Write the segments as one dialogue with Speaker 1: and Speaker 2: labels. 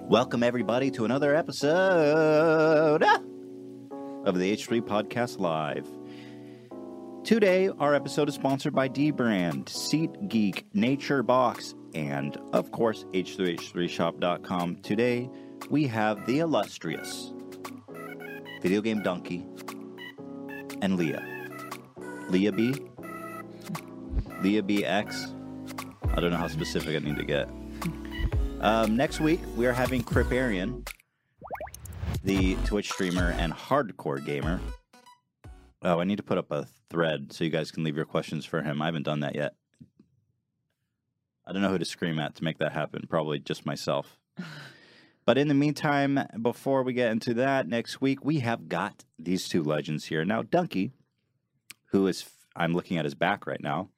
Speaker 1: Welcome, everybody, to another episode ah, of the H3 Podcast Live. Today, our episode is sponsored by Dbrand, Seat Geek, Nature Box, and of course, H3H3Shop.com. Today, we have the illustrious Video Game Donkey and Leah. Leah B. Leah BX. I don't know how specific I need to get. Um, next week, we are having Criparian, the Twitch streamer and hardcore gamer. Oh, I need to put up a thread so you guys can leave your questions for him. I haven't done that yet. I don't know who to scream at to make that happen. Probably just myself. but in the meantime, before we get into that, next week we have got these two legends here. Now, Dunkey, who is, f- I'm looking at his back right now.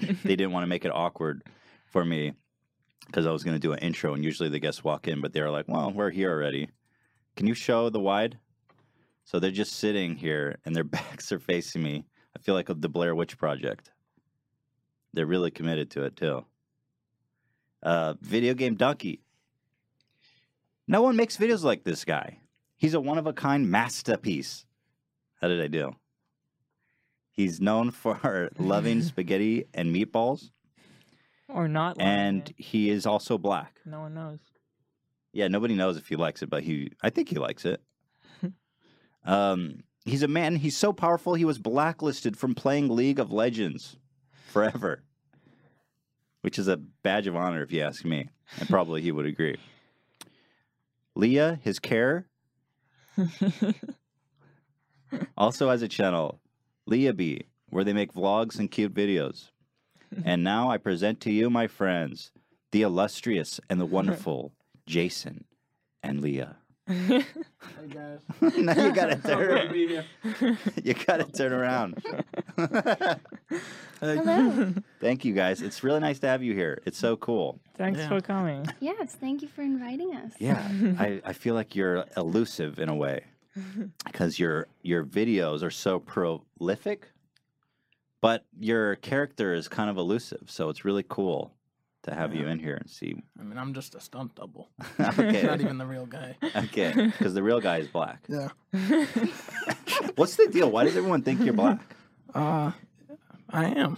Speaker 1: they didn't want to make it awkward for me because I was going to do an intro, and usually the guests walk in, but they're like, "Well, we're here already. Can you show the wide?" So they're just sitting here, and their backs are facing me. I feel like the Blair Witch Project. They're really committed to it too. Uh, video game donkey. No one makes videos like this guy. He's a one of a kind masterpiece. How did I do? He's known for loving spaghetti and meatballs,
Speaker 2: Or not. like
Speaker 1: and
Speaker 2: it.
Speaker 1: he is also black.
Speaker 2: no one knows.
Speaker 1: Yeah, nobody knows if he likes it, but he I think he likes it. um, he's a man, he's so powerful he was blacklisted from playing League of Legends forever. Which is a badge of honor if you ask me. And probably he would agree. Leah, his care, also has a channel, Leah B, where they make vlogs and cute videos. And now I present to you, my friends, the illustrious and the wonderful Jason and Leah.
Speaker 3: Hey guys.
Speaker 1: now you gotta
Speaker 3: So good to
Speaker 1: turn.
Speaker 3: be here.
Speaker 1: You gotta turn around.
Speaker 4: Hello.
Speaker 1: Thank you guys. It's really nice to have you here. It's so cool.
Speaker 2: Thanks
Speaker 3: Yeah.
Speaker 2: for coming.
Speaker 4: yes, thank you for inviting us.
Speaker 1: Yeah, I, I feel like you're elusive in a way because your your videos are so prolific, but your character is kind of elusive. So it's really cool to have you
Speaker 3: Yeah.
Speaker 1: in here and see.
Speaker 3: I mean, I'm just a stunt double. Not
Speaker 1: okay,
Speaker 3: even the real guy.
Speaker 1: okay, because the real guy is black.
Speaker 3: Yeah.
Speaker 1: What's the deal? Why does everyone think you're black?
Speaker 3: Uh, I am.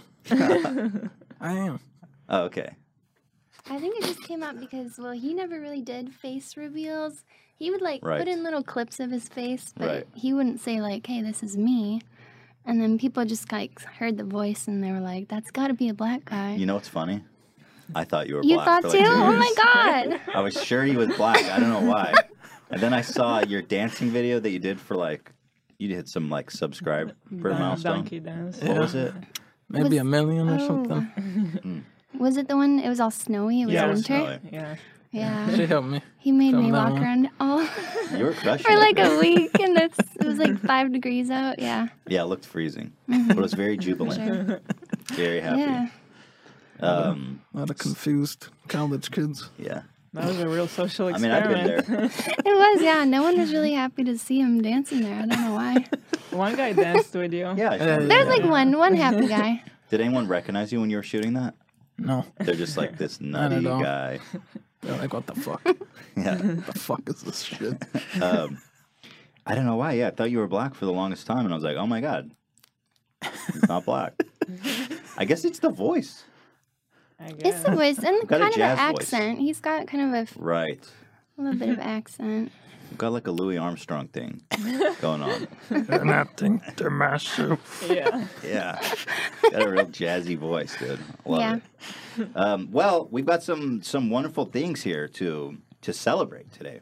Speaker 3: I am.
Speaker 1: Oh, okay.
Speaker 4: I think it just came out because, well, he never really did face reveals. He would like
Speaker 1: Right.
Speaker 4: put in little clips of his face, but
Speaker 1: Right.
Speaker 4: he wouldn't say like, "Hey, this is me." And then people just like heard the voice and they were like, "That's got to be a black guy."
Speaker 1: You know what's funny? I thought you were
Speaker 4: You
Speaker 1: black.
Speaker 4: thought
Speaker 1: for
Speaker 4: too?
Speaker 1: like two
Speaker 4: Oh my
Speaker 1: years.
Speaker 4: god!
Speaker 1: I was sure he was black. I don't know why. And then I saw your dancing video that you did for like you did some like subscribe per
Speaker 2: Dun-
Speaker 1: milestone.
Speaker 2: Donkey dance.
Speaker 1: What was it?
Speaker 3: Maybe a million or something.
Speaker 4: Oh. Was it the one? It was all snowy. It was
Speaker 1: Yeah, it was
Speaker 4: winter.
Speaker 1: snowy.
Speaker 2: Yeah.
Speaker 4: Yeah,
Speaker 3: She helped me.
Speaker 4: he made
Speaker 3: Some
Speaker 4: me
Speaker 3: of that
Speaker 4: walk
Speaker 3: one.
Speaker 4: around all
Speaker 1: You were crushing
Speaker 4: for
Speaker 1: it.
Speaker 4: like a week, and it's, it was like five degrees out. Yeah,
Speaker 1: Yeah, it looked freezing. But it was very jubilant.
Speaker 4: sure.
Speaker 1: Very happy.
Speaker 4: yeah.
Speaker 1: Um
Speaker 3: A lot of confused college kids.
Speaker 1: yeah.
Speaker 2: That was a real social
Speaker 1: I mean I've been
Speaker 2: experiment.
Speaker 1: there.
Speaker 4: It was, yeah. No one was really happy to see him dancing there. I don't know why.
Speaker 2: One guy danced with you.
Speaker 1: Yeah. I shot it.
Speaker 4: There was like one, one happy guy.
Speaker 1: Did anyone recognize you when you were shooting that?
Speaker 3: No.
Speaker 1: They're just like this
Speaker 3: Not
Speaker 1: nutty
Speaker 3: at all.
Speaker 1: guy.
Speaker 3: They're like, what the fuck? what
Speaker 1: Yeah.
Speaker 3: the fuck is this shit?
Speaker 1: Um I don't know why. Yeah, I thought you were black for the longest time and I was like, "Oh my god. It's not black." I guess it's the voice.
Speaker 2: I
Speaker 4: It's
Speaker 2: guess.
Speaker 4: the voice and
Speaker 1: Got a
Speaker 4: kind of an
Speaker 1: jazz voice.
Speaker 4: accent. He's got kind of a f-
Speaker 1: Right.
Speaker 4: little bit of accent.
Speaker 1: Got like a Louis Armstrong thing going on.
Speaker 3: and I think to myself.
Speaker 2: yeah.
Speaker 1: Yeah. Got a real jazzy voice, dude. I Love
Speaker 4: Yeah.
Speaker 1: it. Um, well, we've got some some wonderful things here to to celebrate today.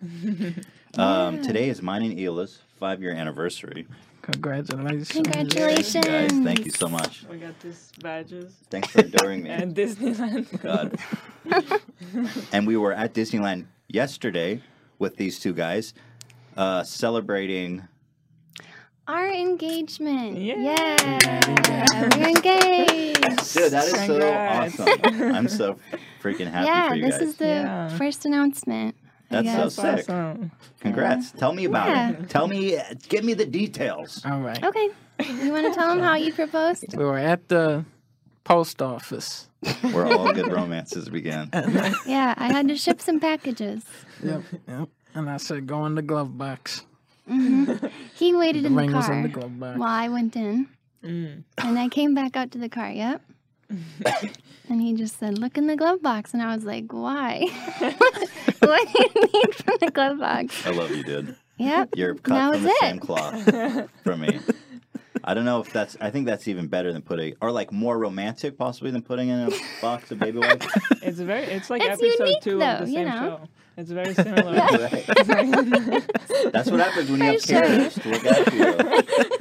Speaker 1: Um, Today is mine and Hila's five year anniversary.
Speaker 3: Congratulations.
Speaker 1: Thank you
Speaker 4: Congratulations.
Speaker 1: guys. Thank you so much.
Speaker 2: We got these badges
Speaker 1: Thanks for adoring me.
Speaker 2: at Disneyland.
Speaker 1: God. and we were at Disneyland yesterday with these two guys uh, celebrating.
Speaker 4: Our engagement.
Speaker 2: Yay.
Speaker 4: Yeah. We're engaged.
Speaker 1: Dude, that is
Speaker 2: Congrats.
Speaker 1: so awesome. I'm so freaking happy
Speaker 4: yeah,
Speaker 1: for you
Speaker 4: this
Speaker 1: guys.
Speaker 4: is the
Speaker 2: Yeah.
Speaker 4: first announcement. I
Speaker 1: That's so
Speaker 4: guess.
Speaker 1: sick.
Speaker 2: Awesome.
Speaker 1: Congrats. Tell me about
Speaker 4: Yeah.
Speaker 1: it. Tell me, give me the details.
Speaker 3: All right.
Speaker 4: Okay. You want to tell him how you proposed?
Speaker 3: We were at the post office.
Speaker 1: where all good romances begin.
Speaker 4: Yeah, I had to ship some packages.
Speaker 3: Yep, yep. And I said, go in the glove box.
Speaker 4: He waited
Speaker 3: The
Speaker 4: in the
Speaker 3: ring was in
Speaker 4: car
Speaker 3: the glove box.
Speaker 4: while I went in,
Speaker 2: Mm.
Speaker 4: and I came back out to the car. Yep. and he just said, "Look in the glove box," and I was like, "Why? what do you need from the glove box?"
Speaker 1: I love you, dude.
Speaker 4: Yep.
Speaker 1: You're
Speaker 4: That
Speaker 1: cut from
Speaker 4: was
Speaker 1: the
Speaker 4: it.
Speaker 1: same cloth from me. I don't know if that's. I think that's even better than putting, or like more romantic, possibly than putting in a box of baby wipes.
Speaker 2: It's very. It's like
Speaker 4: It's
Speaker 2: episode
Speaker 4: unique,
Speaker 2: two
Speaker 4: though,
Speaker 2: of the
Speaker 4: you
Speaker 2: same
Speaker 4: know.
Speaker 2: show. It's very similar.
Speaker 1: Right. That's what happens when you have
Speaker 4: Sure.
Speaker 1: characters to look at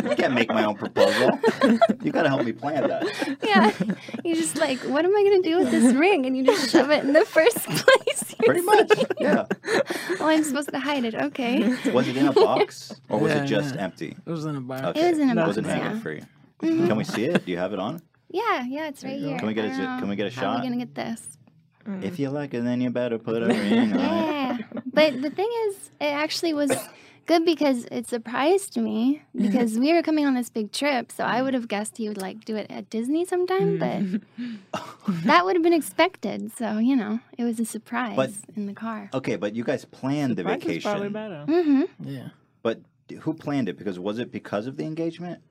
Speaker 1: you. I can't make my own proposal. You gotta help me plan that.
Speaker 4: Yeah. You're just like, "What am I gonna do with this ring?" And you just shove it in the first place. You're
Speaker 1: Pretty much. Yeah.
Speaker 4: like, "Oh, I'm supposed to hide it." Okay.
Speaker 1: Was it in a box or was
Speaker 3: Yeah,
Speaker 1: it just
Speaker 3: yeah.
Speaker 1: empty?
Speaker 3: It was in a box.
Speaker 1: Okay.
Speaker 4: It was in a
Speaker 2: No, it
Speaker 4: box.
Speaker 1: Wasn't
Speaker 4: Yeah. Mm-hmm.
Speaker 1: hanging free. Can we see it? Do you have it on?
Speaker 4: yeah. Yeah. It's right here.
Speaker 1: Can we get
Speaker 4: I
Speaker 1: a
Speaker 4: don't
Speaker 1: j-
Speaker 4: know.
Speaker 1: can we get a
Speaker 4: How are
Speaker 1: shot?
Speaker 4: we gonna get this?
Speaker 1: If you like it, then you better put a ring on it.
Speaker 4: Yeah. But the thing is, it actually was good because it surprised me because we were coming on this big trip. So I would have guessed he would like do it at Disney
Speaker 1: Mm.
Speaker 4: sometime, but that would have been expected. So, you know, it was a surprise in the car.
Speaker 1: Okay, but you guys planned the
Speaker 2: Mine is probably
Speaker 1: vacation.
Speaker 2: better.
Speaker 4: hmm
Speaker 3: Yeah.
Speaker 1: But d- who planned it? Because was it because of the engagement?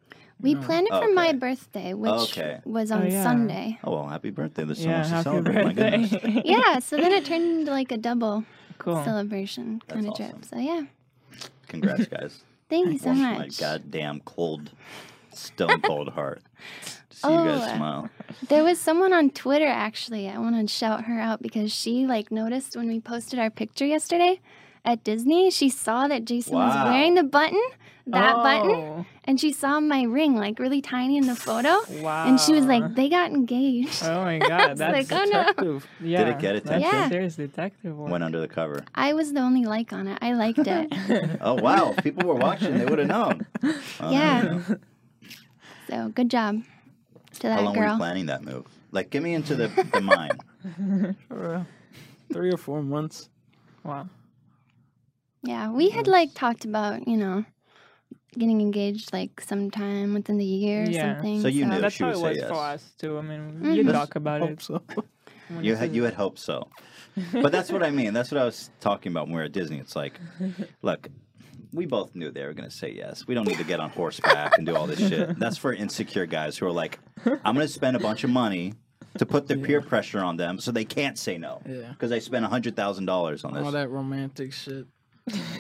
Speaker 4: We planned it for my
Speaker 1: Oh, Okay.
Speaker 4: birthday, which
Speaker 1: Okay.
Speaker 4: was
Speaker 2: Oh,
Speaker 4: on
Speaker 2: yeah.
Speaker 4: Sunday.
Speaker 1: Oh well, happy birthday! There's so
Speaker 2: Yeah,
Speaker 1: much to
Speaker 2: happy
Speaker 1: celebrate. My goodness.
Speaker 2: birthday.
Speaker 4: Yeah, so then it turned into like a double
Speaker 2: cool.
Speaker 4: celebration
Speaker 1: That's
Speaker 4: kind of
Speaker 1: awesome.
Speaker 4: trip. So yeah,
Speaker 1: Congrats, guys.
Speaker 4: thank you so
Speaker 1: Warms my
Speaker 4: much.
Speaker 1: goddamn cold, stone cold heart. To see you
Speaker 4: Oh.
Speaker 1: guys smile.
Speaker 4: There was someone on Twitter actually. I want to shout her out because she like noticed when we posted our picture yesterday at Disney, she saw that Jason was
Speaker 1: Wow.
Speaker 4: wearing the button, that button,
Speaker 2: Oh,
Speaker 4: and she saw my ring like really tiny in the photo,
Speaker 2: Wow.
Speaker 4: and she was like, "They got
Speaker 1: Uh.
Speaker 4: engaged."
Speaker 2: Oh my god, that's
Speaker 4: like, oh no.
Speaker 2: detective. Yeah,
Speaker 1: it get
Speaker 2: that's
Speaker 4: attention?
Speaker 2: serious detective work.
Speaker 1: Went under the cover.
Speaker 4: I was the only like on it. I liked it.
Speaker 1: Oh wow! If people were watching, they would have known. Oh, there you
Speaker 4: Yeah.
Speaker 1: go.
Speaker 4: so good job to
Speaker 1: How
Speaker 4: that
Speaker 1: long were you
Speaker 4: girl.
Speaker 1: planning that move? Like, get me into the, the mine.
Speaker 3: For, uh, three or four months.
Speaker 2: Wow.
Speaker 4: Yeah, we had like talked about you know getting engaged like sometime within the year or
Speaker 2: Yeah.
Speaker 4: something.
Speaker 1: So you knew.
Speaker 2: That's
Speaker 1: she
Speaker 2: how
Speaker 1: would
Speaker 2: it
Speaker 1: say
Speaker 2: was
Speaker 1: yes.
Speaker 2: for us too. I mean,
Speaker 4: Mm-hmm.
Speaker 2: you
Speaker 1: That's-
Speaker 2: talk about
Speaker 3: Hope
Speaker 2: it.
Speaker 3: so.
Speaker 2: when
Speaker 1: You
Speaker 2: it's
Speaker 1: had
Speaker 2: in-
Speaker 1: you had hoped so, but that's what I mean. That's what I was talking about when we were at Disney. It's like, look, we both knew they were going to say yes. We don't need to get on horseback and do all this shit. That's for insecure guys who are like, I'm going to spend a bunch of money to put the peer pressure on them so they can't say no
Speaker 3: Yeah.
Speaker 1: because I spent hundred thousand dollars on this.
Speaker 2: Oh,
Speaker 3: All that romantic shit.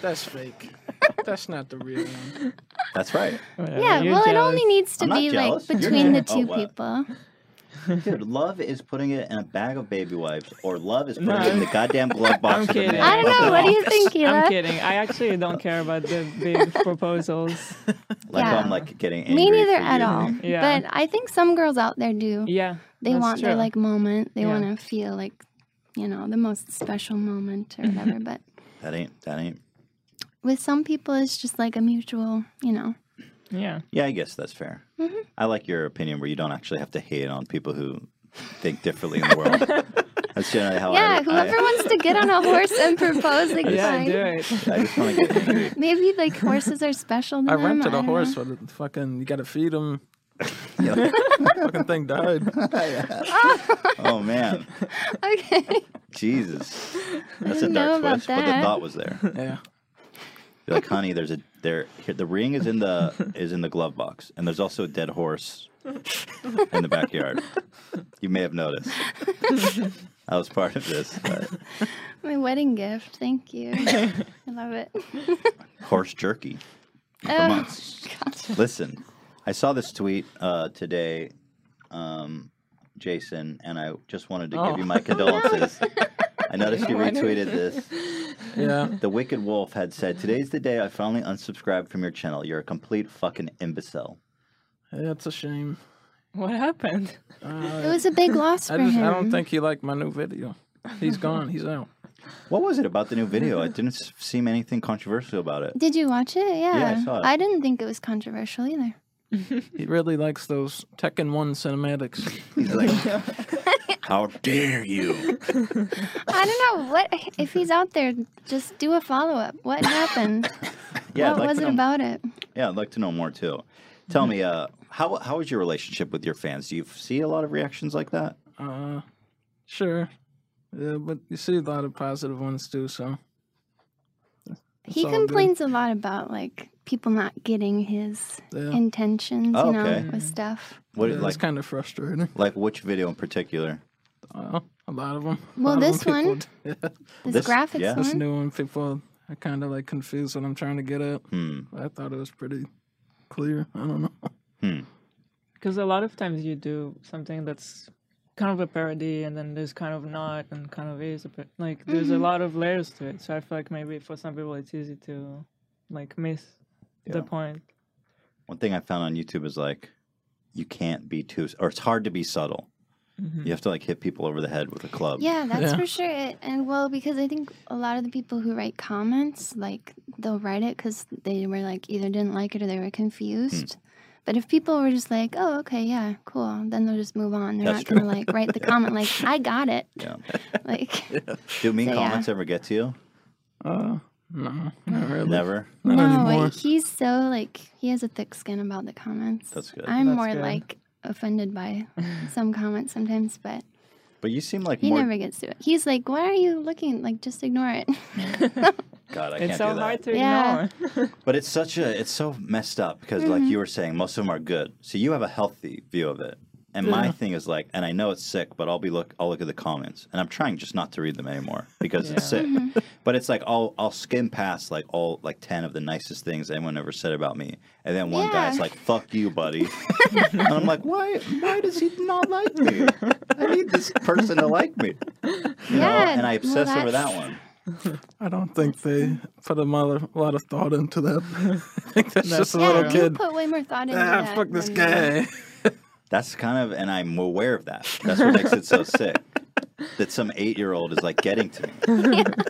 Speaker 3: That's fake. That's not the real one.
Speaker 1: That's right.
Speaker 2: whatever,
Speaker 4: Yeah,
Speaker 2: you're
Speaker 4: well, it
Speaker 2: jealous.
Speaker 4: only needs to
Speaker 1: I'm not
Speaker 4: be like
Speaker 1: jealous. You're
Speaker 4: between the
Speaker 1: jealous. Oh,
Speaker 4: two
Speaker 1: what?
Speaker 4: people.
Speaker 1: Dude, love is putting it in a bag of baby wipes, or love is putting
Speaker 2: No,
Speaker 1: it in the goddamn glove box.
Speaker 2: I'm
Speaker 1: of the
Speaker 2: kidding.
Speaker 1: man
Speaker 4: I don't
Speaker 1: above
Speaker 4: know.
Speaker 1: the
Speaker 4: What do you
Speaker 1: office.
Speaker 4: think, Hila?
Speaker 2: I'm kidding. I actually don't care about the big proposals.
Speaker 1: Like
Speaker 4: Yeah.
Speaker 1: I'm like getting angry.
Speaker 4: Me neither
Speaker 1: for
Speaker 4: at
Speaker 1: you.
Speaker 4: all.
Speaker 2: Yeah.
Speaker 4: But I think some girls out there do.
Speaker 2: Yeah,
Speaker 4: They
Speaker 2: that's
Speaker 4: want their
Speaker 2: true.
Speaker 4: like moment. They
Speaker 2: Yeah.
Speaker 4: want to feel like, you know, the most special moment or whatever. but
Speaker 1: That ain't. That ain't.
Speaker 4: with some people, it's just like a mutual, you know.
Speaker 2: yeah.
Speaker 1: Yeah, I guess that's fair.
Speaker 4: Mm-hmm.
Speaker 1: I like your opinion where you don't actually have to hate on people who think differently in the world. that's generally how
Speaker 2: Oh,
Speaker 4: yeah,
Speaker 1: I.
Speaker 4: whoever
Speaker 1: I,
Speaker 4: wants to get on a horse and propose, like
Speaker 2: Yeah,
Speaker 4: fine.
Speaker 2: do it.
Speaker 1: I just want to get angry.
Speaker 4: Maybe like horses are special to
Speaker 3: I
Speaker 4: them.
Speaker 3: rented a
Speaker 4: don't
Speaker 3: horse
Speaker 4: know.
Speaker 3: for the fucking. You gotta feed him.
Speaker 1: You know?
Speaker 3: Fucking thing died.
Speaker 1: oh man,
Speaker 4: Okay.
Speaker 1: Jesus, that's a
Speaker 4: didn't
Speaker 1: dark
Speaker 4: know about
Speaker 1: twist. But the
Speaker 4: that.
Speaker 1: thought was there.
Speaker 3: Yeah.
Speaker 1: You're like, honey, there's a there. Here, the ring is in the is in the glove box, and there's also a dead horse in the backyard. You may have noticed. I was part of this uh,
Speaker 4: My wedding gift. Thank you. I love it.
Speaker 1: horse jerky.
Speaker 4: Oh,
Speaker 1: months. Listen, I saw this tweet uh, today, um, Jason, and I just wanted to
Speaker 3: Oh.
Speaker 1: give you my condolences. I noticed you retweeted this.
Speaker 3: Yeah.
Speaker 1: The Wicked Wolf had said, Today's the day I finally unsubscribed from your channel. You're a complete fucking imbecile.
Speaker 3: Yeah, it's a shame.
Speaker 2: What happened?
Speaker 4: Oh, It was a big loss
Speaker 3: I
Speaker 4: for
Speaker 3: just
Speaker 4: him.
Speaker 3: I don't think he liked my new video. He's gone. He's out.
Speaker 1: What was it about the new video? I didn't s- seem anything controversial about it.
Speaker 4: Did you watch it? Yeah.
Speaker 1: saw it.
Speaker 4: I didn't think it was controversial either.
Speaker 3: He really likes those Tekken One cinematics.
Speaker 1: He's like, How dare you?
Speaker 4: I don't know what if he's out there. Just do a follow up. What happened?
Speaker 1: Yeah, I'd
Speaker 4: what
Speaker 1: like
Speaker 4: was
Speaker 1: to
Speaker 4: it
Speaker 1: know,
Speaker 4: about it?
Speaker 1: yeah, I'd like to know more too. Tell me, uh, how how is your relationship with your fans? Do you see a lot of reactions like that?
Speaker 3: Uh, sure. Yeah, but you see a lot of positive ones too. So
Speaker 4: He
Speaker 3: all good.
Speaker 4: complains a lot about like people not getting his
Speaker 3: yeah,
Speaker 4: intentions,
Speaker 1: Oh,
Speaker 4: you know,
Speaker 1: okay.
Speaker 4: with stuff.
Speaker 1: What
Speaker 3: yeah, it's
Speaker 1: like
Speaker 3: kind of frustrating.
Speaker 1: like which video in particular?
Speaker 3: Uh, a lot of them.
Speaker 4: Well, this one,
Speaker 3: yeah,
Speaker 4: This,
Speaker 1: This-
Speaker 4: graphics
Speaker 1: yeah.
Speaker 3: this
Speaker 4: one.
Speaker 3: new one, people are kind of like confused what I'm trying to get at.
Speaker 1: Hmm.
Speaker 3: I thought it was pretty clear. I don't know.
Speaker 2: Because a lot of times you do something that's kind of a parody, and then there's kind of not, and kind of is a par- like there's
Speaker 4: Mm-hmm.
Speaker 2: a lot of layers to it. So I feel like maybe for some people it's easy to like miss
Speaker 1: Yeah.
Speaker 2: the point.
Speaker 1: One thing I found on YouTube is like you can't be too, or it's hard to be subtle.
Speaker 2: Mm-hmm.
Speaker 1: You have to like hit people over the head with a club.
Speaker 4: Yeah, that's
Speaker 3: Yeah.
Speaker 4: for sure. It, and well, because I think a lot of the people who write comments, like they'll write it because they were like either didn't like it or they were
Speaker 1: Hmm.
Speaker 4: confused. But if people were just like, "Oh, okay, yeah, cool," then they'll just move on. They're
Speaker 1: That's
Speaker 4: not gonna like write the comment like, "I got it."
Speaker 1: Yeah.
Speaker 4: Like,
Speaker 1: Do mean
Speaker 4: So, yeah.
Speaker 1: comments ever get to you?
Speaker 3: Uh, no, not really.
Speaker 1: Never.
Speaker 3: Not
Speaker 4: no,
Speaker 3: anymore.
Speaker 4: like, he's so like he has a thick skin about the comments.
Speaker 1: That's good.
Speaker 4: I'm
Speaker 2: That's
Speaker 4: more
Speaker 2: good.
Speaker 4: like offended by some comments sometimes, but
Speaker 1: But you seem like
Speaker 4: he
Speaker 1: more.
Speaker 4: never gets to it. He's like, "Why are you looking? Like, just ignore it."
Speaker 1: God, I can't
Speaker 2: It's so
Speaker 1: do that.
Speaker 2: hard to
Speaker 4: Yeah.
Speaker 2: ignore.
Speaker 1: But it's such a it's so messed up because
Speaker 4: Mm-hmm.
Speaker 1: like you were saying, most of them are good. So you have a healthy view of it. And my thing is like, and I know it's sick, but I'll be look I'll look at the comments. And I'm trying just not to read them anymore because it's
Speaker 2: Yeah.
Speaker 1: sick.
Speaker 4: Mm-hmm.
Speaker 1: But it's like I'll I'll skim past like all like ten of the nicest things anyone ever said about me. And then one
Speaker 4: Yeah.
Speaker 1: guy's like, fuck you, buddy. and I'm like, why why does he not like me? I need this person to like me. You know?
Speaker 4: Yeah,
Speaker 1: And I
Speaker 4: well,
Speaker 1: obsess over that
Speaker 4: that's-
Speaker 1: one.
Speaker 3: I don't think they put a mother, lot of thought into that. I think that's just a
Speaker 4: yeah,
Speaker 3: little
Speaker 4: you
Speaker 3: kid.
Speaker 4: put way more thought into
Speaker 3: Ah,
Speaker 4: that
Speaker 3: fuck this
Speaker 4: than-
Speaker 3: guy.
Speaker 1: That's kind of, and I'm aware of that. That's what makes it so sick. That some eight year old is like getting to me.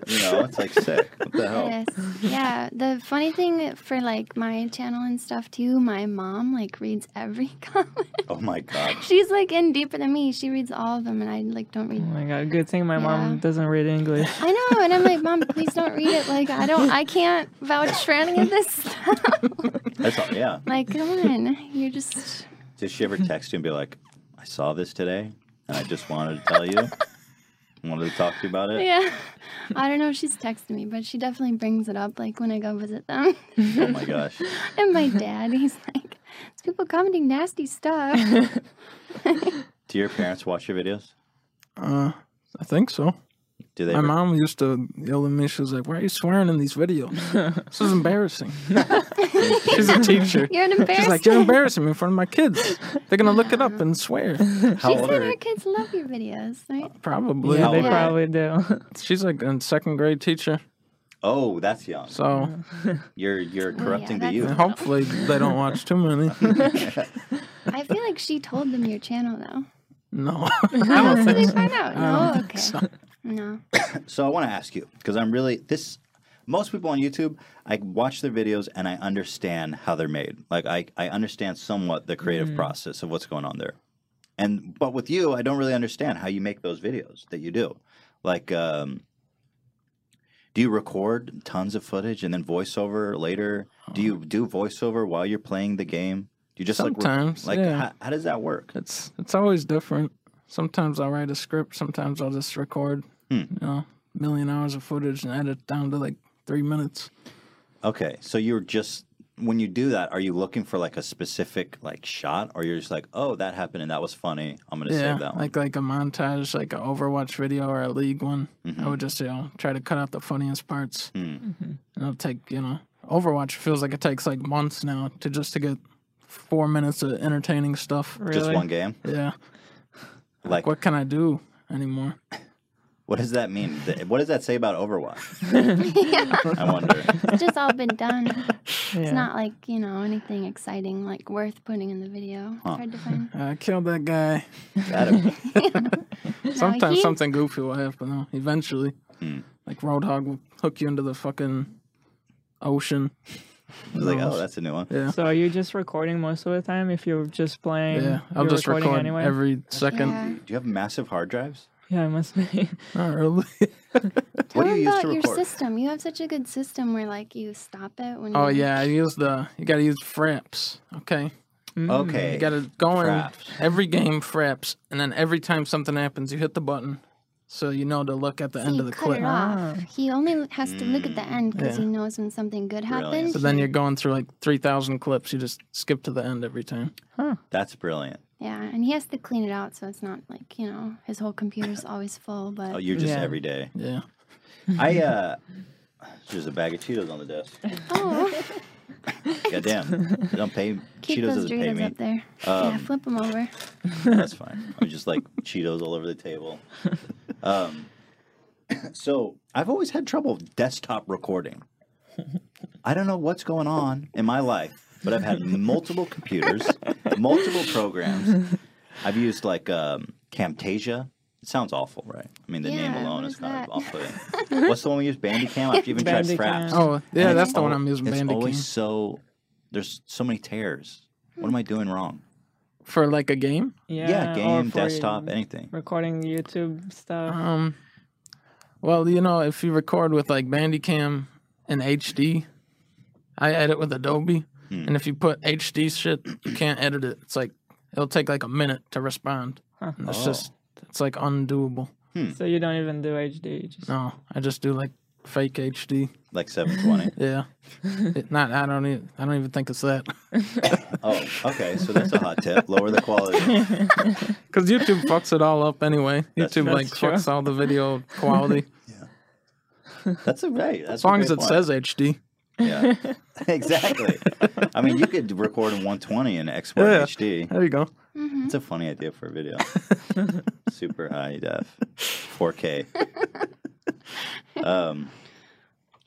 Speaker 1: You know, it's like sick. What the hell?
Speaker 4: Yes. Yeah. The funny thing for like my channel and stuff too, my mom like reads every comment.
Speaker 1: Oh my God.
Speaker 4: She's like in deeper than me. She reads all of them and I like don't read.
Speaker 2: oh my god! Good thing my mom
Speaker 4: Yeah.
Speaker 2: doesn't read English.
Speaker 4: I know, and I'm like, Mom, please don't read it. Like I don't I can't vouch for any of this stuff.
Speaker 1: That's all, yeah.
Speaker 4: like, come on. You're just
Speaker 1: Does she ever text you and be like, I saw this today and I just wanted to tell you? Wanted to talk to you about it?
Speaker 4: Yeah. I don't know if she's texted me, but she definitely brings it up like when I go visit them.
Speaker 1: Oh my gosh.
Speaker 4: and my dad, he's like, It's people commenting nasty stuff.
Speaker 1: Do your parents watch your videos?
Speaker 3: Uh, I think so.
Speaker 1: Do they?
Speaker 3: My
Speaker 1: ever-
Speaker 3: mom used to yell at me. She was like, "Why are you swearing in these videos? This is embarrassing." She's a teacher.
Speaker 4: You're an embarrassment.
Speaker 3: She's like, "You're embarrassing me in front of my kids. They're gonna look it up and swear."
Speaker 1: How
Speaker 4: She
Speaker 1: old
Speaker 4: said
Speaker 1: are
Speaker 4: our kids love your videos, right?
Speaker 3: Probably.
Speaker 2: yeah, they
Speaker 1: old are they?
Speaker 2: probably do.
Speaker 3: She's like a second grade teacher,
Speaker 1: Oh, that's young.
Speaker 3: so
Speaker 1: You're you're corrupting
Speaker 4: that's-
Speaker 1: the youth.
Speaker 3: hopefully they don't watch too many.
Speaker 4: I feel like she told them your channel though.
Speaker 3: No.
Speaker 4: How else did they find out?
Speaker 3: don't
Speaker 4: No, okay. No.
Speaker 1: So I want to ask you because I'm really this. Most people on YouTube, I watch their videos and I understand how they're made. Like I, I understand somewhat the creative
Speaker 3: Mm-hmm.
Speaker 1: process of what's going on there. And but with you, I don't really understand how you make those videos that you do. Like, um, do you record tons of footage and then voiceover later? Do you do voiceover while you're playing the game? Do you just
Speaker 3: Sometimes,
Speaker 1: like re- like
Speaker 3: yeah.
Speaker 1: how, how does that work?
Speaker 3: It's it's always different. Sometimes I'll write a script, sometimes I'll just record
Speaker 1: Hmm.
Speaker 3: you know, million hours of footage and edit down to like three minutes.
Speaker 1: Okay, so you're just when you do that, are you looking for like a specific like shot, or you're just like, oh, that happened and that was funny. I'm gonna
Speaker 3: yeah.
Speaker 1: save that one.
Speaker 3: Like like a montage, like an Overwatch video or a league one. I
Speaker 1: Mm-hmm.
Speaker 3: would just, you know, try to cut out the funniest parts.
Speaker 1: Hmm,
Speaker 3: And it'll take, you know Overwatch feels like it takes like months now to just to get four minutes of entertaining stuff.
Speaker 2: Really?
Speaker 1: Just one game.
Speaker 3: Yeah.
Speaker 1: Like,
Speaker 3: What can I do anymore?
Speaker 1: what does that mean? Th- What does that say about Overwatch? I wonder.
Speaker 4: It's just all been done. It's
Speaker 2: Yeah.
Speaker 4: not like, you know, anything exciting like worth putting in the video. It's hard to find.
Speaker 3: I killed that guy.
Speaker 1: That-
Speaker 3: Sometimes
Speaker 4: he-
Speaker 3: something goofy will happen though. Eventually,
Speaker 1: Hmm.
Speaker 3: like Roadhog will hook you into the fucking ocean.
Speaker 1: I was like, oh, that's a new one.
Speaker 3: Yeah.
Speaker 2: So are you just recording most of the time? If you're just playing,
Speaker 3: Yeah, I'll
Speaker 2: you're
Speaker 3: just
Speaker 2: recording
Speaker 3: record
Speaker 2: anyway.
Speaker 3: every second.
Speaker 4: Yeah.
Speaker 1: Do you have massive hard drives?
Speaker 2: Yeah, it must be.
Speaker 3: Not really.
Speaker 1: What
Speaker 4: Tell
Speaker 1: do you use
Speaker 4: about
Speaker 1: to
Speaker 4: your
Speaker 1: record?
Speaker 4: system. You have such a good system where like you stop it when
Speaker 3: oh
Speaker 4: you
Speaker 3: yeah, I use the. You gotta use Fraps. Okay,
Speaker 1: Okay.
Speaker 3: You got to go
Speaker 1: Fraps.
Speaker 3: in every game fraps, and then every time something happens, you hit the button, so you know to look at the end
Speaker 4: he
Speaker 3: of the
Speaker 4: cut
Speaker 3: clip. Mm,
Speaker 4: it off. He only has to look at the end because
Speaker 3: Yeah.
Speaker 4: he knows when something good
Speaker 1: Brilliant.
Speaker 4: happens.
Speaker 3: So then you're going through like three thousand clips. You just skip to the end every time.
Speaker 1: That's brilliant.
Speaker 4: Yeah, and he has to clean it out so it's not like you know his whole computer's always full. But
Speaker 1: Oh, you're just
Speaker 2: Yeah.
Speaker 1: every day.
Speaker 3: Yeah.
Speaker 1: I uh there's a bag of Cheetos on the desk.
Speaker 4: oh,
Speaker 1: Goddamn. They don't pay
Speaker 4: keep
Speaker 1: Cheetos
Speaker 4: those
Speaker 1: doesn't pay
Speaker 4: Doritos
Speaker 1: me.
Speaker 4: up there. yeah,
Speaker 1: Um,
Speaker 4: flip them over.
Speaker 1: that's fine. I'm just like Cheetos all over the table. Um so I've always had trouble desktop recording. I don't know what's going on in my life, but I've had multiple computers, multiple programs. I've used like um, Camtasia. It sounds awful, right? I mean, the name
Speaker 4: Yeah,
Speaker 1: alone
Speaker 4: what
Speaker 1: is
Speaker 4: is
Speaker 1: kind of
Speaker 4: that?
Speaker 1: off-putting. What's the one we use? Bandicam. I've even tried
Speaker 2: Bandicam.
Speaker 1: Fraps.
Speaker 3: Oh yeah,
Speaker 1: And
Speaker 3: that's
Speaker 1: it's
Speaker 3: the one
Speaker 1: al-
Speaker 3: I'm using.
Speaker 1: It's
Speaker 3: Bandicam
Speaker 1: always so there's so many tears. What am I doing wrong?
Speaker 3: for like a game.
Speaker 2: Yeah,
Speaker 1: Yeah,
Speaker 2: or
Speaker 1: game,
Speaker 2: for your
Speaker 1: desktop, eh. anything.
Speaker 2: Recording YouTube stuff.
Speaker 3: Um, well, you know, if you record with like Bandicam and HD, I edit with Adobe, and if you put HD shit, you can't edit it. It's like it'll take like a minute to respond.
Speaker 2: Huh.
Speaker 3: And it's
Speaker 1: Oh.
Speaker 3: just it's like undoable.
Speaker 2: So you don't even do HD. you Just,
Speaker 3: No, I just do like fake HD.
Speaker 1: Like 720.
Speaker 3: Yeah, It- not I don't even I don't even think it's that
Speaker 1: oh, okay. So that's a hot tip. Lower the quality.
Speaker 3: because YouTube fucks it all up anyway.
Speaker 1: That's-
Speaker 3: YouTube
Speaker 1: that's
Speaker 3: like
Speaker 2: true.
Speaker 3: fucks all the video quality
Speaker 1: That's a right. That's
Speaker 3: as long
Speaker 1: a
Speaker 3: as
Speaker 1: great
Speaker 3: it
Speaker 1: point.
Speaker 3: says HD.
Speaker 1: Yeah. exactly. I mean, you could record in 120 and export
Speaker 3: Yeah.
Speaker 1: HD.
Speaker 3: There you go.
Speaker 4: hmm
Speaker 1: It's a funny idea for a video. Super high def, 4K. Um.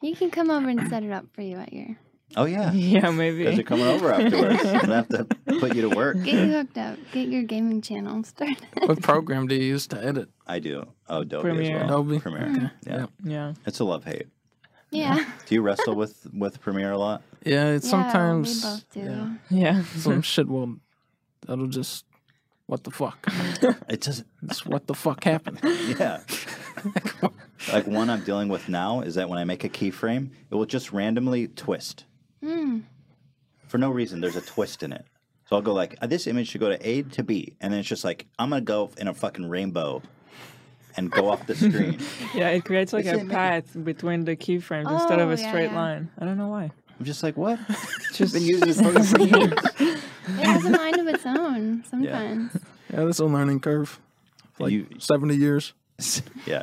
Speaker 4: You can come over and set it up for you at your.
Speaker 1: Oh yeah.
Speaker 2: yeah,
Speaker 1: Because
Speaker 2: maybe.
Speaker 1: you're coming over afterwards. I'm gonna have to put you to work.
Speaker 4: Get you hooked up. Get your gaming channel started.
Speaker 3: What program do you use to edit?
Speaker 1: I do. Oh, Adobe
Speaker 2: Premiere.
Speaker 1: as well.
Speaker 3: Adobe.
Speaker 1: Premiere.
Speaker 3: Okay.
Speaker 1: Yeah.
Speaker 3: Yep.
Speaker 2: Yeah.
Speaker 1: It's a love hate.
Speaker 4: yeah.
Speaker 1: Do you wrestle with with Premiere a lot?
Speaker 3: Yeah, it's sometimes
Speaker 4: Yeah, we both do.
Speaker 3: yeah,
Speaker 2: Yeah.
Speaker 3: some shit will that'll just what the fuck?
Speaker 1: It doesn't.
Speaker 3: It's what the fuck happened?
Speaker 1: Yeah. like one I'm dealing with now is that when I make a keyframe, it will just randomly twist
Speaker 4: Mm.
Speaker 1: for no reason. There's a twist in it. So I'll go like uh, this image should go to A to B, and then it's just like I'm gonna go in a fucking rainbow and go off the screen.
Speaker 2: Yeah, it creates like
Speaker 1: It's
Speaker 2: a
Speaker 1: amazing.
Speaker 2: path between the keyframes instead of
Speaker 4: Oh,
Speaker 2: a
Speaker 4: yeah,
Speaker 2: straight
Speaker 4: yeah.
Speaker 2: line. I don't know why.
Speaker 1: I'm just like, what?
Speaker 2: Just
Speaker 1: Been using this program for years.
Speaker 4: It has a mind of its own sometimes.
Speaker 3: Yeah, that's a learning curve. Like
Speaker 1: You-
Speaker 3: seventy years.
Speaker 1: yeah.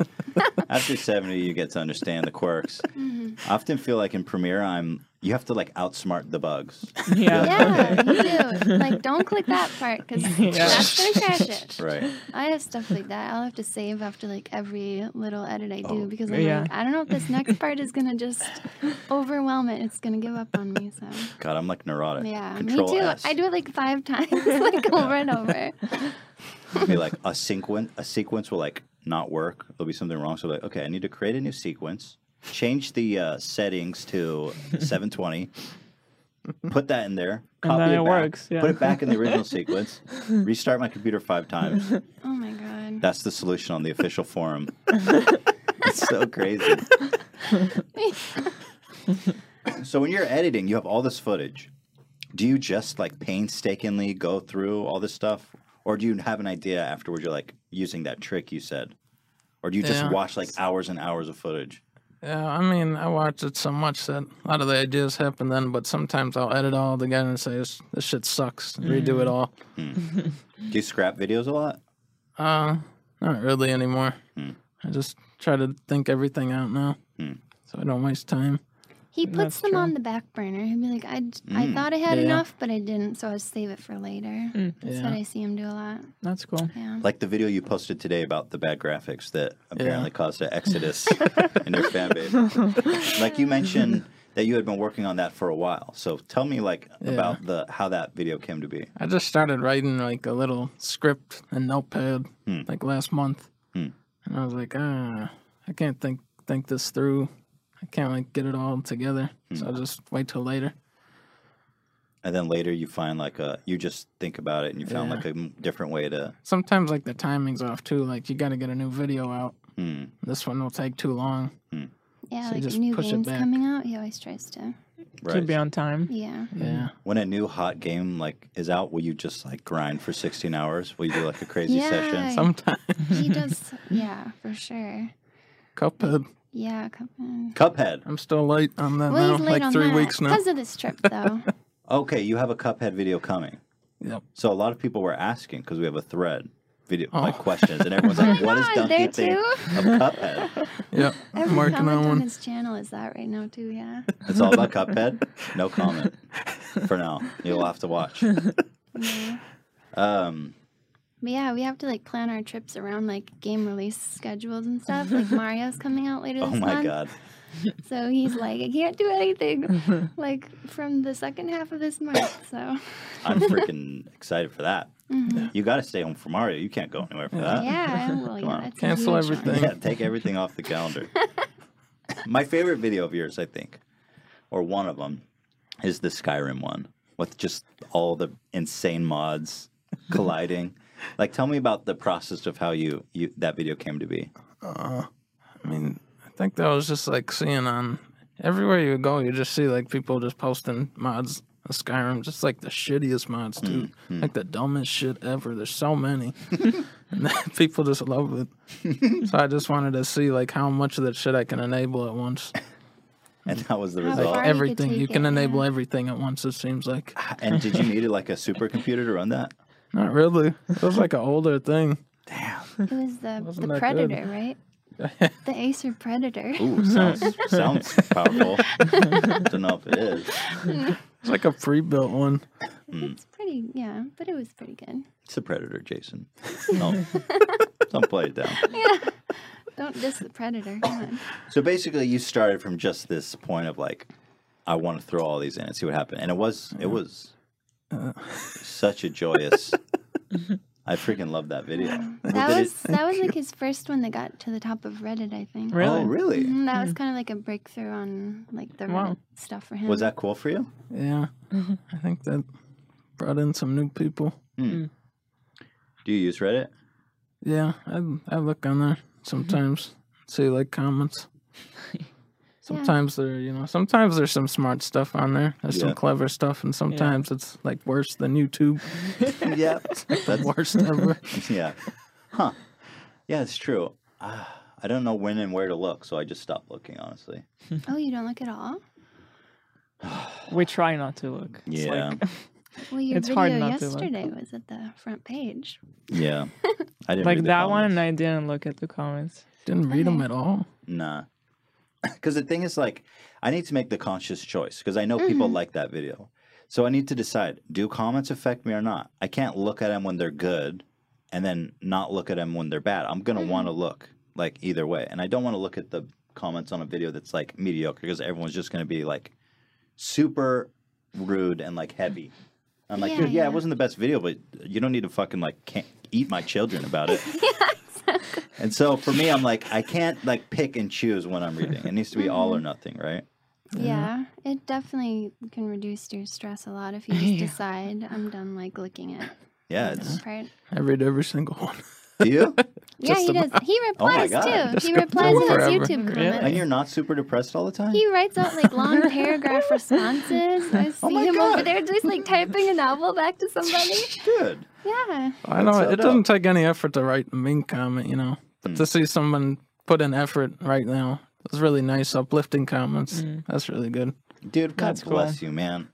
Speaker 1: After 70, you get to understand the quirks.
Speaker 4: Mm-hmm.
Speaker 1: I often feel like in Premiere, I'm you have to like outsmart the bugs.
Speaker 2: yeah.
Speaker 4: Yeah, you do. Like, don't click that part because that's gonna crash it.
Speaker 1: Right.
Speaker 4: I have stuff like that. I'll have to save after like every little edit I do
Speaker 3: Oh,
Speaker 4: because I'm
Speaker 2: yeah.
Speaker 4: like, I don't know if this next part is gonna just overwhelm it. It's gonna give up on me. So
Speaker 1: God, I'm like neurotic.
Speaker 4: yeah,
Speaker 1: Control
Speaker 4: me too.
Speaker 1: S.
Speaker 4: I do it like five times, like over and over.
Speaker 1: It'll be like a sequence. A sequence will like not work. There'll be something wrong. So like, okay, I need to create a new sequence. Change the uh, settings to 720. Put that in there.
Speaker 2: And
Speaker 1: Copy
Speaker 2: then
Speaker 1: it,
Speaker 2: it
Speaker 1: back,
Speaker 2: works, yeah.
Speaker 1: Put it back in the original sequence. Restart my computer five times.
Speaker 4: Oh my god,
Speaker 1: That's the solution on the official forum. it's so crazy. so when you're editing, you have all this footage. Do you just like painstakingly go through all this stuff, or do you have an idea afterwards? You're like using that trick you said, or do you just
Speaker 3: Yeah.
Speaker 1: watch like hours and hours of footage?
Speaker 3: Yeah, I mean, I watched it so much that a lot of the ideas happen then, but sometimes I'll edit all together and say this, this shit sucks, and redo it all.
Speaker 1: Do you scrap videos a lot?
Speaker 3: Uh, not really anymore. I just try to think everything out now, so I don't waste time.
Speaker 4: he puts
Speaker 2: That's
Speaker 4: them
Speaker 2: true.
Speaker 4: on the back burner. He'd be like, I, d- I
Speaker 1: Mm,
Speaker 4: thought I had
Speaker 3: Yeah. Mm,
Speaker 4: enough, but I didn't, so I'll save it for later. That's
Speaker 3: Yeah.
Speaker 4: what I see him do a lot.
Speaker 2: That's cool.
Speaker 4: Yeah.
Speaker 1: Like the video you posted today about the bad graphics that apparently caused an exodus in your fan base. Like you mentioned that you had been working on that for a while. So tell me like about the how that video came to be.
Speaker 3: I just started writing like a little script and notepad like last month, and I was like, ah, I can't think think this through. I can't like get it all together, so I'll just wait till later.
Speaker 1: And then later you find like a you just think about it and you found
Speaker 3: Yeah.
Speaker 1: like a m- different way to
Speaker 3: Sometimes like the timing's off too. Like you got to get a new video out.
Speaker 1: hmm.
Speaker 3: This one will take too long.
Speaker 4: Yeah,
Speaker 3: So
Speaker 4: like
Speaker 3: just
Speaker 4: new
Speaker 3: push it
Speaker 4: games
Speaker 3: back.
Speaker 4: coming out, he always tries to
Speaker 2: to
Speaker 1: Right.
Speaker 2: be on time.
Speaker 4: Yeah.
Speaker 3: Yeah.
Speaker 1: when a new hot game like is out, will you just like grind for 16 hours? Will you do like a crazy
Speaker 4: Yeah.
Speaker 1: session?
Speaker 3: Sometimes
Speaker 4: He does. Yeah, for sure.
Speaker 3: Cuphead.
Speaker 4: Yeah, come on.
Speaker 1: Cuphead.
Speaker 3: I'm still late on that
Speaker 4: Well, he's
Speaker 3: now.
Speaker 4: late
Speaker 3: Like
Speaker 4: on
Speaker 3: three
Speaker 4: that
Speaker 3: weeks now.
Speaker 4: because of this trip, though.
Speaker 1: Okay, you have a Cuphead video coming.
Speaker 3: Yep.
Speaker 1: So a lot of people were asking because we have a thread video
Speaker 3: Oh.
Speaker 1: like questions, and everyone's like, "What does
Speaker 4: God,
Speaker 1: Duncan
Speaker 4: there
Speaker 1: think
Speaker 4: too.
Speaker 1: of Cuphead?"
Speaker 3: Yep.
Speaker 4: Every
Speaker 3: I'm working
Speaker 4: comment
Speaker 3: on
Speaker 4: on,
Speaker 3: one.
Speaker 4: his channel is that right now too. Yeah.
Speaker 1: It's all about Cuphead. No comment for now. You'll have to watch.
Speaker 4: yeah.
Speaker 1: Um,
Speaker 4: But yeah, we have to like plan our trips around like game release schedules and stuff. Like Mario's coming out later this
Speaker 1: oh my
Speaker 4: month,
Speaker 1: god.
Speaker 4: so he's like, I can't do anything like from the second half of this month. So
Speaker 1: I'm freaking excited for that.
Speaker 4: mhm.
Speaker 1: You got to stay home for Mario. You can't go anywhere for that.
Speaker 4: yeah, well,
Speaker 1: Come on.
Speaker 4: yeah, it's a
Speaker 3: Cancel
Speaker 4: huge one.
Speaker 3: everything.
Speaker 1: Yeah, take everything off the calendar. My favorite video of yours, I think, or one of them, is the Skyrim one with just all the insane mods colliding. like, tell me about the process of how you, you that video came to be.
Speaker 3: I mean, I think that was just like seeing on everywhere you go, you just see like people just posting mods of Skyrim, just like the shittiest mods too, like the dumbest shit ever. There's so many, and then people just love it. so I just wanted to see like how much of that shit I can enable at once.
Speaker 1: And that was the
Speaker 4: How
Speaker 1: result.
Speaker 4: far- could
Speaker 3: everything
Speaker 4: take
Speaker 3: you can
Speaker 4: it,
Speaker 3: enable everything at once. It seems like
Speaker 1: And did you need like a supercomputer to run that?
Speaker 3: not really. It was like an older thing.
Speaker 4: It was the,
Speaker 3: Wasn't
Speaker 4: the
Speaker 3: that
Speaker 4: predator,
Speaker 3: good.
Speaker 4: right? the Acer Predator.
Speaker 1: Ooh, sounds sounds powerful. Don't know if it is.
Speaker 3: It's like a pre-built one.
Speaker 4: It's pretty, yeah, but it was pretty good.
Speaker 1: It's a predator, Jason. No, don't play it down.
Speaker 4: Don't diss the Predator. Come on.
Speaker 1: So basically, you started from just this point of like, I want to throw all these in and see what happened, and it was it was Uh. such a joyous. I freaking love that video.
Speaker 2: Um,
Speaker 4: That
Speaker 1: Did it-
Speaker 4: was that was like his first one that got to the top of Reddit, I think.
Speaker 2: Really? Hmm.
Speaker 1: Oh, really?
Speaker 4: Mhm, that was kind of like a breakthrough on like the Reddit
Speaker 3: Wow.
Speaker 4: stuff for him.
Speaker 1: Was that cool for you?
Speaker 3: Yeah,
Speaker 4: Mm-hmm.
Speaker 3: I think that brought in some new people.
Speaker 1: Do you use Reddit?
Speaker 3: Yeah, I I look on there sometimes, see like comments. Sometimes there, you know, sometimes there's some smart stuff on there. There's
Speaker 1: Yeah.
Speaker 3: some clever stuff, and sometimes it's like worse than YouTube.
Speaker 1: yeah,
Speaker 3: The worst ever.
Speaker 1: yeah, huh? Yeah, it's true. Uh, I don't know when and where to look, so I just stopped looking. Honestly,
Speaker 4: Oh, you don't look at all.
Speaker 2: We try not to look. It's
Speaker 1: yeah,
Speaker 2: like,
Speaker 4: Well, your
Speaker 2: It's
Speaker 4: video
Speaker 2: hard not to look.
Speaker 4: yesterday was at the front page.
Speaker 1: yeah. I didn't
Speaker 2: like
Speaker 1: read the
Speaker 2: that
Speaker 1: comments.
Speaker 2: one, I didn't look at the comments.
Speaker 3: Didn't read them at all.
Speaker 1: Nah. Because the thing is, like, I need to make the conscious choice because I know people like that video. So I need to decide do comments affect me or not? I can't look at them when they're good and then not look at them when they're bad. I'm going to want to look like either way. And I don't want to look at the comments on a video that's like mediocre because everyone's just going to be like super rude and like heavy. I'm like,
Speaker 4: Yeah,
Speaker 1: dude, yeah,
Speaker 4: yeah.
Speaker 1: it wasn't the best video, but you don't need to fucking like can't eat my children about it. And so for me, I'm like, I can't like pick and choose when I'm reading. It needs to be all or nothing, right?
Speaker 4: Yeah. it definitely can reduce your stress a lot if you just
Speaker 2: Yeah.
Speaker 4: decide I'm done like looking at
Speaker 1: Yeah. It's,
Speaker 4: this part.
Speaker 3: I read every single one.
Speaker 1: do you?
Speaker 4: Yeah,
Speaker 3: Just
Speaker 4: he does. He
Speaker 1: Oh my
Speaker 4: replies
Speaker 1: God.
Speaker 4: too.
Speaker 3: Just
Speaker 4: He
Speaker 3: go
Speaker 4: replies to
Speaker 3: forever.
Speaker 4: those YouTube
Speaker 2: Really?
Speaker 4: comments.
Speaker 1: And you're not super depressed all the time?
Speaker 4: He writes out like long paragraph responses. I see
Speaker 1: Oh my
Speaker 4: him over
Speaker 1: God.
Speaker 4: there just like typing a novel back to somebody.
Speaker 1: Dude.
Speaker 4: Yeah.
Speaker 3: I know
Speaker 1: so
Speaker 3: it
Speaker 1: dope. Mm.
Speaker 3: doesn't take any effort to write a mean comment, you know, but to see someone put in effort right now, those really nice, uplifting comments. That's really good.
Speaker 1: Dude, God
Speaker 2: That's cool.
Speaker 1: bless you, man.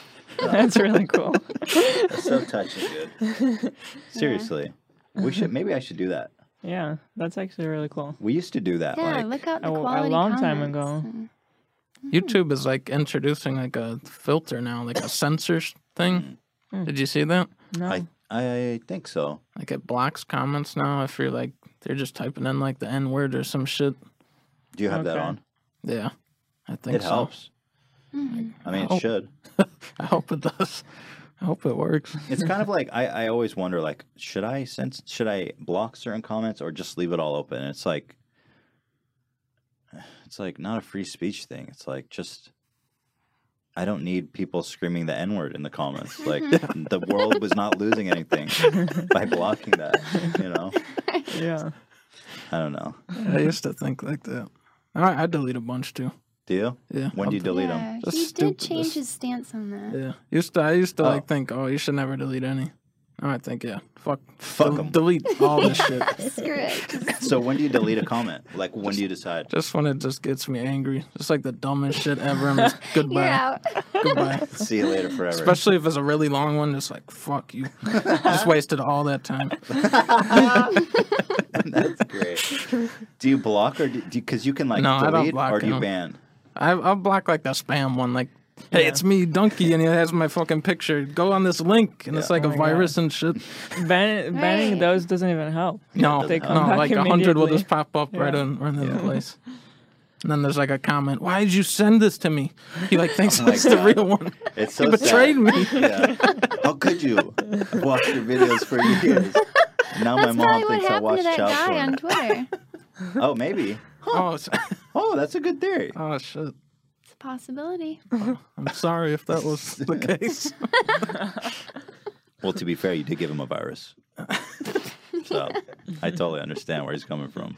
Speaker 2: That's really cool.
Speaker 1: That's so touching, dude. Seriously. We should maybe I should do that.
Speaker 2: Yeah, that's actually really cool.
Speaker 1: We used to do that.
Speaker 4: Yeah,
Speaker 1: like
Speaker 4: look out the
Speaker 2: a- a
Speaker 4: quality
Speaker 2: long time
Speaker 4: comments Mm.
Speaker 2: ago.
Speaker 4: and-
Speaker 3: YouTube is like introducing like a filter now, like a censors thing. Did you see that?
Speaker 2: No,
Speaker 1: I I think so.
Speaker 3: Like it blocks comments now if you're like they're just typing in like the N word or some shit.
Speaker 1: Do you have that
Speaker 2: Okay.
Speaker 1: on?
Speaker 3: Yeah, I think
Speaker 1: It
Speaker 3: so.
Speaker 1: helps.
Speaker 4: Mm-hmm.
Speaker 1: I mean, it
Speaker 3: Oh.
Speaker 1: should.
Speaker 3: I hope it does. I hope it works.
Speaker 1: It's kind of like I, I always wonder like should I sense should I block certain comments or just leave it all open? And it's like it's like not a free speech thing. It's like just I don't need people screaming the N word in the comments. Like the world was not losing anything by blocking that. You know,
Speaker 2: yeah.
Speaker 1: I don't know.
Speaker 3: I used to think like that. I, I delete a bunch too.
Speaker 1: Do you?
Speaker 3: Yeah.
Speaker 1: When do you delete them?
Speaker 4: yeah,
Speaker 3: That's
Speaker 4: he
Speaker 3: stupid.
Speaker 4: did change
Speaker 3: That's-
Speaker 4: his stance on that.
Speaker 3: Yeah. Used to I used to
Speaker 1: Oh.
Speaker 3: like think, oh, you should never delete any. Now I think, yeah, fuck,
Speaker 1: Fuck
Speaker 3: del-
Speaker 1: 'em.
Speaker 3: delete all this shit.
Speaker 4: Screw it. Just-
Speaker 1: So when do you delete a comment? Like when do you decide?
Speaker 3: Just when it just gets me angry, just like the dumbest shit ever. I'm just
Speaker 4: You're
Speaker 3: goodbye,
Speaker 4: out.
Speaker 3: goodbye.
Speaker 1: See you later forever.
Speaker 3: Especially if it's a really long one, just like fuck you, just wasted all that time.
Speaker 1: That's great. Do you block or do because you can like
Speaker 3: No, I don't
Speaker 1: delete
Speaker 3: block,
Speaker 1: or do
Speaker 3: no.
Speaker 1: you ban?
Speaker 3: I, I'll block like the spam one, like, hey, it's me, Donkey, and it has my fucking picture. Go on this link, and it's like
Speaker 2: Oh
Speaker 3: a
Speaker 2: my
Speaker 3: virus and shit.
Speaker 2: Ban- Banning
Speaker 4: Right.
Speaker 2: those doesn't even help.
Speaker 3: No,
Speaker 1: doesn't
Speaker 2: help.
Speaker 3: no, like a hundred will just
Speaker 2: Immediately.
Speaker 3: pop up right
Speaker 2: Yeah.
Speaker 3: in right in the place. And then there's like a comment, why did you send this to me? He like thinks
Speaker 2: Oh
Speaker 3: it's the
Speaker 1: God.
Speaker 3: real one.
Speaker 1: It's so
Speaker 3: You betrayed
Speaker 1: sad.
Speaker 3: me.
Speaker 1: Yeah. How could you? I've watched your videos for years. Now my
Speaker 4: That's
Speaker 1: mom
Speaker 4: probably what
Speaker 1: thinks I
Speaker 4: happened
Speaker 1: watch
Speaker 4: to that
Speaker 1: child
Speaker 4: guy
Speaker 1: porn.
Speaker 4: on Twitter.
Speaker 1: Oh, maybe.
Speaker 3: Oh, s-
Speaker 1: Oh, that's a good theory.
Speaker 3: oh shit.
Speaker 4: It's a possibility.
Speaker 3: I'm sorry if that was the case.
Speaker 1: Well, to be fair, you did give him a virus. So I totally understand where he's coming from.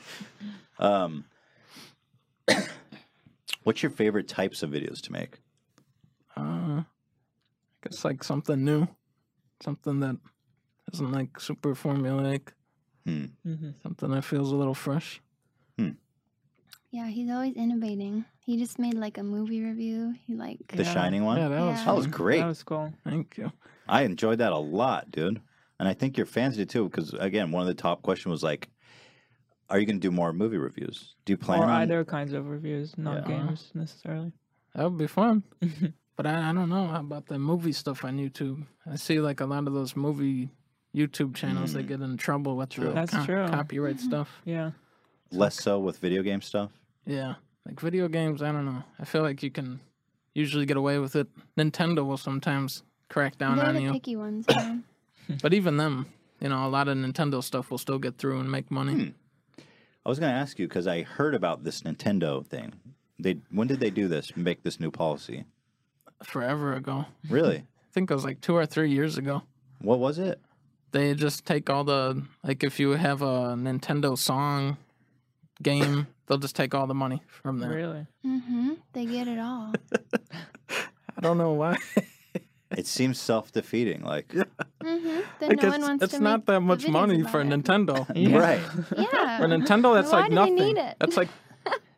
Speaker 1: Um, what's your favorite types of videos to make?
Speaker 3: Uh, it's like something new, something that isn't like super formulaic,
Speaker 1: Hmm.
Speaker 2: hmm
Speaker 3: something that feels a little fresh.
Speaker 4: Yeah, he's always innovating. He just made like a movie review. He like
Speaker 1: The
Speaker 2: Yeah.
Speaker 1: Shining one?
Speaker 3: Yeah, that was
Speaker 4: Yeah.
Speaker 1: that was
Speaker 3: fun.
Speaker 1: great.
Speaker 2: That was cool.
Speaker 3: Thank you.
Speaker 1: I enjoyed that a lot, dude. And I think your fans did too, because again, one of the top question was like, "Are you going to do more movie reviews? Do you plan
Speaker 2: Or
Speaker 1: on?"
Speaker 2: other kinds of reviews, not
Speaker 3: Yeah.
Speaker 2: games necessarily.
Speaker 3: That would be fun. but I, I don't know about the movie stuff on YouTube. I see like a lot of those movie YouTube channels that get in trouble with
Speaker 1: True.
Speaker 3: the
Speaker 2: Mm. That's true. Mm-hmm.
Speaker 3: copyright stuff.
Speaker 2: Yeah.
Speaker 1: Less so with video game stuff.
Speaker 3: Yeah. Like video games, I don't know. I feel like you can usually get away with it. Nintendo will sometimes crack down
Speaker 4: they're
Speaker 3: on
Speaker 4: the
Speaker 3: you.
Speaker 4: picky ones. yeah.
Speaker 3: But even them, you know, a lot of Nintendo stuff will still get through and make money.
Speaker 1: Hmm. I was going to ask you because I heard about this Nintendo thing. They when did they do this? Make this new policy?
Speaker 3: Forever ago.
Speaker 1: Really?
Speaker 3: I think it was like two or three years ago.
Speaker 1: what was it?
Speaker 3: they just take all the like if you have a Nintendo song game, they'll just take all the money from there.
Speaker 2: Really?
Speaker 4: mm-hmm. They get it all.
Speaker 3: I don't know why.
Speaker 1: It seems self defeating. Like
Speaker 4: Mm-hmm.
Speaker 3: Like,
Speaker 4: Then no
Speaker 3: it's
Speaker 4: one wants
Speaker 3: it's
Speaker 4: to
Speaker 3: not
Speaker 4: make
Speaker 3: that
Speaker 4: the
Speaker 3: much
Speaker 4: videos
Speaker 3: money
Speaker 4: about
Speaker 3: for
Speaker 4: it.
Speaker 3: Nintendo.
Speaker 2: Yeah.
Speaker 1: right?
Speaker 3: For
Speaker 4: Yeah.
Speaker 3: Nointendo, that's
Speaker 4: Why
Speaker 3: like
Speaker 4: do they
Speaker 3: nothing.
Speaker 4: need it?
Speaker 3: That's like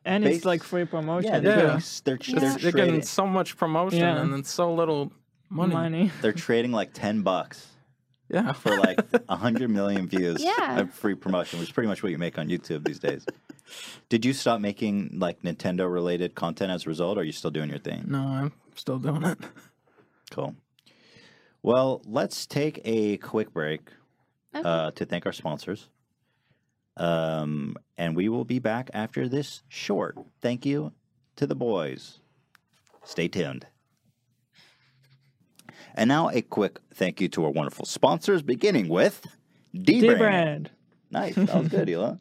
Speaker 2: And it's
Speaker 1: Base-
Speaker 2: like free promotion.
Speaker 1: Yeah,
Speaker 3: they
Speaker 1: they're,
Speaker 2: too.
Speaker 3: do.
Speaker 1: doing- they're,
Speaker 4: Yeah.
Speaker 1: they're
Speaker 3: they're
Speaker 1: trading.
Speaker 3: getting so much promotion
Speaker 2: Yeah.
Speaker 3: and then so little money.
Speaker 2: Money.
Speaker 1: They're trading like ten bucks
Speaker 3: Yeah,
Speaker 1: for like hundred million views.
Speaker 4: Yeah.
Speaker 1: of free promotion, which is pretty much what you make on YouTube these days. Did you stop making like Nintendo related content as a result? Or are you still doing your thing?
Speaker 3: no, I'm still doing it.
Speaker 1: Cool. Well, let's take a quick break
Speaker 4: Okay.
Speaker 1: uh, to thank our sponsors. Um, and we will be back after this short. Thank you to the boys. Stay tuned. And now a quick thank you to our wonderful sponsors, beginning with
Speaker 2: D
Speaker 1: D-Brand.
Speaker 2: brand.
Speaker 1: Nice. That was good, Elon.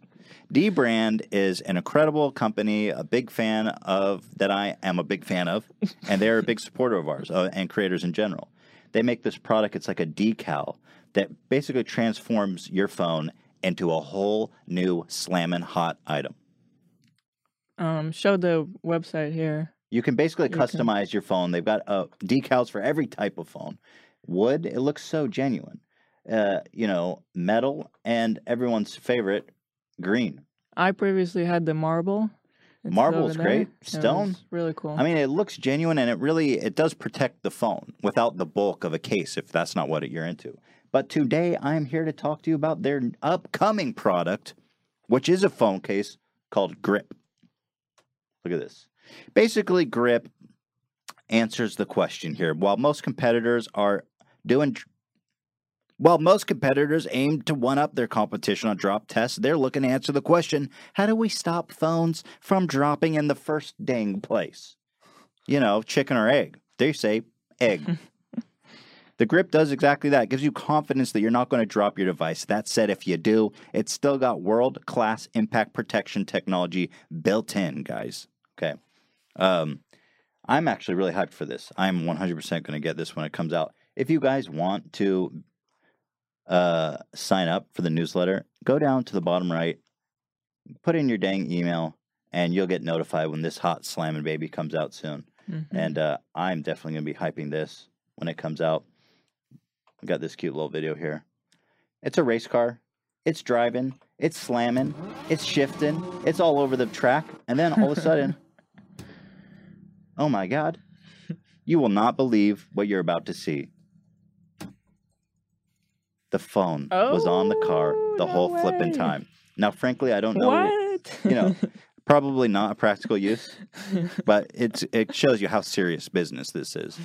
Speaker 1: D Brand is an incredible company, a big fan of that I am a big fan of, and they're a big supporter of ours uh, and creators in general. They make this product, it's like a decal that basically transforms your phone into a whole new slamming hot item.
Speaker 2: Um, show the website here.
Speaker 1: You can basically
Speaker 2: You can-
Speaker 1: customize your phone. They've got uh, decals for every type of phone. Wood, it looks so genuine. Uh, you know, metal, and everyone's favorite, green.
Speaker 2: I previously had the marble. It's
Speaker 1: Marble's
Speaker 2: over there.
Speaker 1: great. Stone.
Speaker 2: It was really cool.
Speaker 1: I mean, it looks genuine and it really it does protect the phone without the bulk of a case if that's not what you're into. But today I'm here to talk to you about their upcoming product, which is a phone case called Grip. Look at this. Basically, Grip answers the question here. While most competitors are doing tr- while most competitors aim to one up their competition on drop tests, they're looking to answer the question how do we stop phones from dropping in the first dang place? You know, chicken or egg. They say egg. the grip does exactly that. It gives you confidence that you're not going to drop your device. That said, if you do, it's still got world class impact protection technology built in, guys. Okay. Um, I'm actually really hyped for this. I'm 100% going to get this when it comes out. If you guys want to uh, sign up for the newsletter, go down to the bottom right, put in your dang email, and you'll get notified when this hot slamming baby comes out soon.
Speaker 2: Mhm.
Speaker 1: And uh, I'm definitely gonna be hyping this when it comes out. I got this cute little video here. It's a race car. It's driving. It's slamming. It's shifting. It's all over the track. And then all of a sudden, oh my god, you will not believe what you're about to see. The phone was on the car
Speaker 2: Oh,
Speaker 1: the
Speaker 2: no
Speaker 1: whole flipping
Speaker 2: way.
Speaker 1: time. Now, frankly, I don't know
Speaker 2: What?
Speaker 1: you know, probably not a practical use, but it's it shows you how serious business this is.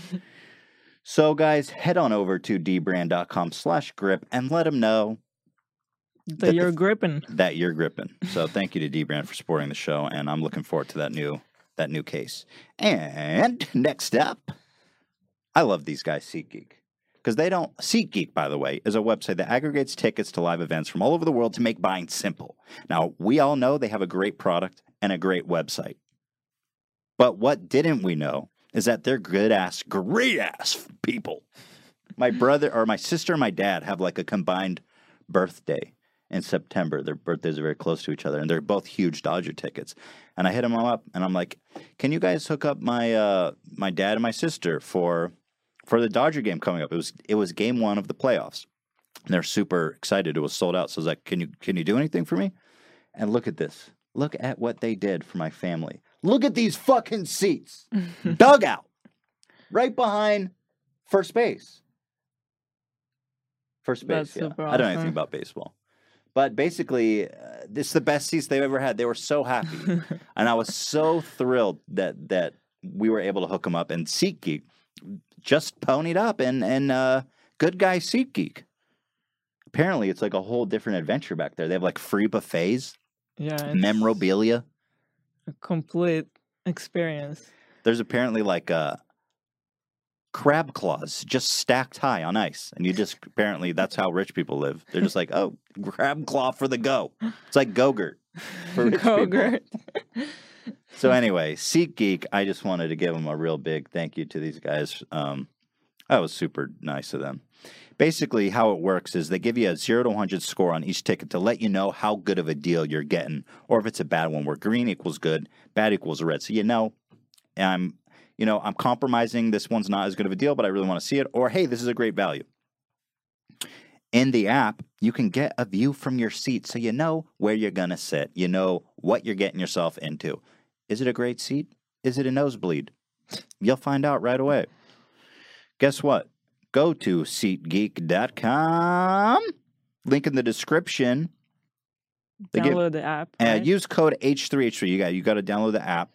Speaker 1: So guys, head on over to dbrand.com slash grip and let them know
Speaker 2: that you're gripping.
Speaker 1: that you're gripping. So thank you to dbrand for supporting the show and I'm looking forward to that new that new case. And next up, I love these guys SeatGeek. Because they don't SeatGeek, by the way, is a website that aggregates tickets to live events from all over the world to make buying simple. Now, we all know they have a great product and a great website. But what didn't we know is that they're good ass, great ass people. My brother or my sister and my dad have like a combined birthday in September. Their birthdays are very close to each other and they're both huge Dodger tickets. And I hit them up and I'm like, "Can you guys hook up my uh my dad and my sister for for the Dodger game coming up? It was it was game 1 of the playoffs." And they're super excited. It was sold out. So I was like, "Can you can you do anything for me?" And look at this. Look at what they did for my family. Look at these fucking seats. Dugout. Right behind first base. First base.
Speaker 2: That's
Speaker 1: yeah.
Speaker 2: super
Speaker 1: I don't know anything
Speaker 2: awesome.
Speaker 1: about baseball. But basically, uh, this is the best seats they've ever had. They were so happy. and I was so thrilled that that we were able to hook them up. And SeatGeek just ponied up and, and uh, good guy SeatGeek. Apparently, it's like a whole different adventure back there. They have like free buffets
Speaker 2: Yeah. it's
Speaker 1: memorabilia.
Speaker 2: A complete experience.
Speaker 1: There's apparently like uh, crab claws just stacked high on ice, and you just apparently that's how rich people live. They're just like, oh, crab claw for the go. It's like Gogurt for rich people.
Speaker 2: Kogurt.
Speaker 1: So anyway, SeatGeek, I just wanted to give them a real big thank you to these guys. Um, that was super nice of them. Basically, how it works is they give you a zero to 100 score on each ticket to let you know how good of a deal you're getting, or if it's a bad one where green equals good, bad equals red. So you know, I'm, you know, I'm compromising. This one's not as good of a deal, but I really want to see it. Or hey, this is a great value. In the app, you can get a view from your seat, so you know where you're gonna sit. You know what you're getting yourself into. Is it a great seat? Is it a nosebleed? You'll find out right away. Guess what? Go to seatgeek.com, link in the description, They give-
Speaker 2: Download the app.
Speaker 1: and
Speaker 2: right?
Speaker 1: use code H3H3. You got you got to download the app.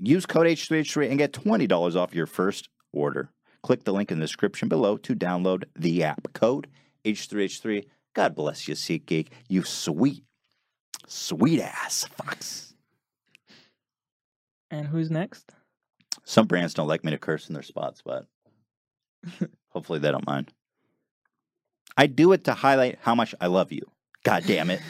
Speaker 1: Use code H3H3 and get twenty dollars off your first order. Click the link in the description below to download the app. Code H3H3. God bless you, SeatGeek. You sweet, sweet ass fox.
Speaker 2: and who's next?
Speaker 1: Some brands don't like me to curse in their spots, but hopefully they don't mind. I do it to highlight how much I love you. God damn it.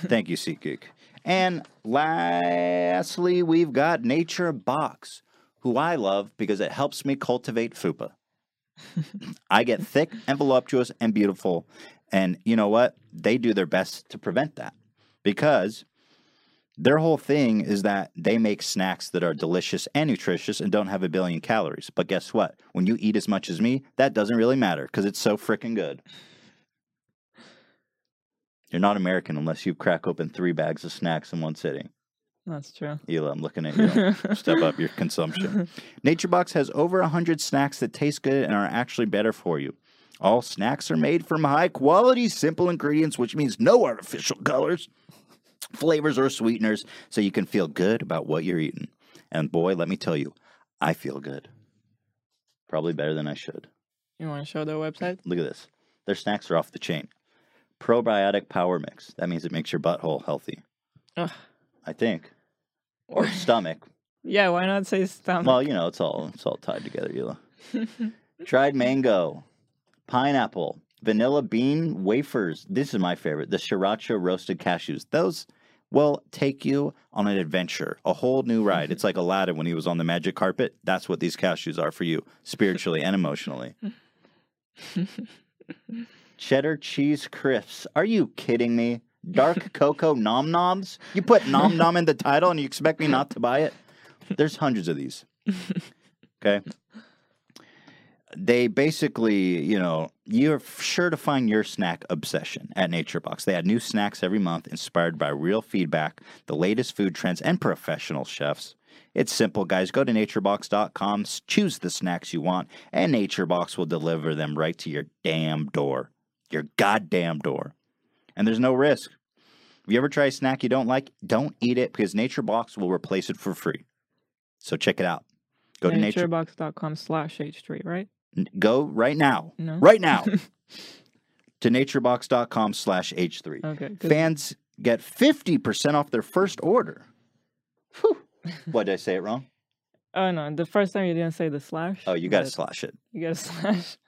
Speaker 1: Thank you, SeatGeek. And lastly, we've got Nature Box, who I love because it helps me cultivate fupa. I get thick and voluptuous and beautiful. And you know what? They do their best to prevent that because their whole thing is that they make snacks that are delicious and nutritious and don't have a billion calories. But guess what? When you eat as much as me, that doesn't really matter because it's so freaking good. You're not American unless you crack open three bags of snacks in one sitting.
Speaker 2: That's true.
Speaker 1: Ela, I'm looking at you. Step up your consumption. NatureBox has over 100 snacks that taste good and are actually better for you. All snacks are made from high quality, simple ingredients, which means no artificial colors, flavors, or sweeteners, so you can feel good about what you're eating. And boy, let me tell you, I feel good. Probably better than I should.
Speaker 2: You want to show their website?
Speaker 1: Look at this. Their snacks are off the chain. Probiotic Power Mix. That means it makes your butthole healthy.
Speaker 2: Ugh.
Speaker 1: I think. Or stomach.
Speaker 2: Yeah, why not say stomach?
Speaker 1: Well, you know, it's all it's all tied together, Hila. Tried mango, pineapple, vanilla bean wafers. This is my favorite. The sriracha roasted cashews. Those will take you on an adventure, a whole new ride. It's like Aladdin when he was on the magic carpet. That's what these cashews are for you, spiritually and emotionally. Cheddar cheese crisps. Are you kidding me? Dark cocoa nom noms? You put nom nom in the title and you expect me not to buy it? There's hundreds of these. Okay. They basically, you know, you're sure to find your snack obsession at Nature Box. They add new snacks every month inspired by real feedback, the latest food trends, and professional chefs. It's simple, guys. Go to naturebox.com, s- choose the snacks you want, and Naturebox will deliver them right to your damn door. Your goddamn door. And there's no risk. If you ever try a snack you don't like, don't eat it because Naturebox will replace it for free. So check it out. Go to nature
Speaker 2: naturebox.com slash h3, right?
Speaker 1: go right now.
Speaker 2: No.
Speaker 1: Right now. to naturebox.com slash H3.
Speaker 2: Okay. 'cause-
Speaker 1: Fans get 50% off their first order. Whew. what, did I say it wrong?
Speaker 2: oh no, the first time you didn't say the slash.
Speaker 1: Oh, you got to
Speaker 2: but
Speaker 1: slash it.
Speaker 2: You got a slash.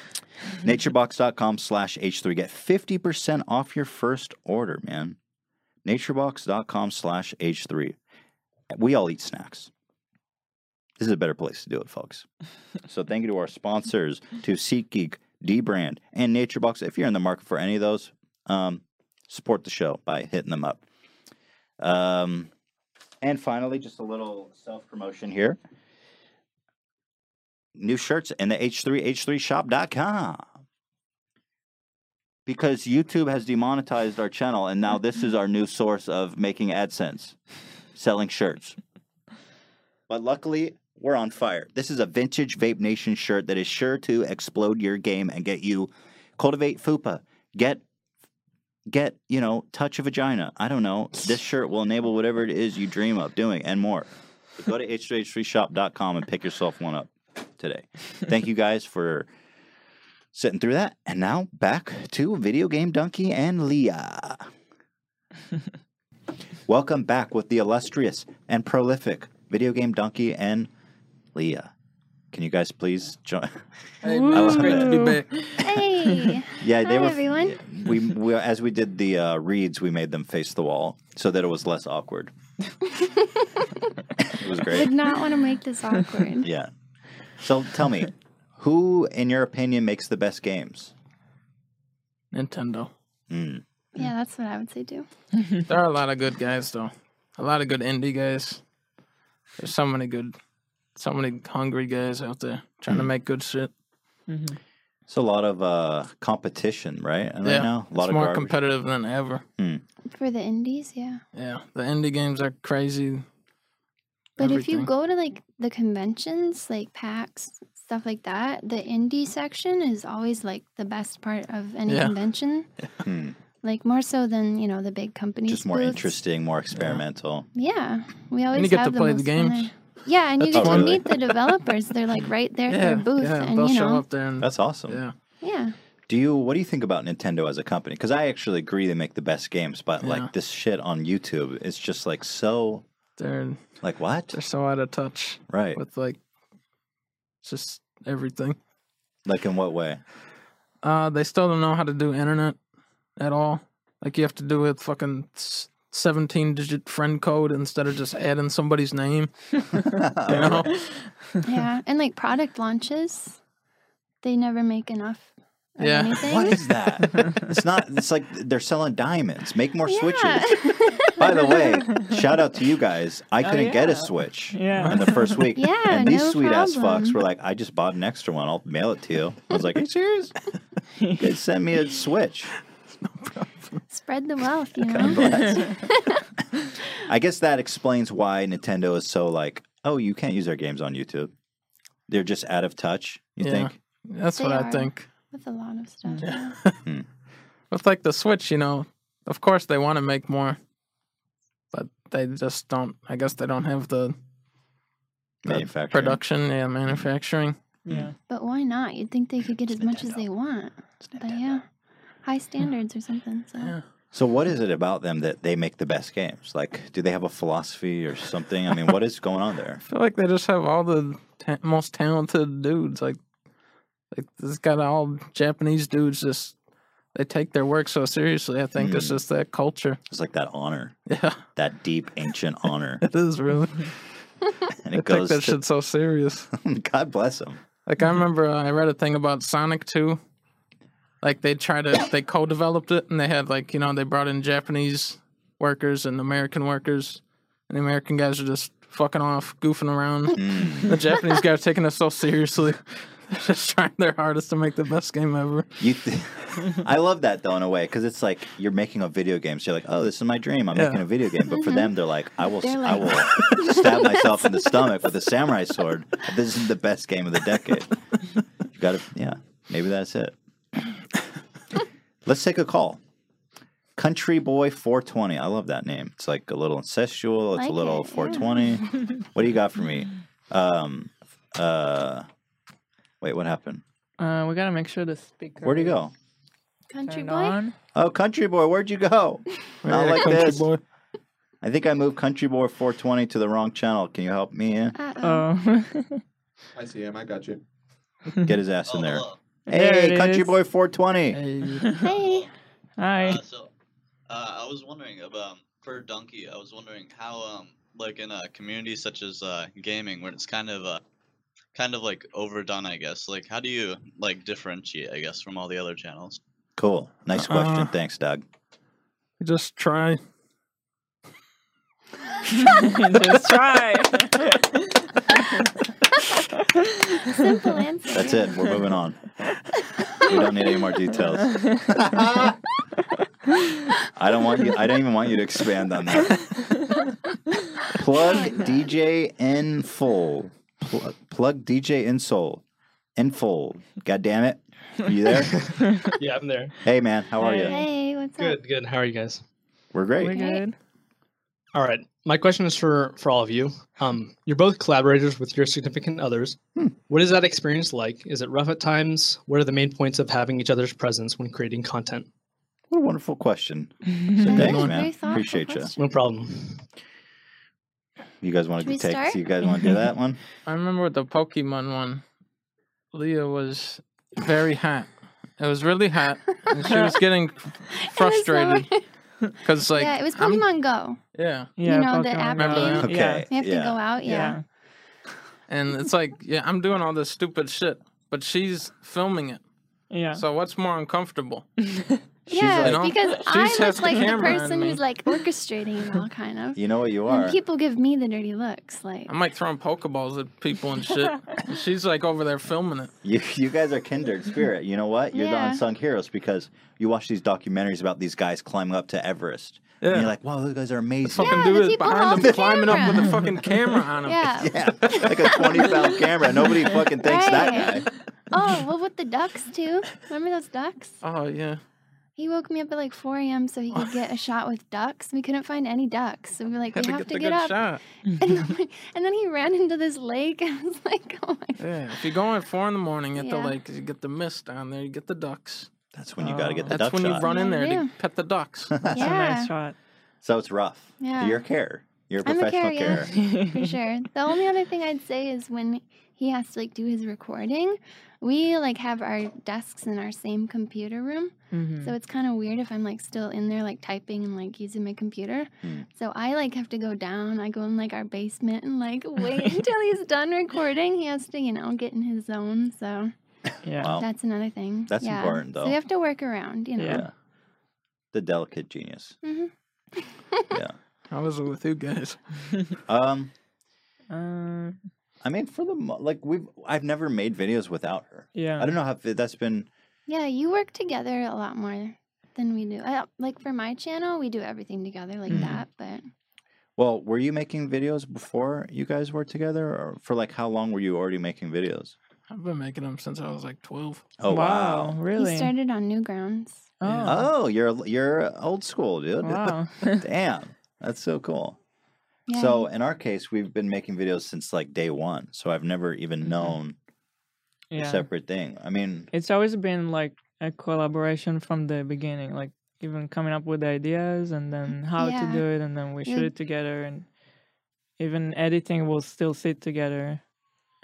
Speaker 1: Naturebox.com slash H3. Get 50% off your first order, man. Naturebox.com slash H3. We all eat snacks. This is a better place to do it, folks. so thank you to our sponsors, to SeatGeek, Dbrand, and Naturebox. If you're in the market for any of those, um, support the show by hitting them up. Um, and finally, just a little self promotion here. New shirts in the H3H3shop.com. Because YouTube has demonetized our channel, and now this is our new source of making AdSense selling shirts. But luckily, we're on fire. This is a vintage Vape Nation shirt that is sure to explode your game and get you cultivate fupa, get get you know touch a vagina. I don't know. This shirt will enable whatever it is you dream of doing and more. So go to h3h3shop.com and pick yourself one up today. Thank you guys for sitting through that. And now back to video game donkey and Leah. Welcome back with the illustrious and prolific video game donkey and Leah. Can you guys please join?
Speaker 3: Hey, man, it's great to be
Speaker 2: Woo.
Speaker 3: back.
Speaker 4: Hey,
Speaker 1: yeah, they
Speaker 4: Hi,
Speaker 1: were.
Speaker 4: everyone.
Speaker 1: We, we as we did the uh, reads, we made them face the wall so that it was less awkward. it was great.
Speaker 4: would not want to make this awkward.
Speaker 1: Yeah. So tell me, who, in your opinion, makes the best games?
Speaker 3: Nintendo.
Speaker 1: Mm.
Speaker 4: yeah, that's what I would say too.
Speaker 3: There are a lot of good guys though. A lot of good indie guys. There's so many good so many hungry guys out there trying to
Speaker 4: Hmm.
Speaker 3: make good shit.
Speaker 2: Mhm.
Speaker 1: It's a lot of uh, competition, right? And Right
Speaker 3: Yeah,
Speaker 1: now, a lot
Speaker 3: It's
Speaker 1: of
Speaker 3: more
Speaker 1: garbage.
Speaker 3: competitive than ever.
Speaker 4: For the indies, yeah.
Speaker 3: Yeah. The indie games are crazy.
Speaker 4: But if you
Speaker 3: Everything.
Speaker 4: go to like the conventions, like PAX, stuff like that, the indie section is always like the best part of any
Speaker 3: Yeah.
Speaker 4: convention.
Speaker 1: Hmm.
Speaker 4: Like more so than, you know, the big companies.
Speaker 1: Just more
Speaker 4: booths.
Speaker 1: interesting, more experimental.
Speaker 4: Yeah. We always
Speaker 3: get to
Speaker 4: have
Speaker 3: play the
Speaker 4: most fun
Speaker 3: games.
Speaker 4: there. Yeah, and you
Speaker 1: That's
Speaker 4: get to
Speaker 1: fun.
Speaker 4: meet the developers. They're like right there at
Speaker 3: yeah,
Speaker 4: their booth
Speaker 3: yeah,
Speaker 4: and
Speaker 3: they'll
Speaker 4: you
Speaker 3: show
Speaker 4: know.
Speaker 3: up there and
Speaker 1: That's awesome.
Speaker 3: yeah.
Speaker 4: Yeah.
Speaker 1: Do you? What do you think about Nintendo as a company? Because I actually agree they make the best games, but
Speaker 3: Yeah.
Speaker 1: like this shit on YouTube, it's just like so.
Speaker 3: They're
Speaker 1: Like what?
Speaker 3: they're so out of touch
Speaker 1: Right.
Speaker 3: with like just everything.
Speaker 1: Like in what way?
Speaker 3: Uh, they still don't know how to do internet at all. Like you have to do with fucking s- seventeen digit friend code instead of just adding somebody's name. You know?
Speaker 4: Yeah. And like product launches. They never make enough of
Speaker 3: Yeah.
Speaker 4: anything.
Speaker 1: What is that? It's not. It's like they're selling diamonds. Make more
Speaker 4: Yeah.
Speaker 1: switches. By the way, shout out to you guys. I
Speaker 3: Oh,
Speaker 1: couldn't get
Speaker 2: yeah.
Speaker 1: a switch
Speaker 2: Yeah.
Speaker 1: in the first week.
Speaker 4: Yeah,
Speaker 1: and these
Speaker 4: no
Speaker 1: sweet ass fucks
Speaker 4: problem.
Speaker 1: were like, "I just bought an extra one. I'll mail it to you." I was like, "Are you serious?" they sent me a switch.
Speaker 4: Spread the wealth, you
Speaker 1: I'm
Speaker 4: know.
Speaker 1: blessed. I guess that explains why Nintendo is so like, oh, you can't use our games on YouTube. They're just out of touch. You
Speaker 3: Yeah.
Speaker 1: think?
Speaker 3: That's
Speaker 4: They
Speaker 3: what I
Speaker 4: are.
Speaker 3: think.
Speaker 4: With a lot of
Speaker 3: Mm.
Speaker 4: stuff. yeah.
Speaker 3: With like the Switch, you know, of course they want to make more, but they just don't. I guess they don't have the the
Speaker 1: Manufacturing.
Speaker 3: production, yeah, manufacturing.
Speaker 2: Yeah.
Speaker 4: But why not? You'd think they could get as much as they want. But yeah, high standards or something. So
Speaker 3: Yeah.
Speaker 1: So, what is it about them that they make the best games? Like, do they have a philosophy or something? I mean, what is going on there?
Speaker 3: I feel like they just have all the ta- most talented dudes. Like, like this got all Japanese dudes. Just they take their work so seriously. I think
Speaker 1: Hmm.
Speaker 3: it's just that culture.
Speaker 1: It's like that honor,
Speaker 3: Yeah,
Speaker 1: that deep ancient honor,
Speaker 3: it is really.
Speaker 1: and
Speaker 3: they
Speaker 1: it
Speaker 3: take
Speaker 1: goes.
Speaker 3: that
Speaker 1: To,
Speaker 3: shit so serious.
Speaker 1: God bless them.
Speaker 3: Like I remember uh, I read a thing about Sonic Two. like they try to they co-developed it and they had like you know they brought in Japanese workers and American workers and the American guys are just fucking off goofing around
Speaker 1: Mm.
Speaker 3: the Japanese guys are taking us so seriously They're just trying their hardest to make the best game ever
Speaker 1: You th- I love that though in a way because it's like you're making a video game. So you're like, oh, this is my dream. I'm
Speaker 3: Yeah.
Speaker 1: making a video game. But for them, they're like, I will,
Speaker 4: Mm-hmm. They're
Speaker 1: I
Speaker 4: like,
Speaker 1: will stab myself in the stomach with a samurai sword. This is the best game of the decade. You got to, yeah. Maybe that's it. Let's take a call. Country Boy 420. I love that name. It's like a little incestual. It's
Speaker 4: Like
Speaker 1: a little
Speaker 4: it, yeah.
Speaker 1: 420. What do you got for me? Um, uh, wait, what happened?
Speaker 2: Uh, we gotta make sure the speaker.
Speaker 1: Where'd he
Speaker 2: is
Speaker 1: go?
Speaker 4: Country
Speaker 2: turned
Speaker 4: boy.
Speaker 2: on.
Speaker 1: Oh, Country Boy, where'd you go? Not
Speaker 3: Yeah,
Speaker 1: like
Speaker 3: country
Speaker 1: this.
Speaker 3: boy.
Speaker 1: I think I moved Country Boy 420 to the wrong channel. Can you help me in?
Speaker 4: Uh-oh.
Speaker 1: Uh,
Speaker 2: Oh,
Speaker 5: I see him. I got you.
Speaker 1: Get his ass in there.
Speaker 6: hello.
Speaker 2: There
Speaker 1: Hey,
Speaker 2: it
Speaker 1: Country
Speaker 2: is.
Speaker 1: Boy 420.
Speaker 3: Hey.
Speaker 4: Hey.
Speaker 2: hi.
Speaker 6: Uh, so, uh, I was wondering about um, for Donkey. I was wondering how, um, like in a community such as uh, gaming, where it's kind of, uh, kind of like overdone, I guess. Like, how do you like differentiate, I guess, from all the other channels?
Speaker 1: Cool. Nice
Speaker 2: Uh-uh.
Speaker 1: question.
Speaker 3: Uh,
Speaker 1: Thanks, Doug.
Speaker 3: just try
Speaker 2: Just try.
Speaker 4: Simple answer.
Speaker 1: That's it. We're moving on. We don't need any more details. I don't want you. I don't even want you to expand on that. Plug DJ in full. Pl- plug DJ in soul. In full. God damn it. You there?
Speaker 7: Yeah, I'm there.
Speaker 1: hey man, how are you?
Speaker 4: Hey, what's up?
Speaker 7: Good, good. How are you guys?
Speaker 1: We're
Speaker 2: We're
Speaker 1: great.
Speaker 2: good.
Speaker 7: All right. My question is for for all of you. Um, you're both collaborators with your significant others. What is that experience like? Is it rough at times? What are the main points of having each other's presence when creating content?
Speaker 1: What a wonderful question. So
Speaker 4: That
Speaker 1: thanks,
Speaker 4: was a
Speaker 1: man.
Speaker 4: very thoughtful
Speaker 1: Appreciate you.
Speaker 4: question.
Speaker 7: No problem.
Speaker 1: You guys want
Speaker 4: Should
Speaker 1: to
Speaker 4: we
Speaker 1: take?
Speaker 4: start?
Speaker 1: You guys want to do that one?
Speaker 3: I remember with the Pokemon one, Leah was very hot. It was really hot. And she was getting frustrated because, like,
Speaker 4: yeah, it was
Speaker 3: I'm-
Speaker 4: Pokemon Go.
Speaker 3: yeah,
Speaker 2: Yeah,
Speaker 4: You know, the
Speaker 2: Pokemon
Speaker 4: app
Speaker 2: Go.
Speaker 3: Remember that?
Speaker 2: Yeah.
Speaker 1: Okay.
Speaker 4: We have
Speaker 1: yeah.
Speaker 4: to go out. Yeah.
Speaker 2: Yeah.
Speaker 3: and it's like, yeah, I'm doing all this stupid shit, but she's filming it.
Speaker 2: Yeah.
Speaker 3: So what's more uncomfortable?
Speaker 1: She's
Speaker 4: Yeah,
Speaker 1: like,
Speaker 3: You know?
Speaker 4: because
Speaker 3: She
Speaker 4: I
Speaker 3: just has
Speaker 4: was
Speaker 3: the
Speaker 4: like the
Speaker 3: camera on
Speaker 4: person
Speaker 3: me.
Speaker 4: who's like orchestrating it all kind of.
Speaker 1: you know what you are.
Speaker 4: And people give me the dirty looks. Like
Speaker 3: I'm like throwing Pokeballs at people and shit. And she's like over there filming it.
Speaker 1: You, you guys are kindred spirit. You know what? You're the
Speaker 4: Yeah.
Speaker 1: unsung heroes because you watch these documentaries about these guys climbing up to Everest. And
Speaker 3: Yeah.
Speaker 1: you're like, wow, those guys are amazing.
Speaker 3: fucking
Speaker 4: Yeah,
Speaker 3: dude
Speaker 4: the
Speaker 3: is
Speaker 4: people
Speaker 3: behind
Speaker 4: hold
Speaker 3: them
Speaker 4: the
Speaker 3: climbing up with a
Speaker 4: camera.
Speaker 3: fucking camera on him.
Speaker 4: yeah.
Speaker 1: yeah, like a 20 pound camera. Nobody fucking thinks that
Speaker 4: Right.
Speaker 1: guy.
Speaker 4: Oh, well, with the ducks too. Remember those ducks?
Speaker 3: Oh yeah.
Speaker 4: He woke me up at like 4 a.m. so he could get a shot with ducks. We couldn't find any ducks. So we were like,
Speaker 3: Had
Speaker 4: we
Speaker 3: to
Speaker 4: have
Speaker 3: get
Speaker 4: to
Speaker 3: the
Speaker 4: get
Speaker 3: good
Speaker 4: up.
Speaker 3: shot.
Speaker 4: And, I'm like- and then he ran into this lake. I was like, oh my
Speaker 3: Yeah. If you go at four in the morning at the
Speaker 4: Yeah.
Speaker 3: lake, you get the mist down there, you get the ducks.
Speaker 1: That's when you got to get the
Speaker 3: That's
Speaker 1: duck
Speaker 3: when
Speaker 1: shot.
Speaker 3: you run in
Speaker 4: Yeah,
Speaker 3: there to
Speaker 4: yeah.
Speaker 3: pet the ducks.
Speaker 2: That's a nice shot.
Speaker 1: So it's rough.
Speaker 4: Yeah.
Speaker 1: You're a care. You're a
Speaker 4: I'm a
Speaker 1: professional
Speaker 4: care,
Speaker 1: care.
Speaker 4: for sure. The only other thing I'd say is when he has to like do his recording, we like have our desks in our same computer room.
Speaker 2: Mhm.
Speaker 4: So it's kind of weird if I'm like still in there like typing and like using my computer.
Speaker 1: Hmm.
Speaker 4: So I like have to go down. I go in like our basement and like wait until he's done recording. He has to, you know, get in his zone. So
Speaker 2: Yeah.
Speaker 1: Wow.
Speaker 4: that's another thing.
Speaker 1: That's
Speaker 4: Yeah.
Speaker 1: important,
Speaker 4: So
Speaker 1: though.
Speaker 4: we have to work around, you know.
Speaker 2: Yeah.
Speaker 1: Yeah. The delicate genius.
Speaker 4: Mhm.
Speaker 1: yeah.
Speaker 3: How was it with you guys?
Speaker 1: Um,
Speaker 2: Uh,
Speaker 1: I mean, for the mo- like, we've I've never made videos without her.
Speaker 2: yeah.
Speaker 1: I don't know how that's been.
Speaker 4: Yeah, you work together a lot more than we do. I, like for my channel, we do everything together like
Speaker 1: Mhm.
Speaker 4: that. But
Speaker 1: Well, were you making videos before you guys were together, or for like how long were you already making videos?
Speaker 3: I've been making them since I was like 12.
Speaker 1: Oh wow!
Speaker 4: he
Speaker 2: Really?
Speaker 4: started on Newgrounds.
Speaker 2: oh.
Speaker 1: Oh, you're you're old school, dude.
Speaker 2: Wow.
Speaker 1: Damn, that's so cool.
Speaker 4: Yeah.
Speaker 1: So in our case, we've been making videos since like day one, so I've never even
Speaker 2: Mhm.
Speaker 1: known a
Speaker 2: yeah.
Speaker 1: separate thing. I mean,
Speaker 2: It's always been like a collaboration from the beginning, like even coming up with ideas and then how
Speaker 4: Yeah.
Speaker 2: to do it, and then we shoot
Speaker 4: Yeah.
Speaker 2: it together, and even editing will still sit together.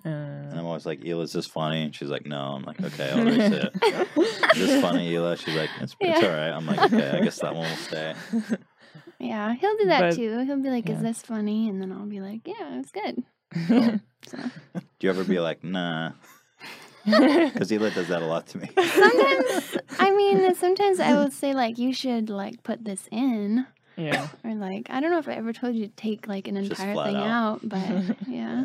Speaker 1: and
Speaker 2: Uh,
Speaker 1: I'm always like, Ela, is this funny? And she's like, No. I'm like, Okay, I'll erase it. Is this funny, Ela? She's like, it's, it's
Speaker 4: Yeah.
Speaker 1: all right. I'm like, Okay, I guess that one will stay.
Speaker 4: Yeah, he'll do that
Speaker 2: But-
Speaker 4: too. He'll be like,
Speaker 2: yeah.
Speaker 4: "Is this funny?" And then I'll be like, "Yeah, it's good." So
Speaker 1: Do you ever be like, Nah? because Hila does that a lot to me.
Speaker 4: Sometimes, I mean, uh, sometimes I will say like you should like put this in,
Speaker 2: yeah.
Speaker 4: or like I don't know if I ever told you to take like an
Speaker 1: Just
Speaker 4: entire
Speaker 1: flat
Speaker 4: thing
Speaker 1: out.
Speaker 4: out, but yeah.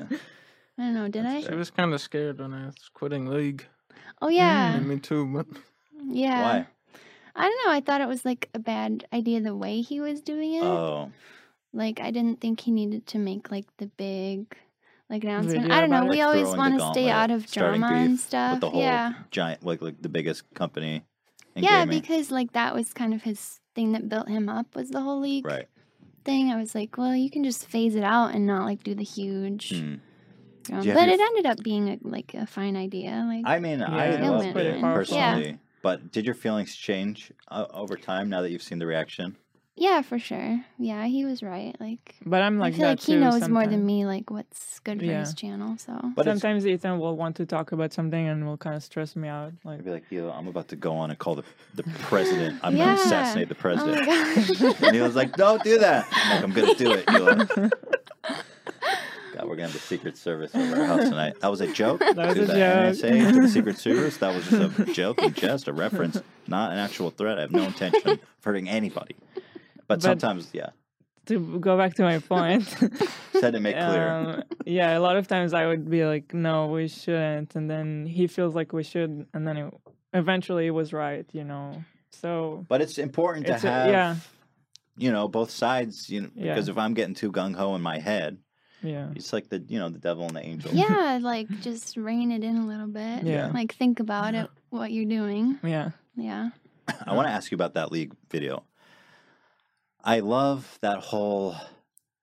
Speaker 4: I don't know. Did
Speaker 1: That's
Speaker 4: I?
Speaker 1: fair.
Speaker 3: She was kind of scared when I was quitting league.
Speaker 4: Oh yeah,
Speaker 3: And me too, but
Speaker 4: yeah.
Speaker 1: Mm. Why?
Speaker 4: I don't know. I thought it was like a bad idea the way he was doing it.
Speaker 1: Oh,
Speaker 4: Like I didn't think he needed to make like the big like announcement.
Speaker 2: Video
Speaker 4: I don't know.
Speaker 2: about it?
Speaker 4: We always
Speaker 1: Throwing the
Speaker 4: want to stay
Speaker 1: gauntlet,
Speaker 4: out of
Speaker 1: starting
Speaker 4: drama and
Speaker 1: beef
Speaker 4: stuff.
Speaker 1: with the whole
Speaker 4: yeah.
Speaker 1: giant, like like the biggest company in
Speaker 4: yeah,
Speaker 1: gaming.
Speaker 4: because like that was kind of his thing that built him up was the whole league
Speaker 1: right.
Speaker 4: thing. I was like, well, you can just phase it out and not like do the huge.
Speaker 1: Hmm.
Speaker 4: drama.
Speaker 1: Do you have
Speaker 4: But
Speaker 1: your-
Speaker 4: it ended up being a, like a fine idea. Like
Speaker 1: I mean,
Speaker 2: Yeah,
Speaker 1: I
Speaker 2: it
Speaker 1: loved
Speaker 4: was
Speaker 1: it
Speaker 4: pretty powerful. Yeah.
Speaker 1: personally, but did your feelings change uh, over time now that you've seen the reaction?
Speaker 4: yeah, for sure. Yeah, he was right. Like
Speaker 2: But I'm like
Speaker 4: I feel
Speaker 2: that
Speaker 4: like he
Speaker 2: too
Speaker 4: knows more than
Speaker 2: sometimes.
Speaker 4: me. Like what's good for
Speaker 2: Yeah.
Speaker 4: his channel. So
Speaker 1: But it's-
Speaker 2: sometimes Ethan will want to talk about something and will kind of stress me out. Like,
Speaker 1: I'd be like, yo, I'm about to go on and call the, the president. I'm going
Speaker 4: Yeah.
Speaker 1: to assassinate the president.
Speaker 4: Oh my gosh.
Speaker 1: and he was like, don't do that. I'm like, I'm going to do it, Hila. God, we're going to have the Secret Service over our house tonight. That was a joke. That
Speaker 2: was
Speaker 1: to
Speaker 2: a
Speaker 1: the
Speaker 2: joke.
Speaker 1: NSA, to the Secret Service. That was just a joke and jest, a reference, not an actual threat. I have no intention of hurting anybody. But,
Speaker 2: But-
Speaker 1: sometimes, yeah,
Speaker 2: to go back to my point,
Speaker 1: said to make clear.
Speaker 2: um, yeah, a lot of times I would be like, no, we shouldn't. And then he feels like we should. And then it, eventually he was right, you know. So,
Speaker 1: But it's important to
Speaker 2: It's a-
Speaker 1: have,
Speaker 2: yeah.
Speaker 1: you know, both sides. You know,
Speaker 2: Yeah.
Speaker 1: because if I'm getting too gung ho in my head,
Speaker 2: yeah.
Speaker 1: it's like the you know the devil and the angel.
Speaker 4: yeah, like just rein it in a little bit.
Speaker 2: Yeah.
Speaker 4: Like think about
Speaker 3: Uh-huh.
Speaker 4: it, what you're doing.
Speaker 2: Yeah.
Speaker 4: Yeah.
Speaker 1: I want to ask you about that league video. I love that whole.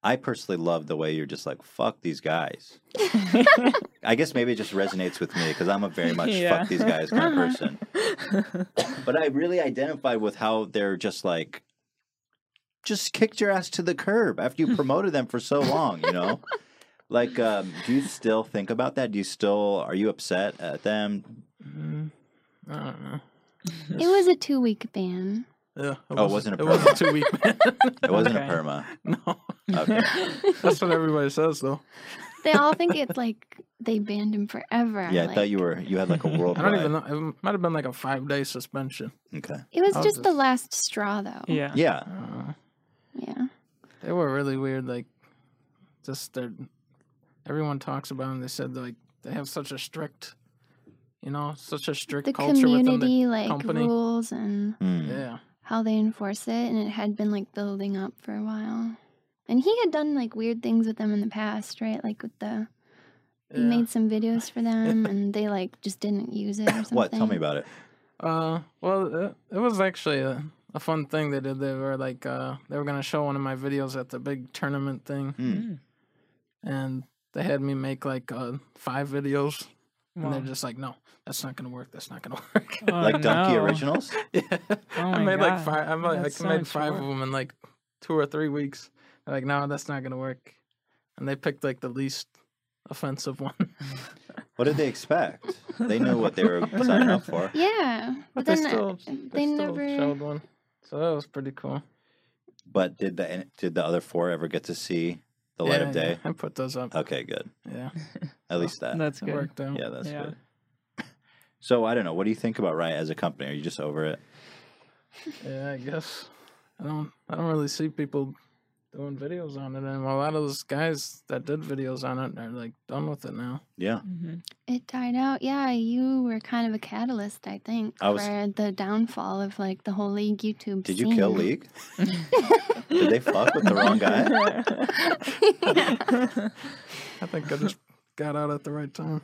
Speaker 1: I personally love the way you're just like fuck these guys. I guess maybe it just resonates with me because I'm a very much
Speaker 2: Yeah.
Speaker 1: fuck these guys kind of
Speaker 4: Uh-huh.
Speaker 1: person. but I really identified with how they're just like, just kicked your ass to the curb after you promoted them for so long, you know? Like, um, do you still think about that? Do you still, are you upset at them?
Speaker 3: mm, I don't know.
Speaker 4: It was a two week ban.
Speaker 3: Yeah, it
Speaker 1: Oh, it wasn't a
Speaker 3: It wasn't too weak, man.
Speaker 1: It wasn't
Speaker 2: Okay.
Speaker 1: a perma.
Speaker 3: no,
Speaker 1: Okay.
Speaker 3: that's what everybody says though.
Speaker 4: They all think it's like they banned him forever. I'm
Speaker 1: Yeah, I
Speaker 4: like,
Speaker 1: thought you were, you had like a
Speaker 3: I don't
Speaker 1: worldwide.
Speaker 3: even know. It might have been like a five day suspension.
Speaker 1: Okay.
Speaker 4: It was
Speaker 3: I'll
Speaker 4: just the
Speaker 3: just-
Speaker 4: last straw, though.
Speaker 2: Yeah.
Speaker 1: Yeah.
Speaker 3: Uh,
Speaker 4: Yeah.
Speaker 3: they were really weird. Like, just their everyone talks about them. They said like they have such a strict, you know, such a strict
Speaker 4: The
Speaker 3: culture within the
Speaker 4: community, like
Speaker 3: company.
Speaker 4: rules and
Speaker 1: Mm.
Speaker 3: yeah.
Speaker 4: how they enforce it, and it had been like building up for a while. And he had done like weird things with them in the past, right? Like with the he
Speaker 3: yeah.
Speaker 4: made some videos for them, and they like just didn't use it or something.
Speaker 1: What? Tell me about it.
Speaker 3: Uh, well, it, it was actually a, a fun thing they did. They were like, uh, they were gonna show one of my videos at the big tournament thing,
Speaker 1: Mm.
Speaker 3: and they had me make like uh, five videos,
Speaker 1: Mm.
Speaker 3: and
Speaker 2: Wow.
Speaker 3: they're just like, no, that's not gonna work. That's not gonna work.
Speaker 2: Oh,
Speaker 1: like Donkey
Speaker 2: no.
Speaker 1: Originals?
Speaker 3: yeah. I
Speaker 2: Oh my
Speaker 3: made
Speaker 2: God.
Speaker 3: like five. I made,
Speaker 2: That's so
Speaker 3: like, made
Speaker 2: much
Speaker 3: five
Speaker 2: work.
Speaker 3: of them in like two or three weeks. They're like, no, that's not gonna work, and they picked like the least offensive one.
Speaker 1: What did they expect? They knew what they were signing up for.
Speaker 4: Yeah, but,
Speaker 3: but they
Speaker 4: then uh,
Speaker 3: still,
Speaker 4: they,
Speaker 3: they still
Speaker 4: never.
Speaker 3: showed one, so that was pretty cool.
Speaker 1: But did the did the other four ever get to see the light
Speaker 3: Yeah,
Speaker 1: of
Speaker 3: yeah,
Speaker 1: day?
Speaker 3: I put those up.
Speaker 1: Okay, good.
Speaker 3: Yeah,
Speaker 1: At least that.
Speaker 2: That's
Speaker 3: it
Speaker 2: good.
Speaker 3: worked out.
Speaker 1: Yeah, that's
Speaker 2: Yeah.
Speaker 1: good. So I don't know. What do you think about Riot as a company? Are you just over it?
Speaker 3: Yeah, I guess. I don't I don't really see people doing videos on it anymore. A lot of those guys that did videos on it are like done with it now.
Speaker 1: Yeah.
Speaker 2: Mhm.
Speaker 4: It died out. Yeah, you were kind of a catalyst, I think,
Speaker 1: I was-
Speaker 4: for the downfall of like the whole league YouTube.
Speaker 1: Did you kill
Speaker 4: scene.
Speaker 1: League? Did they fuck with the wrong guy?
Speaker 2: Mm-hmm.
Speaker 3: I think I just got out at the right time.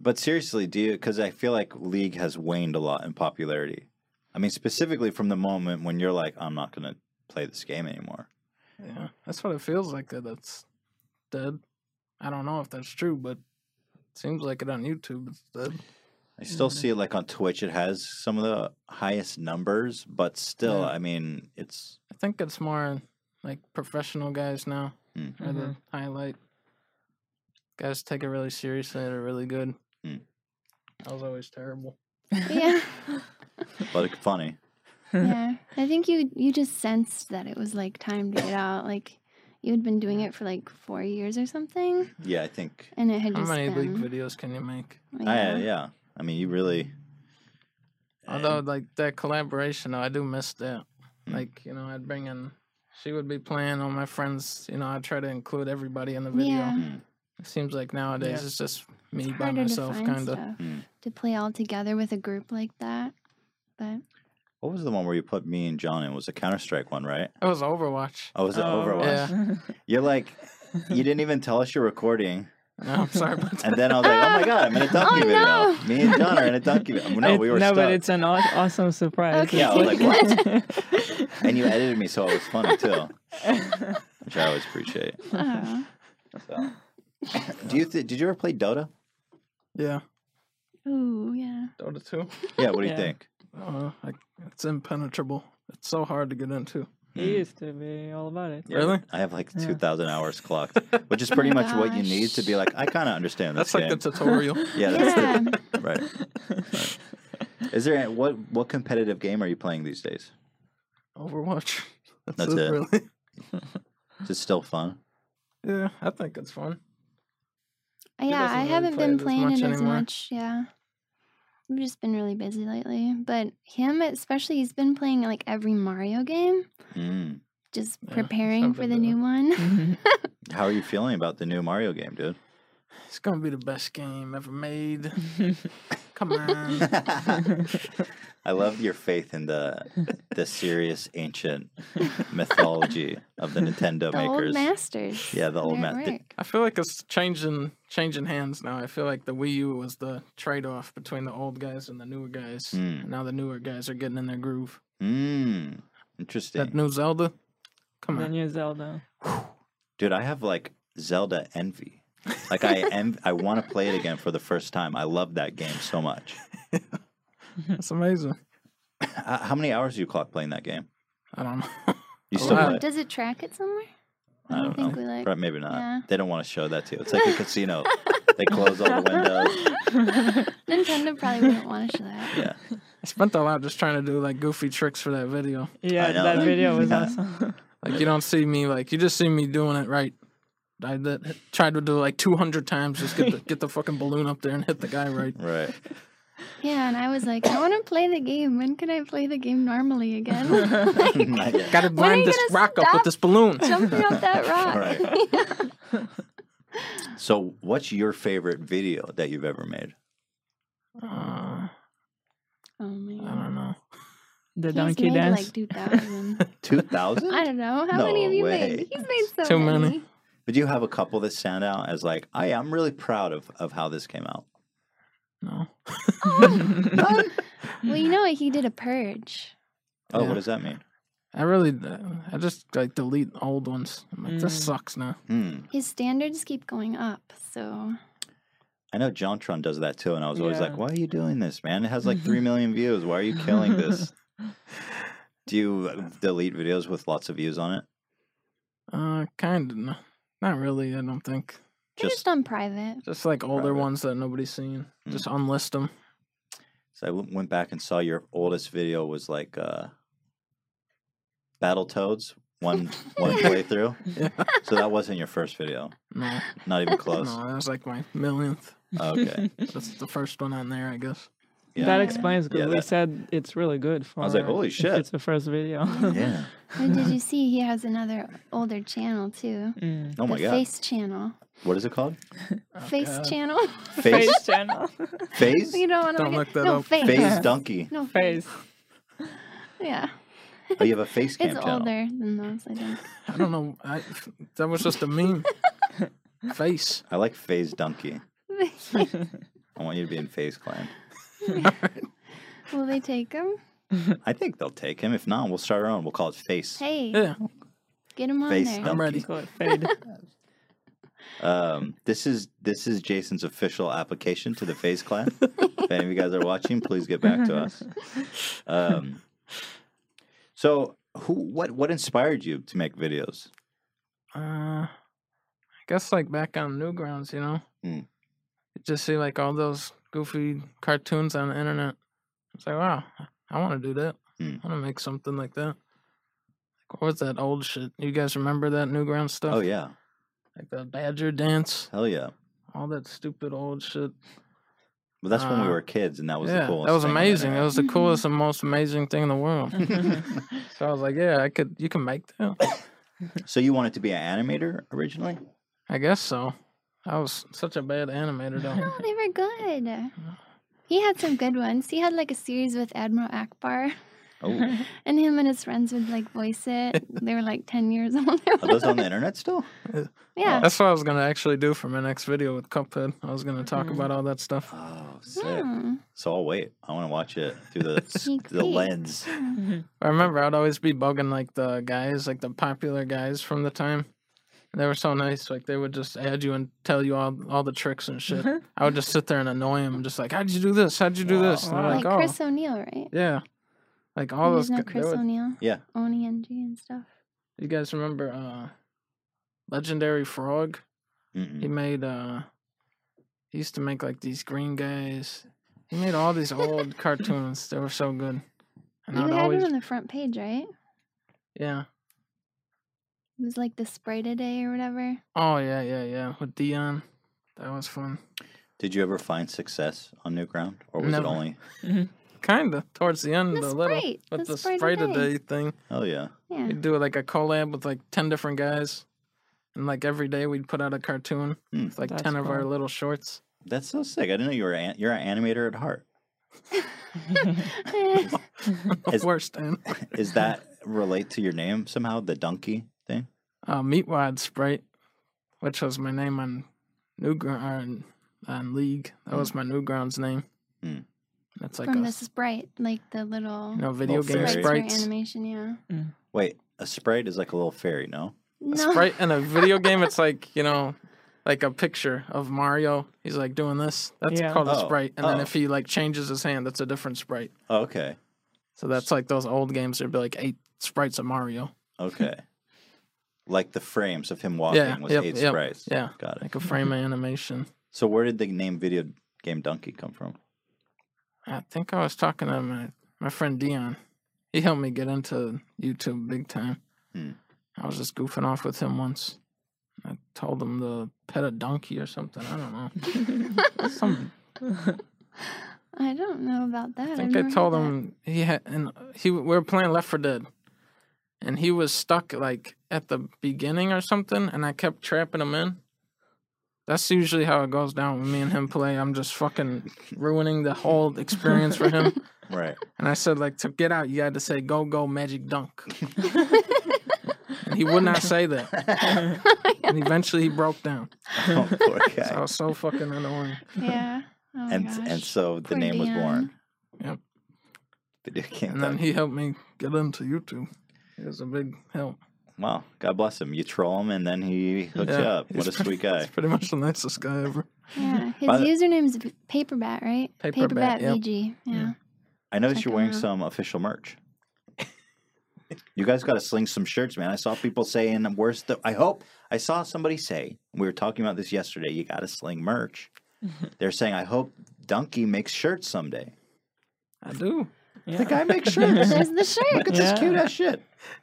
Speaker 1: But seriously, do you? Because I feel like League has waned a lot in popularity. I mean, specifically from the moment when you're like, I'm not going to play this game anymore.
Speaker 3: Yeah. That's what it feels like that it's dead. I don't know if that's true, but it seems like it on YouTube it's dead.
Speaker 1: I still
Speaker 2: Mhm.
Speaker 1: see it like on Twitch. It has some of the highest numbers, but still,
Speaker 3: Yeah.
Speaker 1: I mean, it's
Speaker 3: I think it's more like professional guys now
Speaker 1: Mm.
Speaker 3: are the highlight. Guys take it really seriously, they're really good.
Speaker 1: Mm.
Speaker 3: I was always terrible.
Speaker 4: Yeah,
Speaker 1: but it's funny.
Speaker 4: yeah. I think you you just sensed that it was like time to get out. Like you had been doing it for like four years or something,
Speaker 1: Yeah, I think.
Speaker 4: and it had
Speaker 3: How
Speaker 4: just
Speaker 3: many
Speaker 4: been.
Speaker 3: league videos can you make?
Speaker 1: I, yeah. I mean, you really. eh,
Speaker 3: Although,
Speaker 1: and-
Speaker 3: like that collaboration, though, I do miss that.
Speaker 1: Mm.
Speaker 3: Like, you know, I'd bring in, she would be playing all my friends. You know, I try to include everybody in the video.
Speaker 4: Yeah.
Speaker 1: Mm.
Speaker 3: It seems like nowadays
Speaker 2: Yeah.
Speaker 3: it's just me
Speaker 4: It's
Speaker 3: by
Speaker 4: harder to
Speaker 3: myself,
Speaker 4: find
Speaker 3: kind of.
Speaker 4: stuff
Speaker 1: Mm.
Speaker 4: to play all together with a group like that. But
Speaker 1: What was the one where you put me and John in? It was a Counter Strike one, right?
Speaker 3: It was Overwatch.
Speaker 1: Oh, was it Overwatch? You're like, you didn't even tell us you're recording,
Speaker 3: No, I'm sorry about that.
Speaker 1: and then I was like, oh my
Speaker 4: Ah!
Speaker 1: god, I'm in a donkey
Speaker 4: Oh,
Speaker 1: video.
Speaker 4: no.
Speaker 1: Me and John are in a donkey video. No,
Speaker 2: It-
Speaker 1: we were
Speaker 2: no,
Speaker 1: stuck.
Speaker 2: but it's an aw- awesome surprise.
Speaker 4: Okay.
Speaker 1: Yeah, I was
Speaker 2: It's
Speaker 1: And you edited me, so it was funny too, which I always appreciate.
Speaker 4: uh,
Speaker 1: So, do you th- did you ever play Dota?
Speaker 3: Yeah,
Speaker 4: ooh, yeah.
Speaker 3: Dota 2.
Speaker 1: Yeah. What do you
Speaker 2: Yeah.
Speaker 1: think?
Speaker 3: Uh, like, it's impenetrable. It's so hard to get into.
Speaker 2: It used to be all about it.
Speaker 1: Yeah,
Speaker 3: Really?
Speaker 1: I have like
Speaker 2: Yeah.
Speaker 1: 2,000 hours clocked, which is pretty
Speaker 4: Oh my
Speaker 1: much what you need to be like, I kind of understand this
Speaker 3: That's like
Speaker 1: game.
Speaker 3: the tutorial.
Speaker 1: yeah, that's
Speaker 4: Yeah.
Speaker 1: The, right. right. Is there any- what what competitive game are you playing these days?
Speaker 3: Overwatch. That's,
Speaker 1: That's
Speaker 3: it,
Speaker 1: it.
Speaker 3: really.
Speaker 1: Is it still fun?
Speaker 3: Yeah, I think it's fun.
Speaker 4: Uh, Yeah,
Speaker 3: doesn't
Speaker 4: I
Speaker 3: really
Speaker 4: haven't
Speaker 3: play
Speaker 4: been
Speaker 3: it as
Speaker 4: playing
Speaker 3: much
Speaker 4: it as
Speaker 3: anymore.
Speaker 4: much. Yeah. I've just been really busy lately. But him, especially, he's been playing like every Mario game,
Speaker 3: Hmm.
Speaker 1: Mm.
Speaker 4: just
Speaker 3: Yeah,
Speaker 4: preparing for
Speaker 3: something
Speaker 4: the
Speaker 3: to-
Speaker 4: new one.
Speaker 2: Mhm.
Speaker 1: How are you feeling about the new Mario game, dude?
Speaker 3: It's gonna be the best game ever made. Come on.
Speaker 1: I love your faith in the the serious ancient mythology of the Nintendo
Speaker 4: the old
Speaker 1: makers.
Speaker 4: masters.
Speaker 1: Yeah, the old
Speaker 4: they're at
Speaker 1: ma- the-
Speaker 4: work.
Speaker 3: I feel like it's changing changing hands now. I feel like the Wii U was the trade off between the old guys and the newer guys.
Speaker 1: Mm.
Speaker 3: And now the newer guys are getting in their groove.
Speaker 1: Mm. Interesting.
Speaker 3: That new Zelda? Come
Speaker 2: the
Speaker 3: on.
Speaker 2: new Zelda.
Speaker 1: Dude, I have like Zelda envy. Like I env- I want to play it again for the first time. I love that game so much.
Speaker 3: That's amazing.
Speaker 1: H- How many hours do you clock playing that game?
Speaker 3: I don't know.
Speaker 1: You
Speaker 3: A
Speaker 1: still
Speaker 3: lot.
Speaker 1: play?
Speaker 4: Does it track it somewhere?
Speaker 1: I don't
Speaker 4: think
Speaker 1: know.
Speaker 4: we like.
Speaker 1: Prob- maybe not.
Speaker 4: yeah.
Speaker 1: They don't want to show that to you. It's like a casino. they close all the windows.
Speaker 4: Nintendo probably wouldn't want to show that.
Speaker 1: Yeah.
Speaker 3: I spent a lot just trying to do like goofy tricks for that video.
Speaker 2: Yeah,
Speaker 1: know.
Speaker 2: that video was
Speaker 1: Yeah.
Speaker 2: awesome.
Speaker 3: Like you don't see me like you just see me doing it right. I did, tried to do it, like 200 times just get the, get the fucking balloon up there and hit the guy right.
Speaker 1: Right.
Speaker 4: Yeah, and I was like, I want to play the game. When can I play the game normally again?
Speaker 1: Not yet.
Speaker 3: Got to
Speaker 4: When are you
Speaker 3: blind this
Speaker 4: gonna
Speaker 3: rock up
Speaker 4: stop
Speaker 3: with this balloon.
Speaker 4: Jumping off that rock.
Speaker 1: Right. So, what's your favorite video that you've ever made?
Speaker 3: Uh,
Speaker 4: Oh
Speaker 3: I
Speaker 4: man.
Speaker 3: don't know.
Speaker 2: The
Speaker 4: He's
Speaker 2: Uh, donkey
Speaker 4: made
Speaker 2: dance.
Speaker 4: like 2,000.
Speaker 1: Two thousand?
Speaker 4: I don't know. How
Speaker 1: No
Speaker 4: many have you
Speaker 1: way.
Speaker 4: made? He's made so
Speaker 3: Too many.
Speaker 4: many.
Speaker 1: But do you have a couple that stand out as like, I am really proud of of how this came out?
Speaker 3: No.
Speaker 4: Well, you know, he did a purge.
Speaker 1: Oh,
Speaker 3: Yeah.
Speaker 1: what does that mean?
Speaker 3: I really, uh, I just like delete old ones. I'm like, this
Speaker 2: Mm.
Speaker 3: sucks now.
Speaker 1: Hmm.
Speaker 4: His standards keep going up, so
Speaker 1: I know Jontron does that too, and I was always
Speaker 2: Yeah.
Speaker 1: like, "Why are you doing this, man? It has like three million views. Why are you killing this?" Do you uh, delete videos with lots of views on it?
Speaker 3: Uh, kind of. No. Not really. I don't think.
Speaker 4: they're just,
Speaker 1: Just
Speaker 4: on private.
Speaker 3: Just like older
Speaker 1: Private.
Speaker 3: ones that nobody's seen. Just unlist them.
Speaker 1: so I w- went back and saw your oldest video was like uh, Battle Toads one one playthrough.
Speaker 3: Yeah.
Speaker 1: So that wasn't your first video,
Speaker 3: No.
Speaker 1: not even
Speaker 3: No,
Speaker 1: close.
Speaker 3: that was like my millionth.
Speaker 1: Okay,
Speaker 3: That's the first one on there, I guess.
Speaker 1: yeah.
Speaker 2: That explains because
Speaker 1: Yeah,
Speaker 2: we
Speaker 1: that-
Speaker 2: said it's really good for.
Speaker 1: was like, "Holy
Speaker 2: if
Speaker 1: shit."
Speaker 2: It's the first video.
Speaker 1: yeah.
Speaker 4: And did you see he has another older channel too?
Speaker 2: Mm.
Speaker 1: Oh my
Speaker 4: the
Speaker 1: god,
Speaker 4: Face channel.
Speaker 1: what is it called?
Speaker 4: face
Speaker 3: Oh, God.
Speaker 4: channel.
Speaker 1: Face
Speaker 2: channel.
Speaker 1: face
Speaker 4: you don't want to
Speaker 3: Don't look that
Speaker 4: no,
Speaker 3: up.
Speaker 4: Face.
Speaker 1: face donkey.
Speaker 4: No
Speaker 2: Face.
Speaker 4: face. Yeah.
Speaker 1: Oh, you have a face cam
Speaker 4: It's
Speaker 1: channel.
Speaker 4: older than those, I think.
Speaker 3: I don't know. I, that was just a meme. Face.
Speaker 1: I like phase donkey. I want you to be in phase clan.
Speaker 4: Will they take him?
Speaker 1: I think they'll take him. If not, we'll start our own. We'll call it Face.
Speaker 4: Hey,
Speaker 3: Yeah.
Speaker 4: get him on
Speaker 1: Face
Speaker 4: there.
Speaker 1: down.
Speaker 3: I'm ready.
Speaker 2: Call it fade.
Speaker 1: Um, this is this is Jason's official application to the Face Clan. if any of you guys are watching, please get back to us. Um, so, who, what, what inspired you to make videos?
Speaker 3: Uh, I guess like back on Newgrounds, you know,
Speaker 1: Mm.
Speaker 3: you just see like all those goofy cartoons on the internet. It's like, wow, I want to do that.
Speaker 1: Mm.
Speaker 3: I want to make something like that. Like, what was that old shit? You guys remember that Newgrounds stuff?
Speaker 1: Oh yeah,
Speaker 3: like the Badger dance,
Speaker 1: hell yeah!
Speaker 3: all that stupid old shit.
Speaker 1: But that's when we
Speaker 3: Uh,
Speaker 1: were kids, and that was the
Speaker 3: yeah,
Speaker 1: coolest.
Speaker 3: that was
Speaker 1: thing
Speaker 3: amazing. That was the
Speaker 2: Mhm.
Speaker 3: coolest and most amazing thing in the world. So I was like, yeah, I could. You can make that.
Speaker 1: so you wanted to be an animator originally?
Speaker 3: I guess so. I was such a bad animator though.
Speaker 4: No, they were good. He had some good ones. He had like a series with Admiral Akbar,
Speaker 1: Oh,
Speaker 4: and him and his friends would like voice it. They were like 10 years old.
Speaker 1: are those on the internet still?
Speaker 4: yeah.
Speaker 3: That's what I was gonna actually do for my next video with Cuphead. I was gonna talk
Speaker 4: Mm-hmm.
Speaker 2: Mhm.
Speaker 3: about all that stuff.
Speaker 1: Oh, sick.
Speaker 4: Hmm.
Speaker 1: So I'll wait. I want to watch it through the s-
Speaker 4: Sneak
Speaker 1: the
Speaker 4: peek.
Speaker 1: lens.
Speaker 3: I remember I'd always be bugging like the guys, like the popular guys from the time. They were so nice. Like they would just add you and tell you all all the tricks and shit.
Speaker 4: Mm-hmm.
Speaker 3: I would just sit there and annoy them, just like, "How'd you do this? How'd you do
Speaker 1: Wow.
Speaker 3: this?" And they're
Speaker 2: Wow.
Speaker 3: like,
Speaker 4: Like
Speaker 3: "Oh,
Speaker 4: Chris O'Neill, right?
Speaker 3: yeah." Like all those.
Speaker 4: He's
Speaker 3: gu-
Speaker 4: not
Speaker 3: they
Speaker 4: Chris
Speaker 3: would-
Speaker 4: O'Neill.
Speaker 1: Yeah.
Speaker 4: Oni and G and stuff.
Speaker 3: you guys remember uh, Legendary Frog? He
Speaker 1: Mm-mm.
Speaker 3: made uh he used to make like these green guys. He made all these old cartoons. They were so good. And
Speaker 4: you
Speaker 3: I'd
Speaker 4: had
Speaker 3: always
Speaker 4: him on the front page, right?
Speaker 3: Yeah.
Speaker 4: It was like the spray today or whatever.
Speaker 3: Oh yeah, yeah, yeah. With Dion. That was fun.
Speaker 1: Did you ever find success on Newground, or was
Speaker 3: Never.
Speaker 1: it only?
Speaker 3: Kinda. Towards the end a
Speaker 4: The
Speaker 3: little.
Speaker 4: Sprite,
Speaker 3: With
Speaker 4: the
Speaker 3: the
Speaker 4: Sprite a
Speaker 3: Sprite a
Speaker 4: Day.
Speaker 3: day thing.
Speaker 1: Oh yeah.
Speaker 4: Yeah.
Speaker 3: We'd do like a collab with like ten different guys. And like every day we'd put out a cartoon
Speaker 1: Hmm.
Speaker 3: with like
Speaker 2: That's
Speaker 3: ten of our
Speaker 2: cool.
Speaker 3: little shorts.
Speaker 1: That's so sick. I didn't know you were an, you're an animator at heart.
Speaker 4: Eh,
Speaker 3: the
Speaker 1: Is-
Speaker 3: worst and
Speaker 1: Is that relate to your name somehow? The donkey thing?
Speaker 3: uh, Meatwad Sprite, which was my name on Newground on League. That was my Newgrounds name.
Speaker 1: Mm.
Speaker 3: That's like
Speaker 4: From
Speaker 3: a
Speaker 4: the
Speaker 3: s-
Speaker 4: sprite, like the little
Speaker 3: you know video
Speaker 1: Little
Speaker 3: game
Speaker 1: fairy.
Speaker 4: sprites for
Speaker 3: sprites.
Speaker 4: animation, yeah.
Speaker 1: Wait, a sprite is like a little fairy, no?
Speaker 3: A
Speaker 4: No.
Speaker 3: sprite in a video game, it's like you know, like a picture of Mario. He's like doing this. That's
Speaker 2: Yeah.
Speaker 3: called a
Speaker 1: Oh,
Speaker 3: sprite. And then
Speaker 1: oh.
Speaker 3: if he like changes his hand, that's a different sprite.
Speaker 1: Oh, okay,
Speaker 3: So that's like those old games. There'd be like eight sprites of Mario.
Speaker 1: okay. like the frames of him walking
Speaker 3: Yeah,
Speaker 1: was
Speaker 3: yep,
Speaker 1: eight
Speaker 3: yep,
Speaker 1: sprites.
Speaker 3: yeah.
Speaker 1: got it.
Speaker 3: Like a frame of
Speaker 1: Mm-hmm.
Speaker 3: animation.
Speaker 1: So where did the name video game donkey come from?
Speaker 3: I think I was talking to my, my friend Dion. He helped me get into YouTube big time.
Speaker 1: Hmm.
Speaker 3: I was just goofing off with him once. I told him to pet a donkey or something. I don't know. Some,
Speaker 4: I don't know about that.
Speaker 3: I
Speaker 4: I've
Speaker 3: think
Speaker 4: never
Speaker 3: I
Speaker 4: heard
Speaker 3: told
Speaker 4: that.
Speaker 3: him he had, and he we were playing Left for Dead, and he was stuck like at the beginning or something, and I kept trapping him in. That's usually how it goes down when me and him play. I'm just fucking ruining the whole experience for him.
Speaker 1: Right.
Speaker 3: And I said, like, to get out, you had to say, go, go, magic dunk. and he would not say that. And eventually he broke down.
Speaker 1: oh, poor guy.
Speaker 3: So I was so fucking annoying.
Speaker 4: Yeah. Oh my
Speaker 1: and
Speaker 4: gosh.
Speaker 1: and so the
Speaker 4: Poor
Speaker 1: name was born.
Speaker 3: Yep.
Speaker 1: Video game
Speaker 3: And then
Speaker 1: donkey.
Speaker 3: he helped me get into YouTube. It was a big help.
Speaker 1: Wow, God bless him. You troll him, and then he hooks you
Speaker 3: Yeah,
Speaker 1: up. What
Speaker 3: he's
Speaker 1: a sweet
Speaker 3: pretty-
Speaker 1: guy.
Speaker 3: He's pretty much the nicest guy ever.
Speaker 4: Yeah. His
Speaker 1: By the-
Speaker 4: username is P- Paperbat, right?
Speaker 3: Paperbat, yep.
Speaker 4: VG. Yeah.
Speaker 1: I noticed
Speaker 4: Check
Speaker 1: you're
Speaker 4: him
Speaker 1: wearing
Speaker 4: out.
Speaker 1: some official merch. you guys got to sling some shirts, man. I saw people saying worse. Th- I hope I saw somebody say we were talking about this yesterday. You got to sling merch. They're saying I hope Donkey makes shirts someday.
Speaker 3: I do.
Speaker 1: The guy makes shirts.
Speaker 4: There's the
Speaker 1: Look
Speaker 4: shirt.
Speaker 1: at
Speaker 2: Yeah.
Speaker 1: this cute ass shit.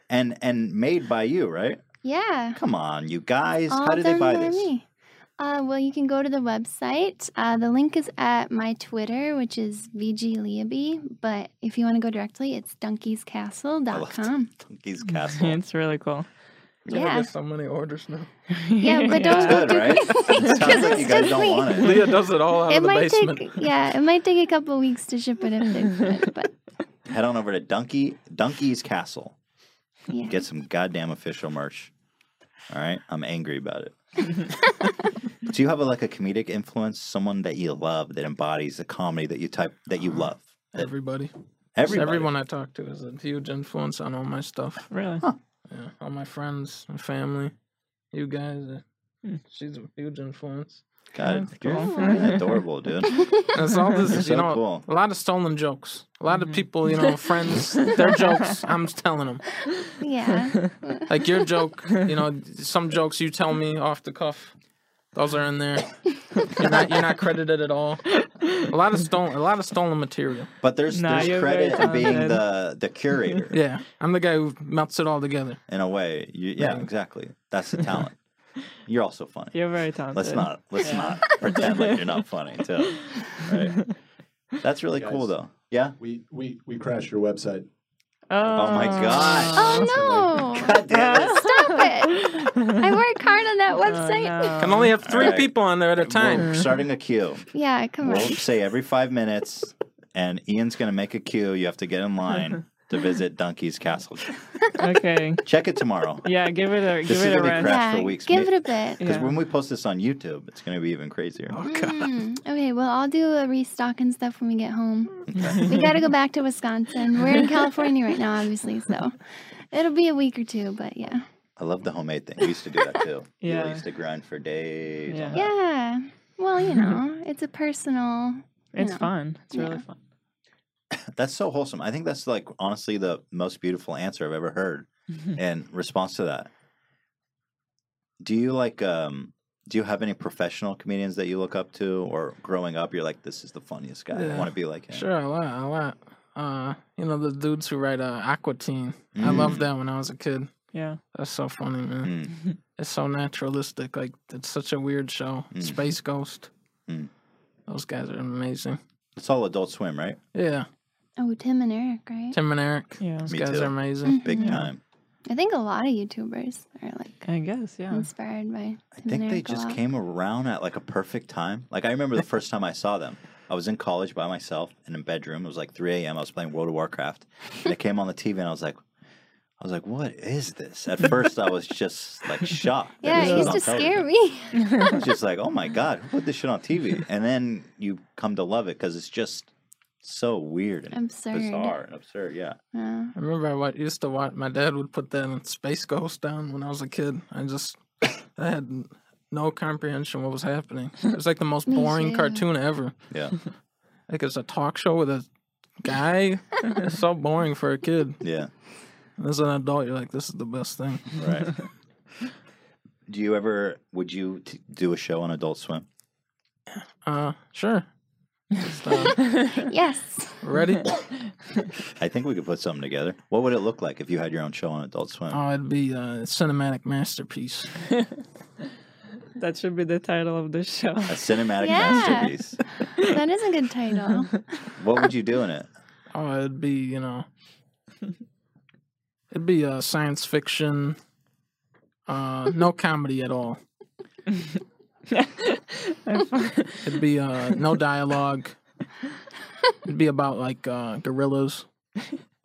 Speaker 1: And and made by you, right?
Speaker 4: Yeah.
Speaker 1: Come on, you guys.
Speaker 4: All
Speaker 1: How do they
Speaker 4: done
Speaker 1: buy
Speaker 4: by
Speaker 1: this?
Speaker 4: me. Uh, well, you can go to the website. Uh, the link is at my Twitter, which is VGLeaby. But if you want to go directly, it's donkeyscastle.com.
Speaker 1: Donkey's Castle.
Speaker 2: it's really cool.
Speaker 3: I
Speaker 4: Yeah.
Speaker 3: get so many orders now.
Speaker 4: Yeah, but don't
Speaker 1: It's
Speaker 4: look
Speaker 1: good,
Speaker 4: too
Speaker 1: right?
Speaker 4: crazy
Speaker 1: It sounds
Speaker 4: because
Speaker 1: like
Speaker 4: it's
Speaker 1: you guys
Speaker 4: just
Speaker 1: don't
Speaker 4: me.
Speaker 1: want it.
Speaker 3: Leah does it all out
Speaker 4: It
Speaker 3: of the
Speaker 4: might
Speaker 3: basement.
Speaker 4: take yeah, it might take a couple weeks to ship it if they print it, but
Speaker 1: Head on over to Donkey Donkey's Castle.
Speaker 4: yeah.
Speaker 1: Get some goddamn official merch. All right, I'm angry about it. Do you have a, like a comedic influence, someone that you love that embodies the comedy that you type that
Speaker 2: Uh-huh.
Speaker 1: you love? That
Speaker 3: Everybody.
Speaker 1: everybody-
Speaker 3: Everyone I talk to is a huge influence on all my stuff.
Speaker 2: Really?
Speaker 4: Oh.
Speaker 3: Yeah, all my friends and family, you guys. uh,
Speaker 2: Hmm.
Speaker 3: She's a huge influence.
Speaker 1: God,
Speaker 2: That's
Speaker 1: you're
Speaker 2: cool.
Speaker 1: freaking adorable, dude.
Speaker 3: And It's all this,
Speaker 1: You're
Speaker 3: you
Speaker 1: so
Speaker 3: know,
Speaker 1: cool.
Speaker 3: a lot of stolen jokes. A lot of people, you know, friends, their jokes. I'm just telling them,
Speaker 4: yeah.
Speaker 3: like your joke. You know, some jokes you tell me off the cuff. Those are in there. You're not, you're not credited at all. A lot of stolen, a lot of stolen material.
Speaker 1: But there's
Speaker 2: Nah,
Speaker 1: there's
Speaker 2: you're very
Speaker 1: credit in being
Speaker 2: talented.
Speaker 1: the the curator
Speaker 3: Yeah, I'm the guy who melts it all together.
Speaker 1: in a way. You, yeah,
Speaker 3: Right.
Speaker 1: exactly. That's the talent. You're also funny.
Speaker 2: You're very talented.
Speaker 1: Let's not let's
Speaker 2: Yeah.
Speaker 1: not pretend like you're not funny too. Right. That's really cool
Speaker 5: Guys.
Speaker 1: though. Yeah.
Speaker 5: We we we crashed your website.
Speaker 1: Oh my gosh.
Speaker 4: Oh
Speaker 1: God
Speaker 4: no!
Speaker 5: Constantly.
Speaker 2: Uh,
Speaker 1: damn it.
Speaker 4: Stop it.
Speaker 2: Oh,
Speaker 4: I worked hard
Speaker 1: Oh,
Speaker 4: on that website.
Speaker 2: website.
Speaker 3: Can only have three
Speaker 1: Alright.
Speaker 3: people on there at a time.
Speaker 1: We're starting a queue.
Speaker 4: Yeah, come
Speaker 1: We'll
Speaker 4: on.
Speaker 1: say every five minutes, and Ian's gonna make a queue. You have to get in line to visit Donkey's Castle.
Speaker 2: okay.
Speaker 1: Check it tomorrow.
Speaker 2: Yeah, give it a
Speaker 1: This
Speaker 2: give
Speaker 1: is
Speaker 2: it a
Speaker 1: gonna be
Speaker 2: rest.
Speaker 1: crap
Speaker 4: Yeah,
Speaker 1: for weeks.
Speaker 4: give
Speaker 1: May-
Speaker 4: it a bit.
Speaker 1: Because
Speaker 2: Yeah.
Speaker 1: when we post this on YouTube, it's gonna be even crazier.
Speaker 3: Oh god.
Speaker 4: Mm, Okay, well, I'll do a restock and stuff when we get home. we got to go back to Wisconsin. We're in California right now, obviously, so it'll be a week or two, but yeah.
Speaker 1: I love the homemade thing. We used to do that too. We really
Speaker 2: Yeah.
Speaker 1: used to grind for days. on
Speaker 2: Yeah.
Speaker 1: that.
Speaker 4: Yeah. Well, you know, it's a personal.
Speaker 2: It's
Speaker 4: Yeah.
Speaker 2: fun. It's really
Speaker 4: Yeah.
Speaker 2: fun.
Speaker 1: That's so wholesome. I think that's like honestly the most beautiful answer I've ever heard in response to that. Do you like um do you have any professional comedians that you look up to or growing up you're like this is the funniest guy. I
Speaker 3: Yeah.
Speaker 1: want to be like him.
Speaker 3: Sure, a lot, a lot. Uh, you know the dudes who write uh, Aqua Teen. I
Speaker 1: Mm.
Speaker 3: loved that when I was a kid.
Speaker 2: Yeah.
Speaker 3: That's so funny, man.
Speaker 1: Mm.
Speaker 3: It's so naturalistic. Like it's such a weird show.
Speaker 1: Mm.
Speaker 3: Space Ghost.
Speaker 1: Mm.
Speaker 3: Those guys are amazing.
Speaker 1: It's all adult swim, right?
Speaker 3: Yeah,
Speaker 4: Oh, Tim and Eric, right?
Speaker 3: Tim and Eric.
Speaker 2: Yeah.
Speaker 3: Those
Speaker 1: Me
Speaker 3: guys
Speaker 1: too.
Speaker 3: are amazing.
Speaker 1: Big
Speaker 4: Mhm.
Speaker 1: time.
Speaker 4: I think a lot of YouTubers are like
Speaker 2: I guess, yeah.
Speaker 4: inspired by.
Speaker 1: I
Speaker 4: Tim and
Speaker 1: think they
Speaker 4: Eric a
Speaker 1: just
Speaker 4: lot.
Speaker 1: came around at like a perfect time. Like I remember the first time I saw them. I was in college by myself in a bedroom. It was like 3 a.m. I was playing World of Warcraft, and it came on the TV, and I was like, I was like, "What is this?" At first, I was just like shocked. that
Speaker 4: Yeah,
Speaker 1: this
Speaker 4: it
Speaker 1: was
Speaker 4: used
Speaker 1: on
Speaker 4: to scare
Speaker 1: television.
Speaker 4: me.
Speaker 1: I was just like, "Oh my god, who put this shit on TV?" And then you come to love it because it's just so weird and
Speaker 4: Absurd.
Speaker 1: bizarre and absurd. Yeah,
Speaker 4: Yeah.
Speaker 3: I remember I wa- used to watch. My dad would put that in Space Ghost down when I was a kid. I just I had n- no comprehension what was happening. It was like the most
Speaker 4: Me
Speaker 3: boring
Speaker 4: too.
Speaker 3: cartoon ever.
Speaker 1: yeah,
Speaker 3: Like it's a talk show with a guy. it's so boring for a kid.
Speaker 1: yeah.
Speaker 3: And As an adult, you're like, this is the best thing.
Speaker 1: Right. Do you ever? Would you t- do a show on Adult Swim?
Speaker 3: Uh, sure. Just, uh,
Speaker 4: Yes.
Speaker 3: ready?
Speaker 1: I think we could put something together. What would it look like if you had your own show on Adult Swim?
Speaker 3: Oh, it'd be a cinematic masterpiece.
Speaker 2: That should be the title of the show.
Speaker 1: A cinematic
Speaker 4: Yeah.
Speaker 1: masterpiece.
Speaker 4: That is a good title.
Speaker 1: What would you do in it?
Speaker 3: Oh, it'd be you know, it'd be uh, science fiction. Uh, no comedy at all. It'd be uh, no dialogue. It'd be about like uh, gorillas.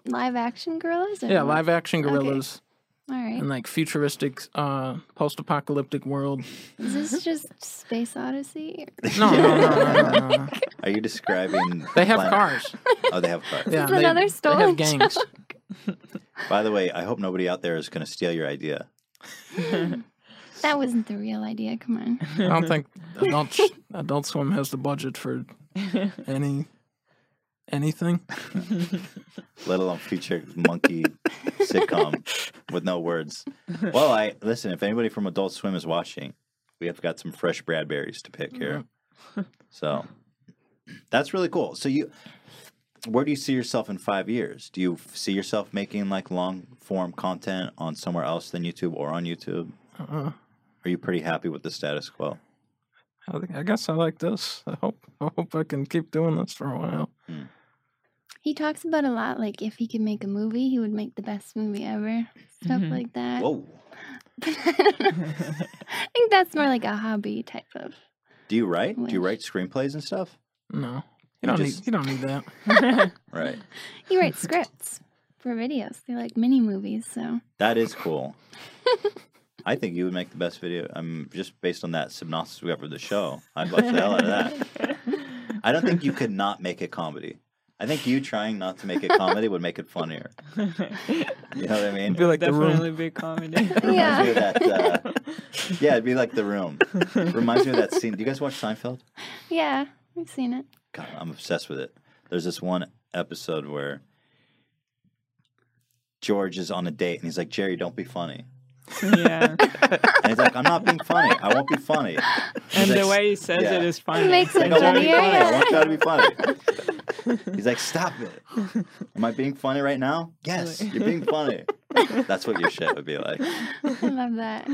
Speaker 4: Live action gorillas? or
Speaker 3: Yeah,
Speaker 4: what?
Speaker 3: live action gorillas
Speaker 4: All right.
Speaker 3: and like futuristic, uh, post-apocalyptic world.
Speaker 4: Is this just Space Odyssey?
Speaker 3: No, no, no, no, no, no, no.
Speaker 1: Are you describing?
Speaker 3: They have
Speaker 1: Planet-
Speaker 3: cars.
Speaker 1: Oh, they have cars.
Speaker 3: Yeah,
Speaker 4: is
Speaker 3: they,
Speaker 4: another
Speaker 3: they
Speaker 4: stolen
Speaker 3: have gangs.
Speaker 1: By the way, I hope nobody out there is going to steal your idea.
Speaker 4: That wasn't the real idea. Come on.
Speaker 3: I don't think Adult, Sh- Adult Swim has the budget for any anything.
Speaker 1: let alone future monkey sitcom with no words. Well, I listen. If anybody from Adult Swim is watching, we have got some fresh Bradberries to pick here. So that's really cool. So you, where do you see yourself in five years? Do you see yourself making like long form content on somewhere else than YouTube or on YouTube?
Speaker 3: Uh,
Speaker 1: Are you pretty happy with the status quo?
Speaker 3: I, think, I guess I like this. I hope I hope I can keep doing this for a while.
Speaker 4: He talks about a lot, like if he could make a movie, he would make the best movie ever. Stuff
Speaker 2: Mhm.
Speaker 4: like that.
Speaker 1: Whoa!
Speaker 4: I think that's more like a hobby type of.
Speaker 1: Do you write? Do you write screenplays and stuff?
Speaker 3: No,
Speaker 1: You
Speaker 3: you don't
Speaker 1: just-
Speaker 3: need you don't need that.
Speaker 1: Right.
Speaker 4: He writes scripts for videos. They're like mini movies, so.
Speaker 1: That is cool. I think you would make the best video. I'm just based on that synopsis we got for the show. I'd watch the hell out of that. I don't think you could not make it comedy. I think you trying not to make it comedy would make it funnier. You know what I mean?
Speaker 3: It'd be like the room.
Speaker 2: Definitely be comedy.
Speaker 1: Reminds me
Speaker 4: Yeah.
Speaker 1: of that. Uh, yeah, it'd be like the room. Reminds me of that scene. Do you guys watch Seinfeld?
Speaker 4: Yeah, I've seen it.
Speaker 1: God, I'm obsessed with it. There's this one episode where George is on a date and he's like, "Jerry, don't be funny."
Speaker 2: yeah.
Speaker 1: And he's like, "I'm not being funny. I won't be funny."
Speaker 2: And
Speaker 1: like,
Speaker 2: the way he says
Speaker 1: yeah.
Speaker 2: it is funny.
Speaker 4: It makes it
Speaker 1: Like, I want to be
Speaker 4: funnier.
Speaker 1: funny. I
Speaker 4: yeah.
Speaker 1: want y'all to be funny. He's like, stop it. Am I being funny right now? Yes, you're being funny. That's what your shit would be like.
Speaker 4: I love that.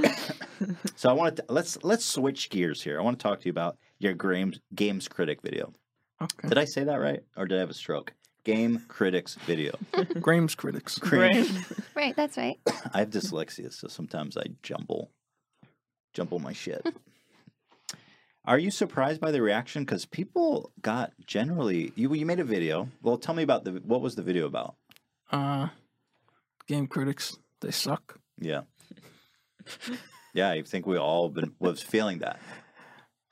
Speaker 1: So I want to let's let's switch gears here. I want to talk to you about your games games critic video.
Speaker 3: Okay.
Speaker 1: Did I say that right, or did I have a stroke? Game critics video.
Speaker 3: Graham's critics.
Speaker 2: Great.
Speaker 4: Right, that's right.
Speaker 1: I have dyslexia, so sometimes I jumble, jumble my shit. Are you surprised by the reaction? Because people got generally you. You made a video. Well, tell me about the what was the video about?
Speaker 3: Uh, game critics. They suck.
Speaker 1: Yeah, yeah. I think we all been was feeling that.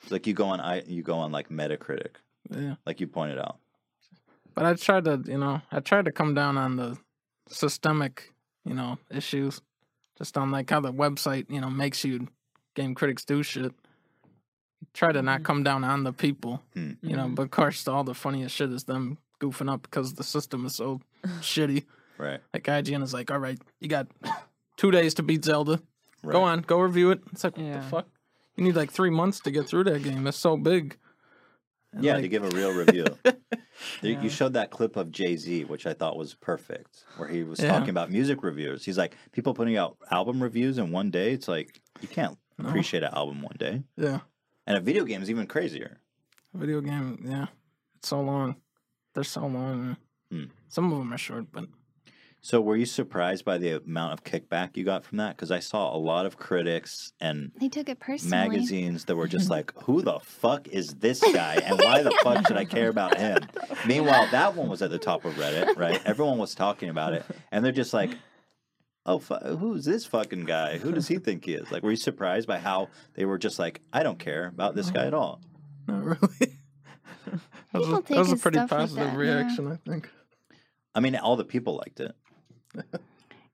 Speaker 1: It's like you go on, I you go on like Metacritic,
Speaker 3: Yeah.
Speaker 1: like you pointed out.
Speaker 3: But I tried to, you know, I tried to come down on the systemic, you know, issues. Just on like how the website, you know, makes you game critics do shit. Try to not come down on the people,
Speaker 1: Hmm.
Speaker 3: you
Speaker 2: Mm-hmm.
Speaker 3: know. But of course, all the funniest shit is them goofing up because the system is so shitty.
Speaker 1: Right.
Speaker 3: Like IGN is like, all right, you got two days to beat Zelda.
Speaker 1: Right.
Speaker 3: Go on, go review it. It's like, what
Speaker 2: Yeah.
Speaker 3: the fuck? You need like three months to get through that game. It's so big. And,
Speaker 1: Yeah, to
Speaker 3: like,
Speaker 1: give a real review. There-
Speaker 2: Yeah.
Speaker 1: You showed that clip of Jay Z, which I thought was perfect, where he was
Speaker 3: Yeah.
Speaker 1: talking about music reviews. He's like, people putting out album reviews in one day. It's like you can't
Speaker 3: No.
Speaker 1: appreciate an album one day,
Speaker 3: yeah,
Speaker 1: and a video game is even crazier.
Speaker 3: video game. Yeah, it's so long. They're so long.
Speaker 1: Hmm.
Speaker 3: Some of them are short, but
Speaker 1: So, were you surprised by the amount of kickback you got from that? Because I saw a lot of critics and
Speaker 4: They took it personally.
Speaker 1: magazines that were just like, "Who the fuck is this guy, and why the fuck should I care about him?" Meanwhile, that one was at the top of Reddit, right? Everyone was talking about it, and they're just like, "Oh, fu- who's this fucking guy? Who does he think he is?" Like, were you surprised by how they were just like, "I don't care about this guy at all"?
Speaker 3: not really. that was,
Speaker 4: People
Speaker 3: a,
Speaker 4: take
Speaker 3: that was a
Speaker 4: his
Speaker 3: pretty
Speaker 4: stuff like
Speaker 3: positive
Speaker 4: that, yeah.
Speaker 3: reaction, I think.
Speaker 1: I mean, all the people liked it.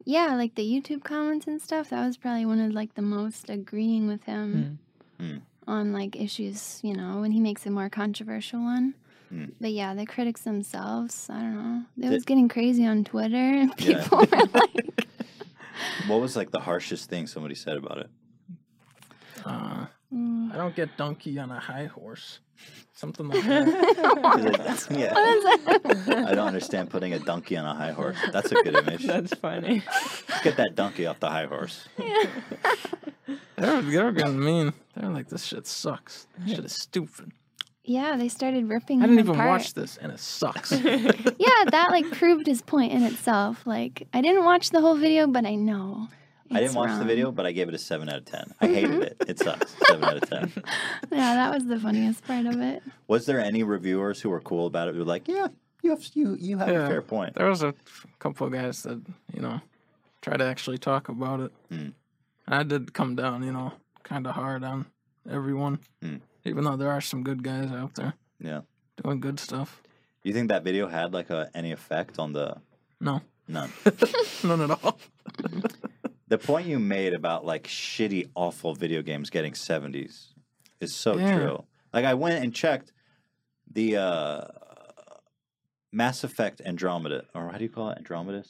Speaker 4: Yeah, like the YouTube comments and stuff. That was probably one of like the most agreeing with him
Speaker 1: Mm.
Speaker 4: on like issues. You know, when he makes a more controversial one.
Speaker 1: Mm.
Speaker 4: But yeah, the critics themselves, I don't know. It
Speaker 1: Did-
Speaker 4: was getting crazy on Twitter and
Speaker 1: Yeah.
Speaker 4: people were like,
Speaker 1: What was like the harshest thing somebody said about it?
Speaker 3: Uh,
Speaker 4: "Mm,
Speaker 3: I don't get donkey on a high horse. Something like that.
Speaker 1: 'Cause it- yeah, I don't understand putting a donkey on a high horse. That's a good image.
Speaker 2: That's funny.
Speaker 1: Get that donkey off the high horse.
Speaker 3: they were they were getting mean. They were like, this shit sucks. This shit is stupid.
Speaker 4: Yeah, they started
Speaker 3: I
Speaker 4: ripping.
Speaker 3: didn't
Speaker 4: him
Speaker 3: even
Speaker 4: apart.
Speaker 3: watch this, and it sucks.
Speaker 4: yeah, that like proved his point in itself. Like, I didn't watch the whole video, but I know.
Speaker 1: I
Speaker 4: it's
Speaker 1: didn't watch the
Speaker 4: wrong. Mm-hmm.
Speaker 1: video, but I gave it a seven out of ten. I hated it. It sucks. Seven out of ten.
Speaker 4: Yeah, that was the funniest part of it.
Speaker 1: Was there any reviewers who were cool about it? Who were like, "Yeah, you have you you have a
Speaker 3: Yeah.
Speaker 1: fair point."
Speaker 3: there was a f- couple of guys that you know tried to actually talk about it
Speaker 1: Mm.
Speaker 3: and i did come down you know kind of hard on everyone
Speaker 1: Mm.
Speaker 3: even though there are some good guys out there
Speaker 1: Yeah.
Speaker 3: doing good stuff
Speaker 1: You think that video had like a, any effect on the
Speaker 3: no
Speaker 1: none?
Speaker 3: none at all
Speaker 1: The point you made about like shitty, awful video games getting seventies is so
Speaker 3: Yeah.
Speaker 1: true. Like I went and checked the uh Mass Effect Andromeda, or how do you call it, Andromedus,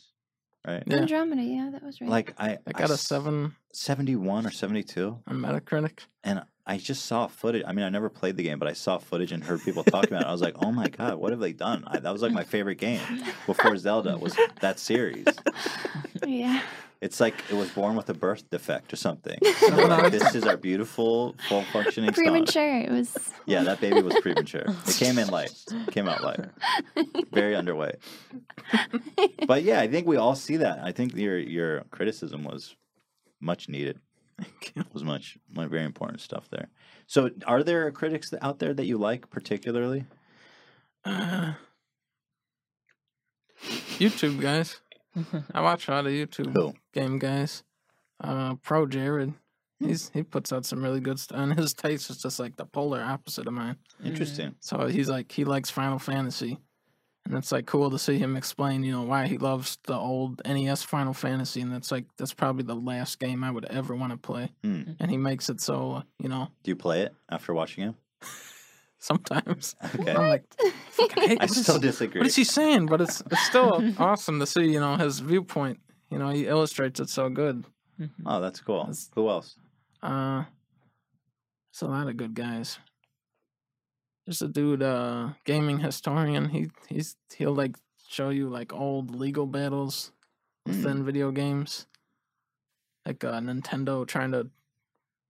Speaker 1: right?
Speaker 3: Yeah.
Speaker 4: Andromeda, yeah, that was right.
Speaker 1: Like I,
Speaker 3: i got a seven
Speaker 1: seventy one or seventy two.
Speaker 3: on metacritic
Speaker 1: and I just saw footage. I mean, I never played the game, but I saw footage and heard people talking about it. I was like, "Oh my god, what have they done?" I, that was like my favorite game before Zelda was that series.
Speaker 4: yeah,
Speaker 1: It's like it was born with a birth defect or something. And they're like, this is our beautiful, full functioning son.
Speaker 4: premature. It was.
Speaker 1: Yeah, that baby was premature. It came in light, came out light, very underweight. But yeah, I think we all see that. I think your your criticism was much needed was much, much very important stuff there. So, are there critics that- out there that you like particularly?
Speaker 3: uh, youtube guys i watch a lot of youtube
Speaker 1: Who?
Speaker 3: game guys uh pro jared
Speaker 1: Hmm.
Speaker 3: He's, he puts out some really good stuff, and his taste is just like the polar opposite of mine.
Speaker 1: Interesting.
Speaker 3: So he's like he likes Final Fantasy. And it's like cool to see him explain, you know, why he loves the old NES Final Fantasy and that's like that's probably the last game I would ever want to play.
Speaker 1: Hmm.
Speaker 3: And he makes it so, uh, you know,
Speaker 1: Do you play it after watching him?
Speaker 3: sometimes
Speaker 1: Okay.
Speaker 3: I'm like "Fuck, I hate-
Speaker 1: I
Speaker 3: what is
Speaker 1: still
Speaker 3: he-
Speaker 1: disagree.
Speaker 3: What is he saying? But it's it's still awesome to see, you know, his viewpoint. You know, he illustrates it so good.
Speaker 1: Oh, that's cool.
Speaker 3: That's-
Speaker 1: Who else?
Speaker 3: Uh it's a lot of good guys. There's a dude, uh gaming historian, he he's he'll like show you like old legal battles
Speaker 1: Hmm.
Speaker 3: within video games. Like uh Nintendo trying to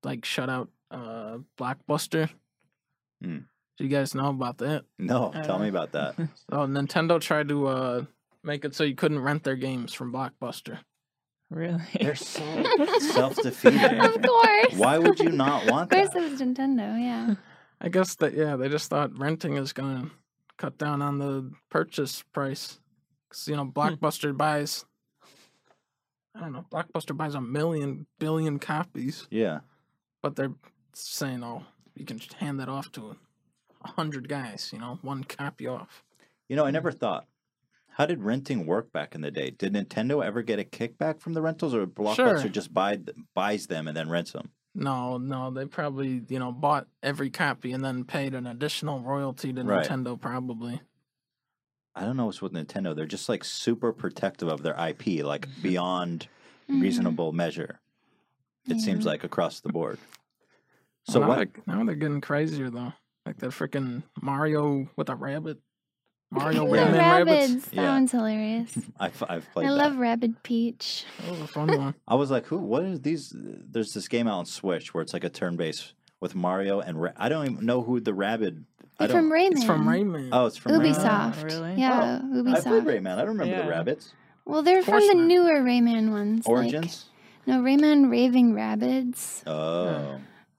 Speaker 3: like shut out uh Blockbuster.
Speaker 1: Hmm.
Speaker 3: Do you guys know about that?
Speaker 1: No,
Speaker 3: Oh.
Speaker 2: I
Speaker 1: tell
Speaker 2: don't
Speaker 1: me
Speaker 2: know.
Speaker 1: about that.
Speaker 3: So Nintendo tried to uh make it so you couldn't rent their games from Blockbuster.
Speaker 1: They're
Speaker 2: Really?
Speaker 1: so self defeating.
Speaker 4: of course.
Speaker 1: Why would you not
Speaker 4: Of
Speaker 1: want
Speaker 4: course,
Speaker 1: that?
Speaker 4: it was Nintendo. Yeah.
Speaker 3: I guess that yeah, they just thought renting is gonna cut down on the purchase price. 'Cause, you know Blockbuster buys, I don't know, Blockbuster buys a million billion copies,
Speaker 1: Yeah.
Speaker 3: but they're saying, oh, you can just hand that off to a hundred guys, you know, one copy off.
Speaker 1: You
Speaker 4: Mm.
Speaker 1: know, I never thought. How did renting work back in the day? Did Nintendo ever get a kickback from the rentals, or Blockbuster
Speaker 3: Sure.
Speaker 1: just buy th- buys them and then rents them?
Speaker 3: No, no, they probably you know bought every copy and then paid an additional royalty to
Speaker 1: Right.
Speaker 3: Nintendo probably.
Speaker 1: I don't know what's with Nintendo. They're just like super protective of their IP, like
Speaker 4: Mm-hmm.
Speaker 1: beyond reasonable measure. It seems
Speaker 4: Yeah.
Speaker 1: like across the board. So
Speaker 3: now
Speaker 1: what?
Speaker 3: They're, now they're getting crazier though. Like that freaking Mario with a rabbit. Mario
Speaker 4: The
Speaker 1: Yeah.
Speaker 3: Rayman rabbits.
Speaker 4: rabbids.
Speaker 1: Yeah.
Speaker 4: Sounds hilarious.
Speaker 1: I've, I've played.
Speaker 4: I
Speaker 1: that.
Speaker 4: love Rabbit Peach.
Speaker 3: That was a fun one.
Speaker 1: I was like, who? What is these? There's this game out on Switch where it's like a turn based with Mario and Ra- I don't even know who the rabid. I
Speaker 4: They're
Speaker 1: don't.
Speaker 4: from Rayman.
Speaker 3: It's from Rayman.
Speaker 1: oh, it's from Rayman.
Speaker 4: Ubisoft.
Speaker 2: really?
Speaker 1: I
Speaker 4: Yeah,
Speaker 1: played
Speaker 4: Ubisoft.
Speaker 1: Rayman. I don't remember the
Speaker 2: Yeah.
Speaker 1: rabbits.
Speaker 4: Well, they're
Speaker 3: Of
Speaker 4: from
Speaker 3: course
Speaker 4: the
Speaker 3: not.
Speaker 4: newer Rayman ones. like-
Speaker 1: Origins.
Speaker 4: no, Rayman Raving Rabbids.
Speaker 1: Oh,
Speaker 3: like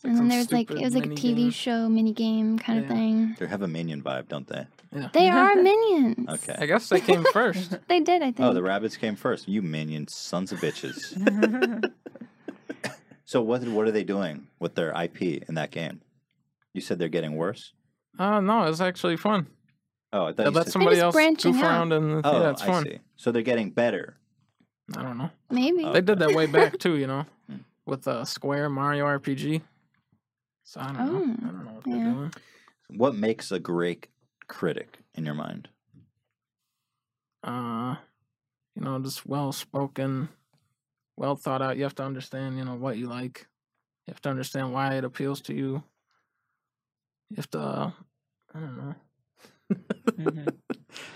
Speaker 4: and
Speaker 3: some
Speaker 4: then there was like it
Speaker 3: stupid
Speaker 4: was like a TV
Speaker 3: minigame.
Speaker 4: show mini game kind
Speaker 3: Yeah.
Speaker 4: of thing.
Speaker 1: they have a minion vibe, don't they?
Speaker 3: Yeah.
Speaker 4: They are minions.
Speaker 1: Okay.
Speaker 3: I guess they came first.
Speaker 4: They did, I think.
Speaker 1: Oh, the rabbits came first. You minion sons of bitches. so what? What are they doing with their IP in that game? You said they're getting worse.
Speaker 3: Oh no, it's actually fun.
Speaker 1: Oh, I thought
Speaker 3: They
Speaker 1: you
Speaker 3: let
Speaker 1: said-
Speaker 3: somebody
Speaker 4: just
Speaker 3: else
Speaker 4: branching
Speaker 3: goof
Speaker 4: out.
Speaker 3: around and
Speaker 1: Oh,
Speaker 3: yeah, it's
Speaker 1: I
Speaker 3: fun.
Speaker 1: see. So they're getting better.
Speaker 3: I don't know.
Speaker 4: Maybe.
Speaker 1: Oh.
Speaker 3: They did that way back too, you know,
Speaker 1: Hmm.
Speaker 3: with uh, Square Mario RPG. So I don't know. I
Speaker 4: Oh,
Speaker 3: don't know what they're
Speaker 4: yeah.
Speaker 3: doing.
Speaker 1: What makes a great critic in your mind?
Speaker 3: uh, you know, just well spoken, well thought out. You have to understand, you know, what you like. You have to understand why it appeals to you. You have to, uh, I don't know.
Speaker 2: Mhm.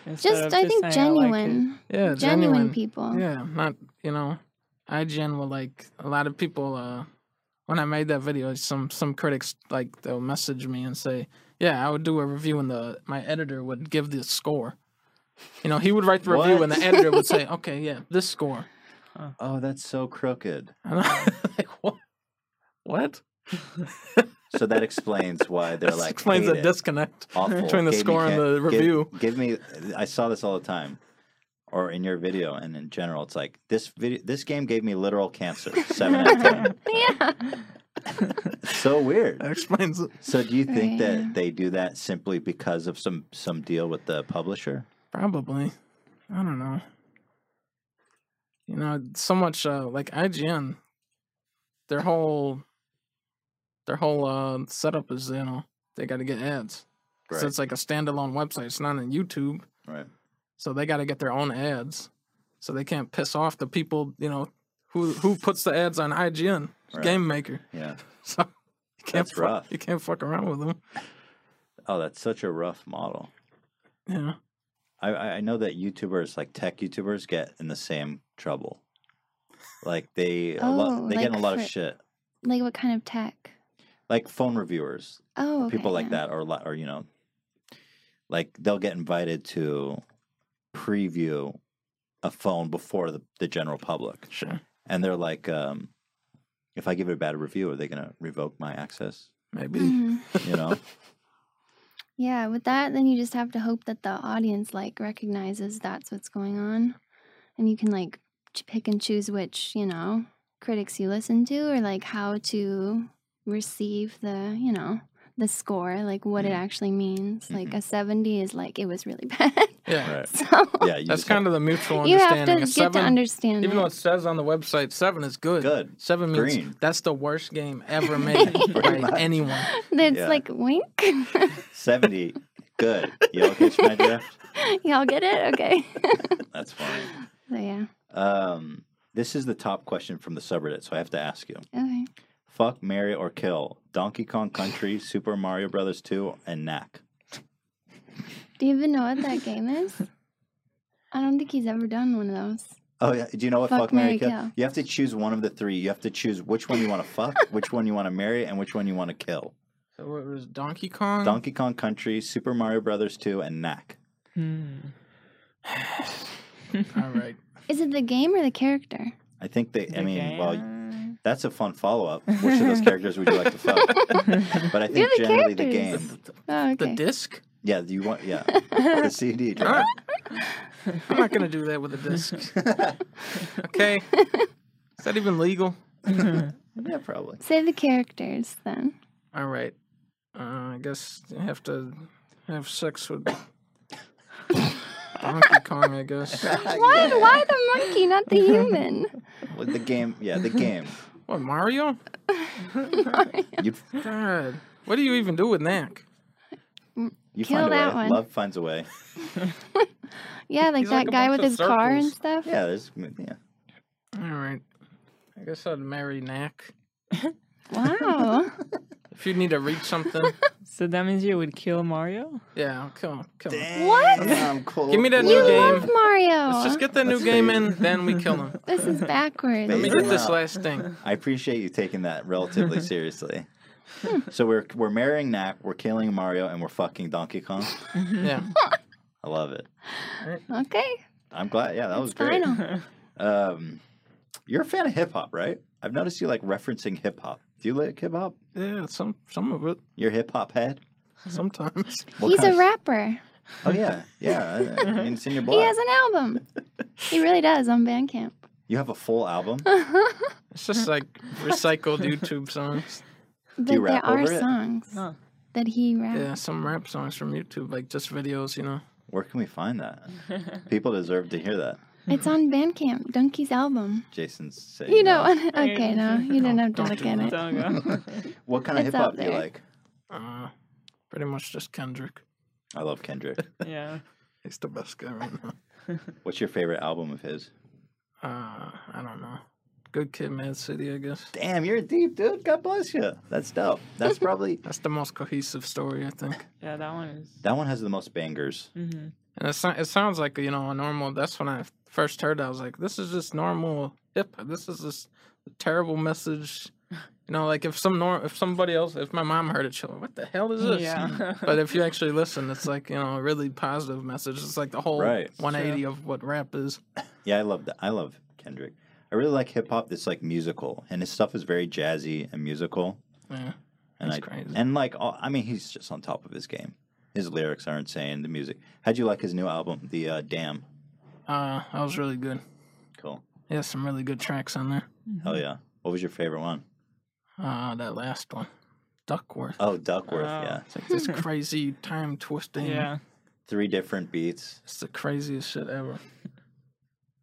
Speaker 2: Instead
Speaker 4: Just,
Speaker 2: of
Speaker 4: I think
Speaker 2: saying like it.
Speaker 4: genuine,
Speaker 3: Yeah,
Speaker 4: genuine,
Speaker 3: genuine.
Speaker 4: people.
Speaker 3: Yeah, not you know, IGN will like a lot of people. uh When I made that video, some some critics like they'll message me and say, "Yeah, I would do a review, and the my editor would give the score." You know, he would write the review, and the
Speaker 1: What?
Speaker 3: editor would say, "Okay, yeah, this score."
Speaker 1: Oh, that's so crooked.
Speaker 3: And I'm like, what? What?
Speaker 1: So that explains why they're
Speaker 3: This
Speaker 1: like
Speaker 3: explains
Speaker 1: hate
Speaker 3: the
Speaker 1: it.
Speaker 3: disconnect.
Speaker 1: Awful.
Speaker 3: between the
Speaker 1: Gave me
Speaker 3: score and
Speaker 1: ca-
Speaker 3: the
Speaker 1: give-
Speaker 3: review.
Speaker 1: Give, me. I saw this all the time, or in your video and in general. It's like this video. This game gave me literal cancer. Seven out of ten.
Speaker 4: Yeah.
Speaker 1: So weird.
Speaker 3: That explains it.
Speaker 1: So do you think
Speaker 4: Right,
Speaker 1: that
Speaker 4: yeah.
Speaker 1: they do that simply because of some some deal with the publisher?
Speaker 3: Probably. I don't know. You know, so much uh, like IGN, their whole their whole uh, setup is you know they got to get ads. So it's like a standalone website. It's not on YouTube,
Speaker 1: right.
Speaker 3: so they got to get their own ads. So they can't piss off the people you know who who puts the ads on IGN
Speaker 1: Right.
Speaker 3: Game Maker.
Speaker 1: Yeah.
Speaker 3: So you can't
Speaker 1: That's
Speaker 3: fuck,
Speaker 1: rough.
Speaker 3: You can't fuck around with them.
Speaker 1: Oh, that's such a rough model.
Speaker 3: Yeah.
Speaker 1: I I I know that YouTubers like tech YouTubers get in the same trouble. Like they a lot,
Speaker 4: Oh,
Speaker 1: they get in a
Speaker 4: like
Speaker 1: lot of
Speaker 4: for-
Speaker 1: shit.
Speaker 4: Like what kind of tech?
Speaker 1: Like phone reviewers,
Speaker 4: Oh, okay,
Speaker 1: people like
Speaker 4: yeah.
Speaker 1: that or li- or you know like they'll get invited to preview a phone before the, the general public
Speaker 3: Sure.
Speaker 1: and they're like um if i give it a bad review are they going to revoke my access
Speaker 3: Maybe.
Speaker 4: Mhm.
Speaker 1: you know
Speaker 4: Yeah, with that, then you just have to hope that the audience like recognizes that's what's going on, and you can like ch- pick and choose which you know critics you listen to, or like how to receive the you know the score, like what it
Speaker 3: Mm-hmm.
Speaker 1: Mhm.
Speaker 4: actually means. Like
Speaker 1: Mhm.
Speaker 4: a seventy is like it was really bad.
Speaker 3: Yeah.
Speaker 1: right
Speaker 4: so
Speaker 1: yeah you
Speaker 3: That's
Speaker 1: just have-
Speaker 3: kind of the mutual
Speaker 4: you have
Speaker 3: Uh, understanding.
Speaker 4: to
Speaker 3: A
Speaker 4: get to
Speaker 3: seven,
Speaker 4: understand.
Speaker 3: even
Speaker 4: it.
Speaker 3: though it says on the website seven is good.
Speaker 1: Good.
Speaker 3: Seven means
Speaker 1: Green.
Speaker 3: that's the worst game ever made by
Speaker 1: much.
Speaker 3: anyone.
Speaker 4: That's
Speaker 1: Yeah.
Speaker 4: like wink.
Speaker 1: 70 good y'all catch my drift
Speaker 4: Y'all get it? Okay.
Speaker 1: that's fine
Speaker 4: so yeah.
Speaker 1: um this is the top question from the subreddit so i have to ask you
Speaker 4: Okay.
Speaker 1: fuck marry or kill donkey kong country super mario brothers 2 and knack
Speaker 4: Do you even know what that game is? I don't think he's ever done one of those.
Speaker 1: Oh yeah. Do you know what?
Speaker 4: Fuck,
Speaker 1: Fuck, Mary,
Speaker 4: marry,
Speaker 1: kill.
Speaker 4: kill.
Speaker 1: You have to choose one of the three. You have to choose which one you want to fuck, which one you want to marry, and which one you want to kill.
Speaker 3: So what was Donkey Kong?
Speaker 1: Donkey Kong Country, Super Mario Brothers 2, and Knack.
Speaker 2: Hmm.
Speaker 3: All right.
Speaker 4: Is it the game or the character?
Speaker 1: I think they. I
Speaker 2: The
Speaker 1: mean, well,
Speaker 2: game.
Speaker 1: that's a fun follow up. Which of those characters would you like to fuck? But I
Speaker 4: They're
Speaker 1: think
Speaker 4: the
Speaker 1: generally the
Speaker 4: characters.
Speaker 1: game.
Speaker 4: Oh,
Speaker 3: The
Speaker 4: okay.
Speaker 3: disc?
Speaker 1: Yeah, you want yeah the CD.
Speaker 3: All
Speaker 1: drive.
Speaker 3: right. I'm not gonna do that with a disc. Okay. Is that even legal?
Speaker 1: yeah, probably.
Speaker 4: Say the characters then.
Speaker 3: All right. Uh, I guess I have to have sex with Donkey Kong. I guess.
Speaker 4: Why? Why the monkey, not the human?
Speaker 1: Well, the game. Yeah, the game.
Speaker 3: What Mario?
Speaker 1: You'd
Speaker 3: God, what do you even do with Knack?
Speaker 1: you
Speaker 4: Kill
Speaker 1: find a
Speaker 4: that
Speaker 1: way.
Speaker 4: one.
Speaker 1: Love finds a way.
Speaker 4: Yeah, like
Speaker 3: He's
Speaker 4: that
Speaker 3: like a
Speaker 4: guy
Speaker 3: bunch
Speaker 4: with
Speaker 3: of
Speaker 4: his car and
Speaker 3: circles.
Speaker 4: stuff.
Speaker 1: Yeah, there's yeah.
Speaker 3: All right. I guess I'd marry Knack.
Speaker 4: Wow.
Speaker 3: If you need to reach something,
Speaker 2: So that means you would kill Mario?
Speaker 3: yeah, I'll kill him. Kill him.
Speaker 4: What?
Speaker 1: Damn, cool.
Speaker 3: Give me that
Speaker 4: You
Speaker 3: new game.
Speaker 4: love Mario.
Speaker 3: Let's just get the new
Speaker 1: Let's
Speaker 3: game
Speaker 1: face
Speaker 3: in, then we kill him.
Speaker 4: This is backwards.
Speaker 3: Let me
Speaker 1: Phase
Speaker 3: get
Speaker 1: it
Speaker 3: this
Speaker 1: out.
Speaker 3: last thing.
Speaker 1: I appreciate you taking that relatively seriously. so we're we're marrying Knack, we're killing Mario, and we're fucking Donkey Kong.
Speaker 3: Yeah.
Speaker 1: I love it.
Speaker 4: Okay.
Speaker 1: I'm glad. Yeah, that was great.
Speaker 4: Final.
Speaker 1: Um, you're a fan of hip hop, right? I've noticed you like referencing hip hop. Do you like hip hop?
Speaker 3: Yeah, some some of it.
Speaker 1: You're a hip hop head.
Speaker 3: Sometimes.
Speaker 1: What
Speaker 4: He's
Speaker 1: kind
Speaker 4: a
Speaker 1: of-
Speaker 4: rapper.
Speaker 1: Oh yeah, yeah. I, I mean, it's in your blood.
Speaker 4: He has an album. he really does on Bandcamp.
Speaker 1: You have a full album.
Speaker 3: It's just like recycled YouTube songs.
Speaker 4: But
Speaker 1: rap
Speaker 4: there are
Speaker 1: over it?
Speaker 4: songs
Speaker 2: Huh.
Speaker 4: that he raps.
Speaker 3: Yeah, some rap songs from YouTube, like just videos, you know.
Speaker 1: Where can we find that? People deserve to hear that.
Speaker 4: It's on Bandcamp, Donkey's album.
Speaker 1: Jason's saying.
Speaker 4: You know,
Speaker 1: no.
Speaker 4: okay, no, you didn't have to
Speaker 3: don't
Speaker 4: look
Speaker 3: do
Speaker 4: at it.
Speaker 2: Don't go.
Speaker 1: what kind of hip
Speaker 4: it's
Speaker 1: hop
Speaker 4: out
Speaker 1: do you
Speaker 4: there.
Speaker 1: like?
Speaker 3: Uh, pretty much just Kendrick.
Speaker 1: I love Kendrick.
Speaker 2: yeah.
Speaker 3: He's the best guy right now.
Speaker 1: What's your favorite album of his?
Speaker 3: Uh, I don't know. Good Kid, Mad City, I guess.
Speaker 1: Damn, you're deep, dude. God bless you. That's dope. That's probably
Speaker 3: That's the most cohesive story, I think.
Speaker 2: Yeah, that one is.
Speaker 1: that one has the most bangers.
Speaker 2: Mm-hmm.
Speaker 3: And it, so- it sounds like you know a normal. That's when I first heard. It, I was like, this is just normal hip. This is just a terrible message. You know, like if some nor- if somebody else, if my mom heard it, she'll what the hell is this?
Speaker 2: Yeah.
Speaker 3: But if you actually listen, it's like you know a really positive message. It's like the whole
Speaker 1: Right.
Speaker 3: 180 of what rap is.
Speaker 1: Yeah, I love that. I love Kendrick. I really like hip hop that's like musical, and his stuff is very jazzy and musical.
Speaker 3: Yeah,
Speaker 1: And
Speaker 3: That's
Speaker 1: I,
Speaker 3: crazy.
Speaker 1: And like, all, I mean, he's just on top of his game. His lyrics are insane. The music. How'd you like his new album, The uh, Damn?
Speaker 3: uh, that was really good.
Speaker 1: Cool.
Speaker 3: He has some really good tracks on there.
Speaker 1: Hell yeah. What was your favorite one?
Speaker 3: Uh, that last one, Duckworth.
Speaker 1: Oh, Duckworth.
Speaker 2: Wow.
Speaker 1: Yeah.
Speaker 3: It's like this crazy time twisting.
Speaker 2: yeah.
Speaker 1: Three different beats.
Speaker 3: it's the craziest shit ever.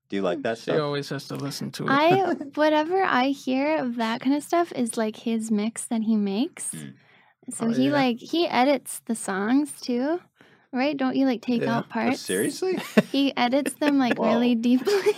Speaker 1: Do you like that
Speaker 3: She
Speaker 1: stuff?
Speaker 3: always has to listen to it.
Speaker 4: I whatever I hear of that kind of stuff is like his mix that he makes.
Speaker 1: Mm.
Speaker 4: So
Speaker 3: Oh,
Speaker 4: he
Speaker 3: yeah.
Speaker 4: like he edits the songs too, right? Don't you like take
Speaker 3: Yeah.
Speaker 4: out
Speaker 1: Oh,
Speaker 4: parts?
Speaker 1: seriously?
Speaker 4: He edits them like
Speaker 1: Whoa.
Speaker 4: really deeply,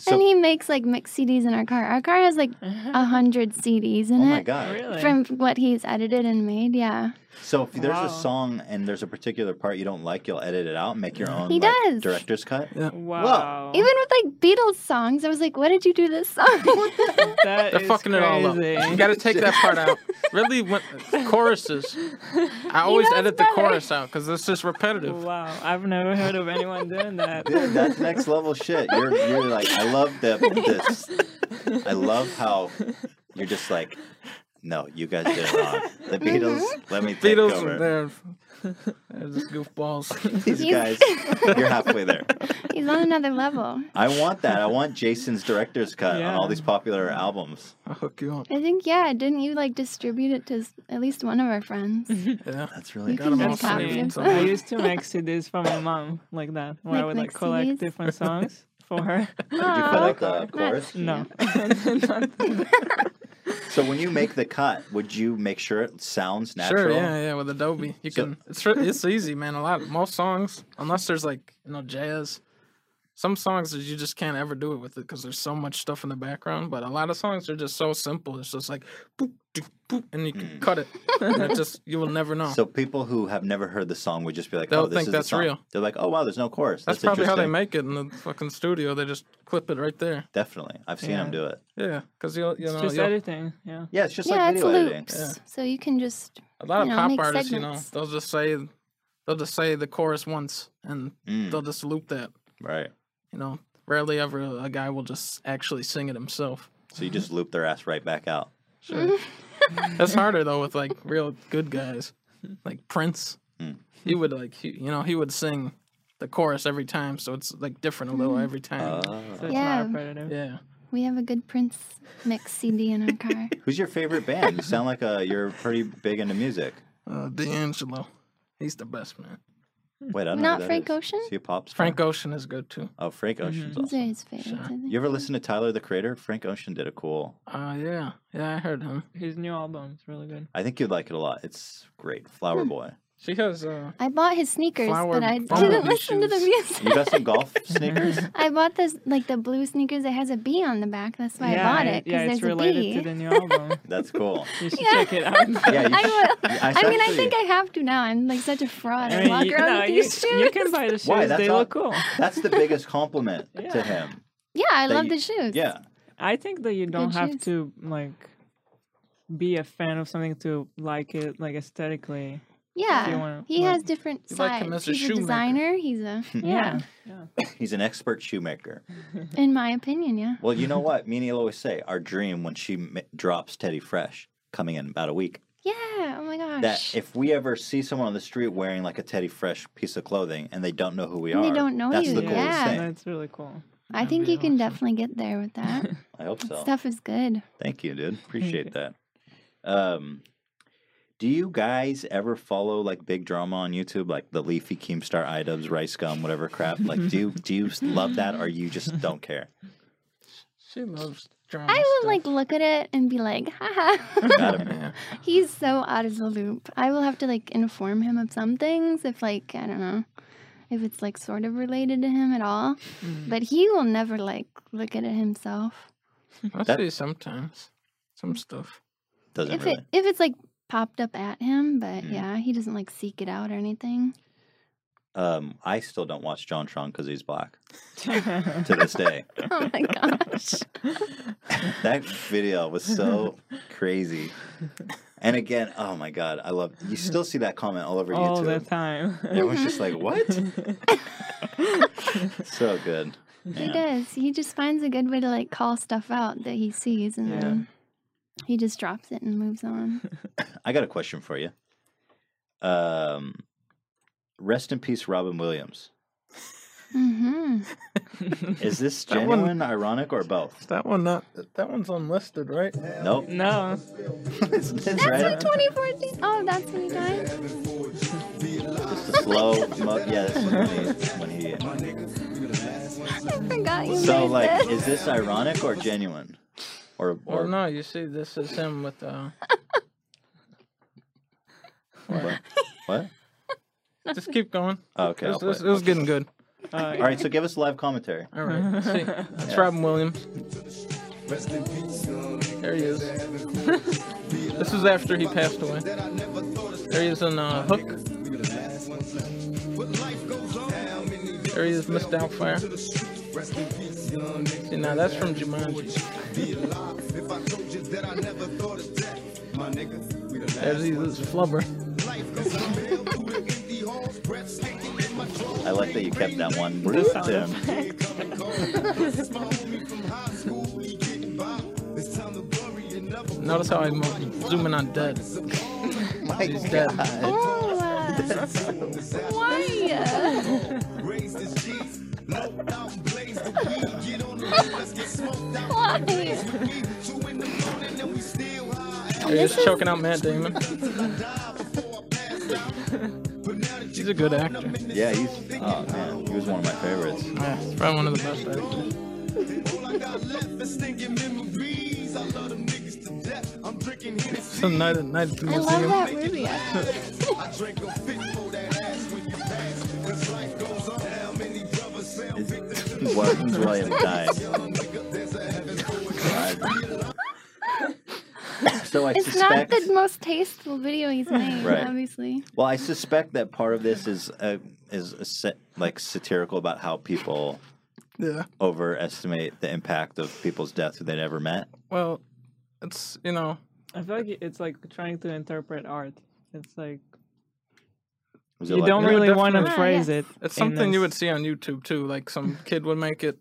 Speaker 1: So-
Speaker 4: and he makes like mix CDs in our car. Our car has like a hundred CDs in
Speaker 1: oh my
Speaker 4: it
Speaker 1: god.
Speaker 2: Really?
Speaker 4: from what he's edited and made. Yeah,
Speaker 1: So if there's
Speaker 2: Wow.
Speaker 1: a song and there's a particular part you don't like, you'll edit it out and make your own
Speaker 4: He
Speaker 1: like,
Speaker 4: does.
Speaker 1: director's cut.
Speaker 2: wow.
Speaker 4: even with like Beatles songs, I was like, "What did you do this song?"
Speaker 2: That
Speaker 3: They're
Speaker 2: is
Speaker 3: fucking it all up.
Speaker 2: crazy.
Speaker 3: You gotta take that part out. Really, when, choruses. I always
Speaker 4: knows
Speaker 3: edit the
Speaker 4: better.
Speaker 3: chorus out because it's just repetitive.
Speaker 2: Wow, I've never heard of anyone doing that.
Speaker 1: Dude, that's next level shit. You're you're like, I love the this. I love how you're just like, no, you guys did it wrong. The
Speaker 4: Mm-hmm.
Speaker 1: Beatles, let me take
Speaker 3: Beatles,
Speaker 1: over.
Speaker 3: they're, they're just goofballs.
Speaker 1: These
Speaker 4: You-
Speaker 1: guys, you're halfway there.
Speaker 4: he's on another level.
Speaker 1: I want that. I want Jason's director's cut on all
Speaker 2: Yeah.
Speaker 1: these popular albums.
Speaker 3: I'll hook you up.
Speaker 4: I think yeah. Didn't you like distribute it to s- at least one of our friends?
Speaker 3: Yeah.
Speaker 1: That's really
Speaker 4: You
Speaker 1: good.
Speaker 4: can
Speaker 3: Got 'em all
Speaker 4: get
Speaker 3: saved
Speaker 4: copies.
Speaker 2: I
Speaker 3: somewhere.
Speaker 2: used to make CDs for my mom like that, where I
Speaker 4: Like
Speaker 2: would like
Speaker 4: mix
Speaker 2: collect
Speaker 4: CDs?
Speaker 2: different songs for her.
Speaker 1: Did you cut out the chorus?
Speaker 2: No,
Speaker 1: So when you make the cut, would you make sure it sounds natural?
Speaker 3: Sure, yeah, yeah, with Adobe. You
Speaker 1: So-
Speaker 3: can it's re- it's easy, man. A lot most songs, unless there's like you know jazz, Some songs that you just can't ever do it with it because there's so much stuff in the background. But a lot of songs are just so simple. It's just like boop, doop, boop, and you can
Speaker 1: Mm.
Speaker 3: cut it. and it just you will never know.
Speaker 1: So people who have never heard the song would just be like,
Speaker 3: Oh. They'll
Speaker 1: "Oh, this
Speaker 3: think
Speaker 1: is
Speaker 3: that's
Speaker 1: the song.
Speaker 3: real.
Speaker 1: They're like, "Oh wow, there's no chorus."
Speaker 3: That's
Speaker 1: That's,
Speaker 3: probably how they
Speaker 1: interesting."
Speaker 3: make it in the fucking studio. They just clip it right there.
Speaker 1: Definitely, I've seen them
Speaker 2: Yeah.
Speaker 1: do it.
Speaker 3: Yeah, because you you
Speaker 2: It's
Speaker 3: know
Speaker 2: just
Speaker 3: you'll-
Speaker 2: editing. Yeah.
Speaker 1: Yeah, it's just
Speaker 4: yeah,
Speaker 1: like
Speaker 4: it's
Speaker 1: video editing.
Speaker 4: loops. So you can just
Speaker 3: a lot of
Speaker 4: you know,
Speaker 3: pop
Speaker 4: make
Speaker 3: artists,
Speaker 4: segments.
Speaker 3: you know, they'll just say they'll just say the chorus once and
Speaker 1: Mm,
Speaker 3: they'll just loop that.
Speaker 1: right.
Speaker 3: You know, rarely ever a guy will just actually sing it himself.
Speaker 1: So you just loop their ass right back out.
Speaker 3: Sure. That's harder though with like real good guys, like Prince.
Speaker 1: Mm.
Speaker 3: He would like he, you know he would sing the chorus every time, so it's like different a
Speaker 4: Mm.
Speaker 3: little every time.
Speaker 2: So
Speaker 1: Ah.
Speaker 2: it's
Speaker 4: Yeah.
Speaker 2: not repetitive.
Speaker 3: yeah,
Speaker 4: we have a good Prince mix CD in our car.
Speaker 1: Who's your favorite band? You sound like uh, you're pretty big into music.
Speaker 3: uh, D'Angelo, he's the best man.
Speaker 1: Wait, I don't know.
Speaker 4: Not
Speaker 1: who that
Speaker 4: Frank
Speaker 1: is.
Speaker 4: Ocean?
Speaker 1: Is he a pop star?
Speaker 3: Frank Mm-hmm. Ocean is good too.
Speaker 1: Oh, Frank Ocean's
Speaker 2: Mhm.
Speaker 4: Those are
Speaker 1: awesome.
Speaker 4: his favorites. I think.
Speaker 1: You ever listen to Tyler the Creator? Frank Ocean did a cool.
Speaker 3: Uh yeah, yeah, I heard him.
Speaker 2: His new album is really good.
Speaker 1: I think you'd like it a lot. It's great. Flower
Speaker 4: Hmm.
Speaker 1: Boy.
Speaker 3: She has uh,
Speaker 4: I bought his sneakers,
Speaker 3: Flower
Speaker 4: but I
Speaker 3: bumblebee
Speaker 4: didn't listen to the music.
Speaker 1: You got some golf sneakers?
Speaker 4: I bought this like the blue sneakers that has a bee on the back. That's why I bought it because
Speaker 2: Yeah,
Speaker 4: there's
Speaker 2: it's
Speaker 4: a
Speaker 2: related
Speaker 4: bee.
Speaker 2: to the new album.
Speaker 1: That's cool.
Speaker 2: You should
Speaker 4: Yeah.
Speaker 2: check it out.
Speaker 1: Yeah, you
Speaker 4: I
Speaker 1: should-
Speaker 4: will.
Speaker 1: I
Speaker 4: I, mean, I
Speaker 1: actually-
Speaker 4: think I have to now. I'm like such a fraud. I,
Speaker 2: I mean,
Speaker 4: walk
Speaker 2: you,
Speaker 4: around
Speaker 2: no,
Speaker 4: with
Speaker 2: you,
Speaker 4: these shoes.
Speaker 2: you can buy the shoes.
Speaker 1: Why, that's
Speaker 2: they
Speaker 1: all-
Speaker 2: look cool.
Speaker 1: That's the biggest compliment to
Speaker 2: Yeah.
Speaker 1: him.
Speaker 4: yeah, I
Speaker 1: that
Speaker 4: love
Speaker 1: you-
Speaker 4: the shoes.
Speaker 1: Yeah.
Speaker 2: I think that you don't
Speaker 4: Good
Speaker 2: have
Speaker 4: shoes.
Speaker 2: to like be a fan of something to like it, like aesthetically. If you
Speaker 4: yeah.
Speaker 2: wanna,
Speaker 4: He
Speaker 2: like-
Speaker 4: has different
Speaker 3: You like
Speaker 4: sides.
Speaker 3: him as a
Speaker 4: he's a
Speaker 3: shoemaker.
Speaker 4: designer. He's a yeah.
Speaker 1: He's an expert shoemaker.
Speaker 4: In my opinion, yeah.
Speaker 1: Well, you know what? Me and Neil always say our dream when she m- drops Teddy Fresh coming in about a week
Speaker 4: Yeah. Oh my gosh.
Speaker 1: that if we ever see someone on the street wearing like a Teddy Fresh piece of clothing and they don't know who we
Speaker 4: And
Speaker 1: are,
Speaker 4: they don't know
Speaker 1: that's
Speaker 4: you,
Speaker 1: the coolest
Speaker 4: yeah.
Speaker 1: thing.
Speaker 2: That's really cool.
Speaker 4: I
Speaker 3: That'd
Speaker 4: think
Speaker 3: be
Speaker 4: you can
Speaker 3: awesome.
Speaker 4: definitely get there with that.
Speaker 1: I hope so.
Speaker 4: Stuff is good.
Speaker 1: Thank you, dude. Appreciate
Speaker 2: you.
Speaker 1: that. Um, do you guys ever follow like big drama on YouTube, like the Leafy Keemstar, iDubbbz, Rice Gum, whatever crap? Like, do you do you love that, or you just don't care?
Speaker 3: she loves drama.
Speaker 4: I
Speaker 3: stuff.
Speaker 4: will like look at it and be like, haha.
Speaker 1: Got him.
Speaker 3: Yeah.
Speaker 4: He's so out of the loop. I will have to like inform him of some things if like I don't know if it's like sort of related to him at all. But he will never like look at it himself.
Speaker 3: I
Speaker 1: That-
Speaker 3: see sometimes some stuff.
Speaker 1: Doesn't
Speaker 4: if
Speaker 1: really.
Speaker 4: it if it's like popped up at him, but
Speaker 1: Mm.
Speaker 4: yeah, he doesn't like seek it out or anything.
Speaker 1: Um, I still don't watch John Tron because he's black
Speaker 2: Mm.
Speaker 1: to this day.
Speaker 4: Oh my gosh.
Speaker 1: that video was so crazy. And again, oh my god, I love. You still see that comment all
Speaker 3: Oh,
Speaker 1: over
Speaker 2: All the
Speaker 1: YouTube.
Speaker 2: time.
Speaker 1: Everyone's just like, "What?" so good.
Speaker 4: He
Speaker 1: Yeah.
Speaker 4: does. He just finds a good way to like call stuff out that he sees and
Speaker 2: Yeah.
Speaker 4: then he just drops it and moves on.
Speaker 1: I got a question for you. Um, rest in peace, Robin Williams.
Speaker 4: hmm
Speaker 1: Is this
Speaker 3: That one-
Speaker 1: genuine, ironic, or both?
Speaker 3: That one not that one's unlisted, right?
Speaker 1: Nope.
Speaker 2: no.
Speaker 1: it's, it's
Speaker 4: That's
Speaker 1: right.
Speaker 4: from 2014. Oh, that's when he died.
Speaker 1: Just a slow mo. Yeah, this is when he, when he.
Speaker 4: I forgot you
Speaker 1: So,
Speaker 4: made
Speaker 1: like,
Speaker 4: this.
Speaker 1: is this ironic or genuine? Or,
Speaker 3: Or
Speaker 1: or
Speaker 3: no, you see, this is him with uh,
Speaker 1: what? what?
Speaker 3: just keep going.
Speaker 1: Oh, okay.
Speaker 3: It
Speaker 1: I'll
Speaker 3: was, it was-
Speaker 1: play
Speaker 3: it
Speaker 1: it.
Speaker 3: was getting good.
Speaker 1: All right, so give us live commentary.
Speaker 3: All right, see, that's Robin Williams. There he is. this is after he passed away. There he is in uh, Hook. There he is, Miss Doubtfire. See, now that's from Jumanji. There's he is, Flubber.
Speaker 1: I like that you kept that one. Bruce Tim.
Speaker 3: Notice how I'm zooming on dead.
Speaker 1: My
Speaker 3: He's dead.
Speaker 1: God.
Speaker 4: Oh, uh, why? why?
Speaker 3: There he is, choking out Matt Damon. He's a good actor.
Speaker 1: Yeah, he's. Oh man, he was one of my favorites.
Speaker 3: Yeah, he's probably one of the best actors. Some night at night at the
Speaker 4: I love
Speaker 3: museum.
Speaker 4: that movie. actually.
Speaker 1: Is, what until I have died. God. so I
Speaker 4: It's
Speaker 1: suspect.
Speaker 4: not the most tasteful video he's made,
Speaker 1: Right.
Speaker 4: obviously.
Speaker 1: Well, I suspect that part of this is uh, is a sa- like satirical about how people
Speaker 3: Yeah.
Speaker 1: overestimate the impact of people's death who they never met.
Speaker 3: Well, it's you know
Speaker 2: I feel like it's like trying to interpret art. It's like
Speaker 1: Was it
Speaker 2: you
Speaker 1: like
Speaker 2: don't
Speaker 1: that?
Speaker 2: really
Speaker 3: Yeah,
Speaker 2: want to
Speaker 4: definitely. Ah,
Speaker 2: phrase
Speaker 4: yes.
Speaker 2: it.
Speaker 3: it's
Speaker 2: in
Speaker 3: something
Speaker 2: this-
Speaker 3: you would see on YouTube too. Like some kid would make it.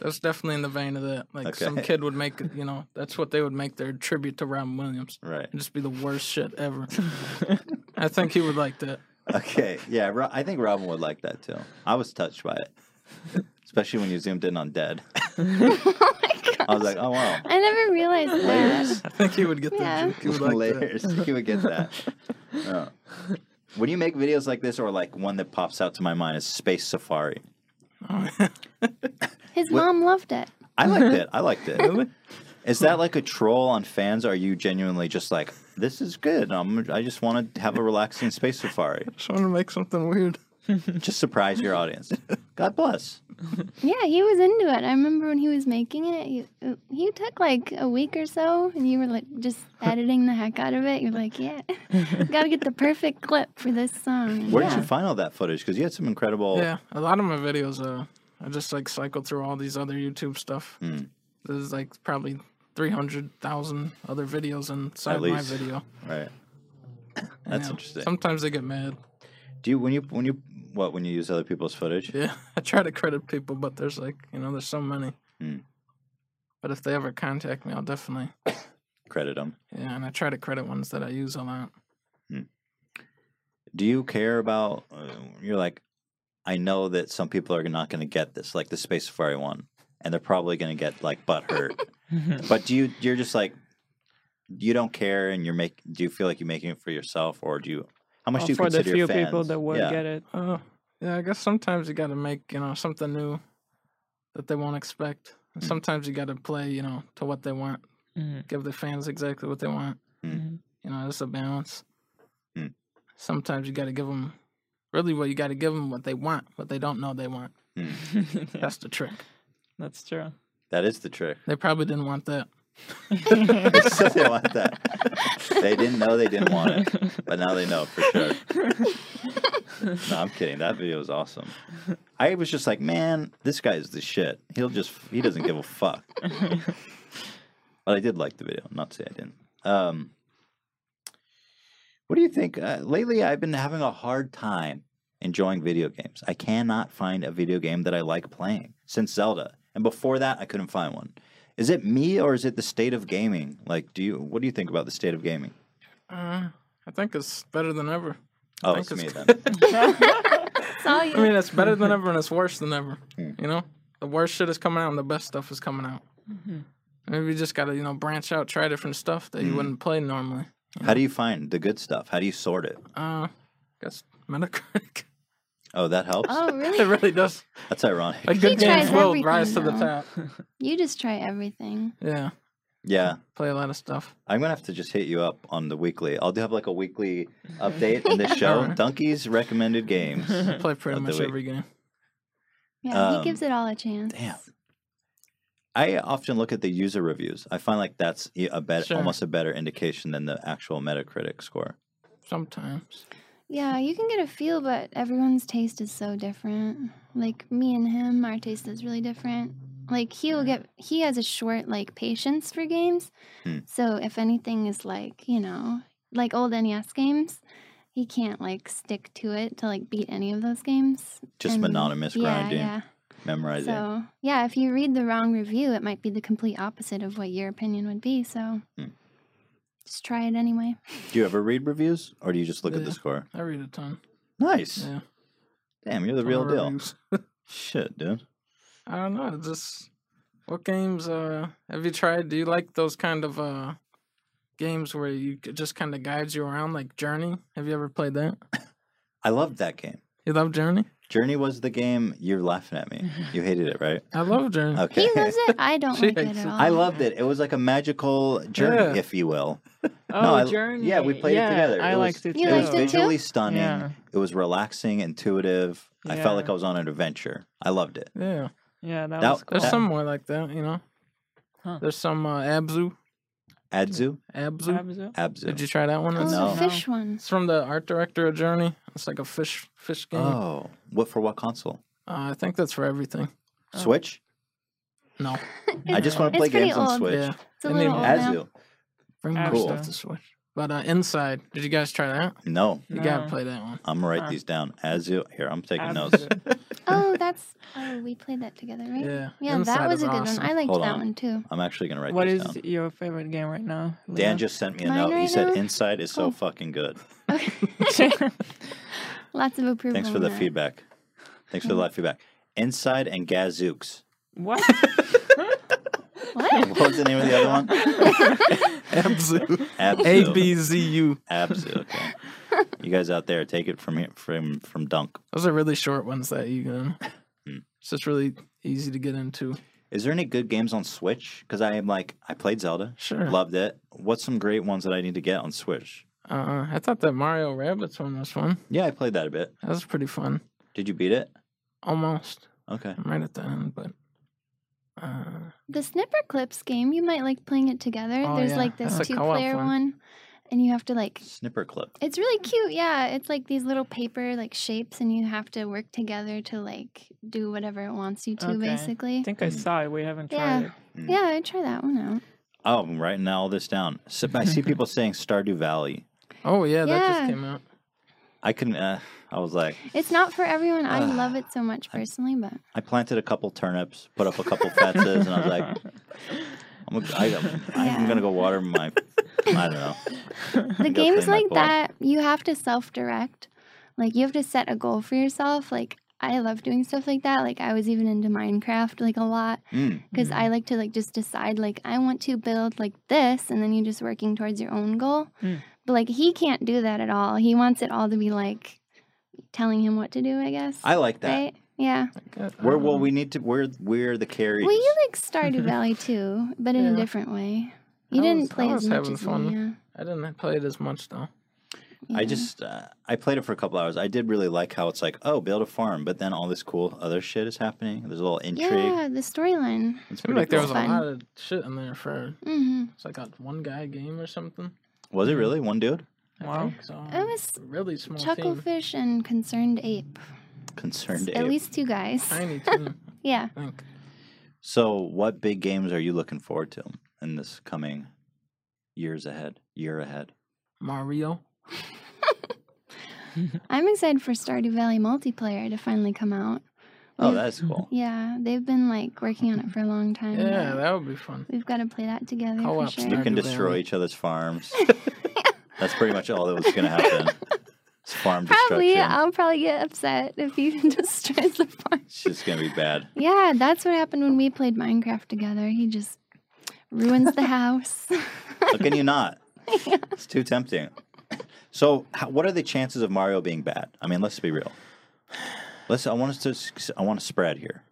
Speaker 3: That's definitely in the vein of that. Like some
Speaker 1: Okay.
Speaker 3: kid would make it. You know, that's what they would make their tribute to Robin Williams.
Speaker 1: Right.
Speaker 3: It'd just be the worst shit ever. I think he would like that.
Speaker 1: Okay. Yeah. Ro- I think Robin would like that too. I was touched by it, especially when you zoomed in on dead.
Speaker 4: oh my gosh.
Speaker 1: I was like, oh wow.
Speaker 4: I never realized that.
Speaker 1: Layers.
Speaker 3: I think he would get
Speaker 4: Yeah.
Speaker 3: the joke. He would like that.
Speaker 1: Layers. You would get that. Yeah. When you make videos like this, or like one that pops out to my mind is Space Safari.
Speaker 3: Oh, yeah.
Speaker 4: His
Speaker 1: What-
Speaker 4: mom loved it.
Speaker 1: I liked it. I liked it. Is that like a troll on fans? Or are you genuinely just like, this is good? I'm, I just want to have a relaxing space safari.
Speaker 3: Just want to make something weird.
Speaker 1: Just surprise your audience. God bless.
Speaker 4: Yeah, he was into it. I remember when he was making it, he, he took like a week or so, and you were like just editing the heck out of it. You're like, yeah, gotta get the perfect clip for this song.
Speaker 1: Where
Speaker 4: yeah.
Speaker 1: did you find all that footage? Because you had some incredible.
Speaker 3: Yeah, a lot of my videos. Uh, I just like cycle through all these other YouTube stuff.
Speaker 1: Hmm.
Speaker 3: There's like probably three hundred thousand other videos inside my
Speaker 1: least.
Speaker 3: video.
Speaker 1: Right.
Speaker 3: I
Speaker 1: That's
Speaker 3: know.
Speaker 1: interesting.
Speaker 3: Sometimes they get mad.
Speaker 1: Do you when you when you what when you use other people's footage?
Speaker 3: Yeah, I try to credit people, but there's like you know, there's so many.
Speaker 1: Hmm.
Speaker 3: But if they ever contact me, I'll definitely.
Speaker 1: Credit them.
Speaker 3: Yeah, and I try to credit ones that I use a lot.
Speaker 1: Do you care about? Uh, you're like, I know that some people are not going to get this, like the space safari one, and they're probably going to get like butt hurt. But do you you're just like you don't care and you're make do you feel like you're making it for yourself or do you how much
Speaker 2: Well,
Speaker 1: do you
Speaker 2: Oh, for the
Speaker 1: consider
Speaker 2: few
Speaker 1: your fans?
Speaker 2: people that would
Speaker 1: yeah.
Speaker 2: get it.
Speaker 3: Uh, yeah, I guess sometimes you got to make you know something new that they won't expect. And
Speaker 1: Hmm.
Speaker 3: Sometimes you got to play you know to what they want.
Speaker 2: Mhm.
Speaker 3: Give the fans exactly what they want.
Speaker 2: Mhm.
Speaker 3: You know, it's a balance.
Speaker 1: Hmm.
Speaker 3: Sometimes you got to give them really what you got to give them what they want, what they don't know they want.
Speaker 2: Yeah,
Speaker 3: That's the trick.
Speaker 2: that's true.
Speaker 1: That is the trick.
Speaker 3: They probably didn't want that.
Speaker 1: They still didn't want that. They didn't know they didn't want it, but now they know for sure. No, I'm kidding. That video was awesome. I was just like, man, this guy's the shit. He'll just he doesn't give a fuck. but I did like the video. Not to say I didn't. Um, what do you think? Uh, lately, I've been having a hard time enjoying video games. I cannot find a video game that I like playing since Zelda, and before that, I couldn't find one. Is it me or is it the state of gaming? Like, do you what do you think about the state of gaming?
Speaker 3: Uh, I think it's better than ever.
Speaker 1: Oh,
Speaker 3: think
Speaker 1: it's me
Speaker 3: it's-
Speaker 1: then.
Speaker 4: It's all
Speaker 3: I
Speaker 4: you.
Speaker 3: mean, it's better than ever and it's worse than ever.
Speaker 1: Hmm.
Speaker 3: You know, the worst shit is coming out and the best stuff is coming out.
Speaker 4: Mm-hmm.
Speaker 3: Maybe you just gotta you know branch out, try different stuff that you
Speaker 1: Hmm.
Speaker 3: wouldn't play normally.
Speaker 1: How do you find the good stuff? How do you sort it?
Speaker 3: Uh, guess Metacritic.
Speaker 1: Oh, that helps.
Speaker 4: Oh,
Speaker 3: it
Speaker 4: really?
Speaker 3: really does.
Speaker 1: That's ironic.
Speaker 3: Like good
Speaker 4: tries
Speaker 3: games will rise to
Speaker 4: everything,
Speaker 3: the
Speaker 4: though.
Speaker 3: top.
Speaker 4: You just try everything.
Speaker 3: Yeah,
Speaker 1: Yeah.
Speaker 3: play a lot of stuff.
Speaker 1: I'm gonna have to just hit you up on the weekly. I'll do have like a weekly update in this show.
Speaker 3: Alright.
Speaker 1: Donkey's recommended games.
Speaker 3: Play pretty
Speaker 1: Of the
Speaker 3: much
Speaker 1: week.
Speaker 3: every game.
Speaker 4: Yeah,
Speaker 1: Um,
Speaker 4: he gives it all a chance.
Speaker 1: damn. I often look at the user reviews. I find like that's e- a better,
Speaker 3: Sure.
Speaker 1: almost a better indication than the actual Metacritic score.
Speaker 3: Sometimes.
Speaker 4: Yeah, you can get a feel, but everyone's taste is so different. Like me and him, our taste is really different. Like he'll get he has a short like patience for games.
Speaker 1: Hmm.
Speaker 4: So if anything is like, you know, like old NES games, he can't like stick to it to like beat any of those games.
Speaker 1: Just
Speaker 4: And-
Speaker 1: monotonous grinding,
Speaker 4: Yeah, yeah.
Speaker 1: memorizing.
Speaker 4: So yeah, if you read the wrong review, it might be the complete opposite of what your opinion would be. So
Speaker 1: Hmm.
Speaker 4: just try it anyway.
Speaker 1: Do you ever read reviews, or do you just look at the
Speaker 3: Yeah.
Speaker 1: score?
Speaker 3: I read a ton.
Speaker 1: Nice.
Speaker 3: Yeah,
Speaker 1: Damn, you're the
Speaker 3: ton
Speaker 1: real
Speaker 3: of
Speaker 1: deal.
Speaker 3: reviews.
Speaker 1: Shit, dude.
Speaker 3: I don't know. it's Just what games uh have you tried? Do you like those kind of uh games where you it just kind of guides you around, like Journey? Have you ever played that?
Speaker 1: I loved that game.
Speaker 3: You love Journey?
Speaker 1: Journey was the game. You're laughing at me. You hated it, right?
Speaker 3: I love Journey.
Speaker 1: Okay.
Speaker 4: He loves it. I don't
Speaker 3: She
Speaker 4: like it
Speaker 3: hates
Speaker 4: at
Speaker 3: it.
Speaker 4: all.
Speaker 1: I loved it. It was like a magical journey,
Speaker 3: Yeah.
Speaker 1: if you will.
Speaker 2: Oh,
Speaker 1: No, I-
Speaker 2: Journey.
Speaker 1: yeah, we played it
Speaker 2: yeah,
Speaker 1: together.
Speaker 2: I
Speaker 1: It was-
Speaker 2: liked it.
Speaker 4: You
Speaker 2: too.
Speaker 1: it was
Speaker 4: liked it too?
Speaker 1: visually stunning.
Speaker 2: Yeah.
Speaker 1: It was relaxing, intuitive. I
Speaker 2: Yeah.
Speaker 1: felt like I was on an adventure. I loved it.
Speaker 3: Yeah.
Speaker 2: Yeah, that,
Speaker 1: That-
Speaker 2: was cool.
Speaker 3: There's
Speaker 1: That-
Speaker 3: some more like that, you know.
Speaker 2: Huh.
Speaker 3: There's some uh, Abzu.
Speaker 1: Abzu,
Speaker 3: Abzu.
Speaker 2: Abzu?
Speaker 1: Abzu.
Speaker 3: Did you try that one?
Speaker 4: Oh,
Speaker 3: It's,
Speaker 1: No.
Speaker 4: the fish one.
Speaker 3: it's from the art director of Journey. It's like a fish fish game. Uh,
Speaker 1: Oh, what for? What console?
Speaker 3: I think that's for everything.
Speaker 2: Oh.
Speaker 1: Switch.
Speaker 3: No.
Speaker 1: I just want
Speaker 4: It's
Speaker 1: to play
Speaker 4: pretty
Speaker 1: games on
Speaker 4: old.
Speaker 1: Switch.
Speaker 3: Yeah.
Speaker 4: It's a
Speaker 3: They
Speaker 4: little
Speaker 3: named it
Speaker 4: old now.
Speaker 1: Abzu.
Speaker 3: Bring more
Speaker 2: Abzu.
Speaker 3: stuff to Switch. But uh, Inside. Did you guys try that?
Speaker 1: No,
Speaker 3: You gotta
Speaker 2: No.
Speaker 3: play that one.
Speaker 1: I'm gonna write
Speaker 2: Huh.
Speaker 1: these down. Azu. Here, I'm taking notes.
Speaker 2: Abzu.
Speaker 4: Oh, that's oh, we played that together, right?
Speaker 3: Yeah.
Speaker 4: Yeah,
Speaker 3: Inside
Speaker 4: that was
Speaker 3: is
Speaker 4: a good
Speaker 3: awesome.
Speaker 4: one. I liked
Speaker 1: Hold
Speaker 4: that
Speaker 1: on.
Speaker 4: one too.
Speaker 1: I'm actually gonna write
Speaker 2: What
Speaker 1: these
Speaker 2: is
Speaker 1: down.
Speaker 2: your favorite game right now?
Speaker 1: Dan just sent me a
Speaker 4: Mine
Speaker 1: note. he
Speaker 4: right
Speaker 1: said,
Speaker 4: now?
Speaker 1: "Inside is so
Speaker 4: Cool.
Speaker 1: fucking good."
Speaker 4: Okay.
Speaker 2: just.
Speaker 4: Lots of approval.
Speaker 1: Thanks for
Speaker 4: on
Speaker 1: the
Speaker 4: that.
Speaker 1: feedback. Thanks for the feedback. Inside and Gazooks.
Speaker 2: what?
Speaker 4: What?
Speaker 1: What was the name of the other one?
Speaker 3: Abzu. A
Speaker 1: Abzu.
Speaker 3: B Z U.
Speaker 1: Abzu. Okay. You guys out there, take it from here, from from Dunk.
Speaker 3: Those are really short ones that you can.
Speaker 1: Hmm.
Speaker 3: It's just really easy to get into.
Speaker 1: Is there any good games on Switch? Because I am like, I played Zelda,
Speaker 3: Sure.
Speaker 1: loved it. What's some great ones that I need to get on Switch?
Speaker 3: Uh, I thought that Mario Rabbits one was fun.
Speaker 1: Yeah, I played that a bit.
Speaker 3: That was pretty fun.
Speaker 1: Did you beat it?
Speaker 3: Almost.
Speaker 1: Okay.
Speaker 3: I'm right at the end, but. Uh,
Speaker 4: The Snipper Clips game, you might like playing it together.
Speaker 3: Oh,
Speaker 4: There's
Speaker 3: yeah.
Speaker 4: like this
Speaker 3: That's a
Speaker 4: two
Speaker 3: co-op
Speaker 4: player
Speaker 3: one.
Speaker 4: one. and you have to like
Speaker 1: Snipper clip.
Speaker 4: it's really cute, yeah. It's like these little paper like shapes and you have to work together to like do whatever it wants you to
Speaker 2: Okay.
Speaker 4: basically.
Speaker 2: I think I saw it. We haven't tried
Speaker 4: Yeah.
Speaker 2: it.
Speaker 4: yeah, I'd try that one out.
Speaker 1: Oh, I'm writing all this down. So, I see people saying Stardew Valley.
Speaker 3: oh yeah, that
Speaker 4: Yeah.
Speaker 3: just came out.
Speaker 1: I can. Uh, I was like,
Speaker 4: It's not for everyone. I
Speaker 1: Ah.
Speaker 4: love it so much personally, but
Speaker 1: I planted a couple turnips, put up a couple fences, and I was like, I'm, a, I, am i am
Speaker 4: Yeah.
Speaker 1: gonna go water my. I don't know.
Speaker 4: the
Speaker 1: Go clean
Speaker 4: games
Speaker 1: my
Speaker 4: like
Speaker 1: pool.
Speaker 4: that you have to self-direct like you have to set a goal for yourself like i love doing stuff like that like i was even into minecraft like a lot
Speaker 1: Mm,
Speaker 4: because i like to like just decide like i want to build like this and then you're just working towards your own goal
Speaker 2: Mm.
Speaker 4: but like he can't do that at all he wants it all to be like telling him what to do i guess
Speaker 1: I like that.
Speaker 4: right yeah
Speaker 3: I got-
Speaker 1: Where
Speaker 3: uh,
Speaker 1: well we need to we're we're the carriers.
Speaker 4: well you like stardew valley too but in
Speaker 3: Yeah.
Speaker 4: a different way you
Speaker 3: I
Speaker 4: didn't
Speaker 3: was- I
Speaker 4: play
Speaker 3: was
Speaker 4: as much
Speaker 3: having
Speaker 4: as
Speaker 3: fun.
Speaker 4: me yeah,
Speaker 3: I didn't play it as much though.
Speaker 1: I
Speaker 4: yeah.
Speaker 1: just uh, I played it for a couple hours. I did really like how it's like oh build a farm, but then all this cool other shit is happening. There's a little intrigue.
Speaker 4: yeah the storyline
Speaker 1: It's
Speaker 3: Seemed
Speaker 1: pretty
Speaker 3: like there was
Speaker 1: cool.
Speaker 3: a
Speaker 4: Fun.
Speaker 3: lot of shit in there for
Speaker 4: mm-hmm
Speaker 3: it's like a one guy game or something.
Speaker 1: Was it really one dude?
Speaker 3: I
Speaker 2: Wow.
Speaker 3: think so.
Speaker 4: It was
Speaker 3: really small team,
Speaker 4: Chucklefish and Concerned Ape.
Speaker 1: Concerned
Speaker 4: At
Speaker 1: ape.
Speaker 4: least two guys.
Speaker 3: tiny team.
Speaker 4: Yeah.
Speaker 3: I think.
Speaker 1: So what big games are you looking forward to in this coming years ahead? Year ahead.
Speaker 3: Mario.
Speaker 4: I'm excited for Stardew Valley multiplayer to finally come out.
Speaker 1: Oh,
Speaker 4: We've-
Speaker 1: that's cool.
Speaker 4: Yeah, they've been like working on it for a long time.
Speaker 3: Yeah,
Speaker 4: but
Speaker 3: that would be fun.
Speaker 4: We've got to play that together
Speaker 3: Co-op
Speaker 4: for sure.
Speaker 1: You
Speaker 3: stuff.
Speaker 1: can
Speaker 3: Stardew
Speaker 1: destroy
Speaker 3: Valley.
Speaker 1: each other's farms. That's pretty much all that was going to happen. It's farm
Speaker 4: Probably,
Speaker 1: destruction.
Speaker 4: I'll probably get upset if he destroys the farm.
Speaker 1: It's just going to be bad.
Speaker 4: Yeah, that's what happened when we played Minecraft together. He just ruins the house.
Speaker 1: How can you not? It's too tempting. So, how, what are the chances of Mario being bad? I mean, let's be real. Let's. I want us to. s- I want to spread here.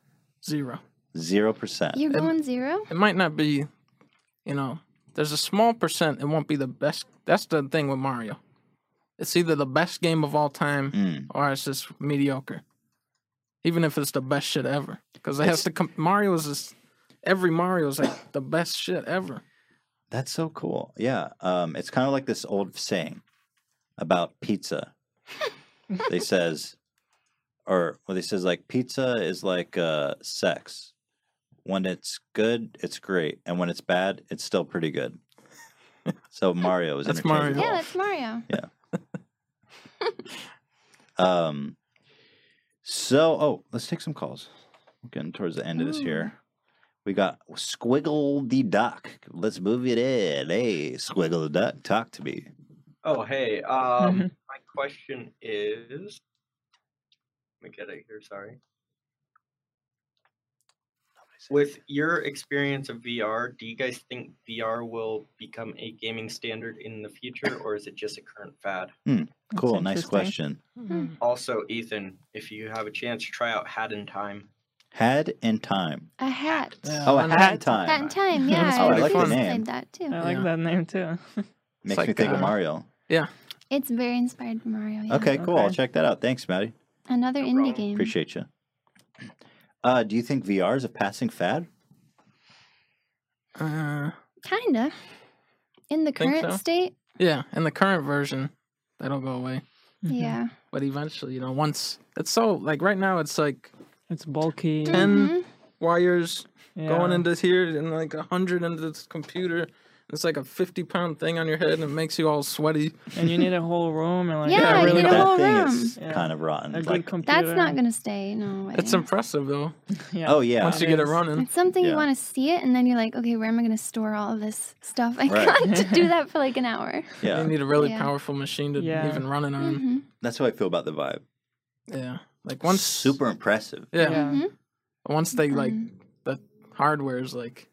Speaker 3: Zero.
Speaker 1: Zero percent.
Speaker 4: You're going zero?
Speaker 3: It might not be, you know. There's a small percent. It won't be the best. That's the thing with Mario. It's either the best game of all time
Speaker 1: Mm.
Speaker 3: or it's just mediocre. Even if it's the best shit ever, because it has to come. Mario is just every Mario is like the best shit ever.
Speaker 1: That's so cool. Yeah. Um, it's kind of like this old saying about pizza. they says, or well, they says like pizza is like uh, sex. When it's good, it's great, and when it's bad, it's still pretty good. So Mario is
Speaker 3: That's Mario.
Speaker 1: interchangeable.
Speaker 4: Yeah, that's Mario.
Speaker 1: Um, so, oh, let's take some calls. We're getting towards the end of this here. We got Squiggle the Duck. Let's move it in. Hey, Squiggle the Duck, talk to me.
Speaker 8: Oh, hey. Um, my question is. Let me get it here. Sorry. With your experience of VR, do you guys think VR will become a gaming standard in the future, or is it just a current fad?
Speaker 2: That's
Speaker 1: Cool, nice
Speaker 2: interesting.
Speaker 1: question.
Speaker 8: Also, Ethan, if you have a chance, try out Hat in Time.
Speaker 1: Had and time.
Speaker 4: A hat.
Speaker 3: Yeah,
Speaker 1: Oh,
Speaker 3: I
Speaker 1: a hat
Speaker 3: know.
Speaker 1: in
Speaker 4: That in
Speaker 1: time.
Speaker 4: time,
Speaker 3: That
Speaker 4: yeah.
Speaker 3: was
Speaker 1: Oh, I
Speaker 4: I
Speaker 1: like the
Speaker 4: played
Speaker 1: name.
Speaker 4: that too.
Speaker 2: I like
Speaker 3: Yeah.
Speaker 2: that name too.
Speaker 1: Makes me
Speaker 3: like,
Speaker 1: think of
Speaker 3: uh,
Speaker 1: Mario.
Speaker 4: It's very inspired by Mario. yeah. Mm.
Speaker 1: Okay, cool. I'll
Speaker 2: okay.
Speaker 1: check that out. Thanks, Maddie.
Speaker 4: Another
Speaker 8: No
Speaker 4: indie
Speaker 8: problem.
Speaker 4: game.
Speaker 1: Appreciate you. Uh, do you think VR is a passing fad?
Speaker 3: Uh,
Speaker 4: Kinda. In the
Speaker 3: Think
Speaker 4: current
Speaker 3: so?
Speaker 4: state?
Speaker 3: yeah, in the current version, that'll go away.
Speaker 2: Mhm.
Speaker 4: Yeah.
Speaker 3: But eventually, you know, once it's so like right now, it's like
Speaker 2: It's bulky.
Speaker 3: Ten
Speaker 4: Mhm.
Speaker 3: wires going
Speaker 2: yeah.
Speaker 3: into here and like a hundred into this computer. It's like a fifty pound thing on your head and it makes you all sweaty.
Speaker 2: and you need a whole room and like
Speaker 4: Yeah,
Speaker 3: Yeah, you really need a
Speaker 1: that
Speaker 4: whole
Speaker 1: thing
Speaker 4: room.
Speaker 1: is
Speaker 2: Yeah.
Speaker 1: kind of rotten.
Speaker 2: a good
Speaker 1: Like,
Speaker 2: computer.
Speaker 4: That's not gonna stay, no way.
Speaker 3: It's impressive though.
Speaker 2: Yeah.
Speaker 1: oh yeah,
Speaker 3: Once you get it
Speaker 2: Yes.
Speaker 3: running.
Speaker 4: It's something
Speaker 1: Yeah.
Speaker 4: you want to see it, and then you're like, okay, where am I going to store all of this stuff? I
Speaker 1: Right.
Speaker 4: got to do that for like an hour.
Speaker 1: yeah.
Speaker 3: You need a really
Speaker 4: Yeah.
Speaker 3: powerful machine to
Speaker 2: Yeah.
Speaker 3: even run it on.
Speaker 4: hmm
Speaker 1: That's how I feel about the vibe.
Speaker 3: Yeah. Like
Speaker 1: One's
Speaker 3: once
Speaker 1: super impressive.
Speaker 3: Yeah.
Speaker 2: Yeah.
Speaker 4: hmm
Speaker 3: Once they like
Speaker 4: Mhm.
Speaker 3: the hardware's like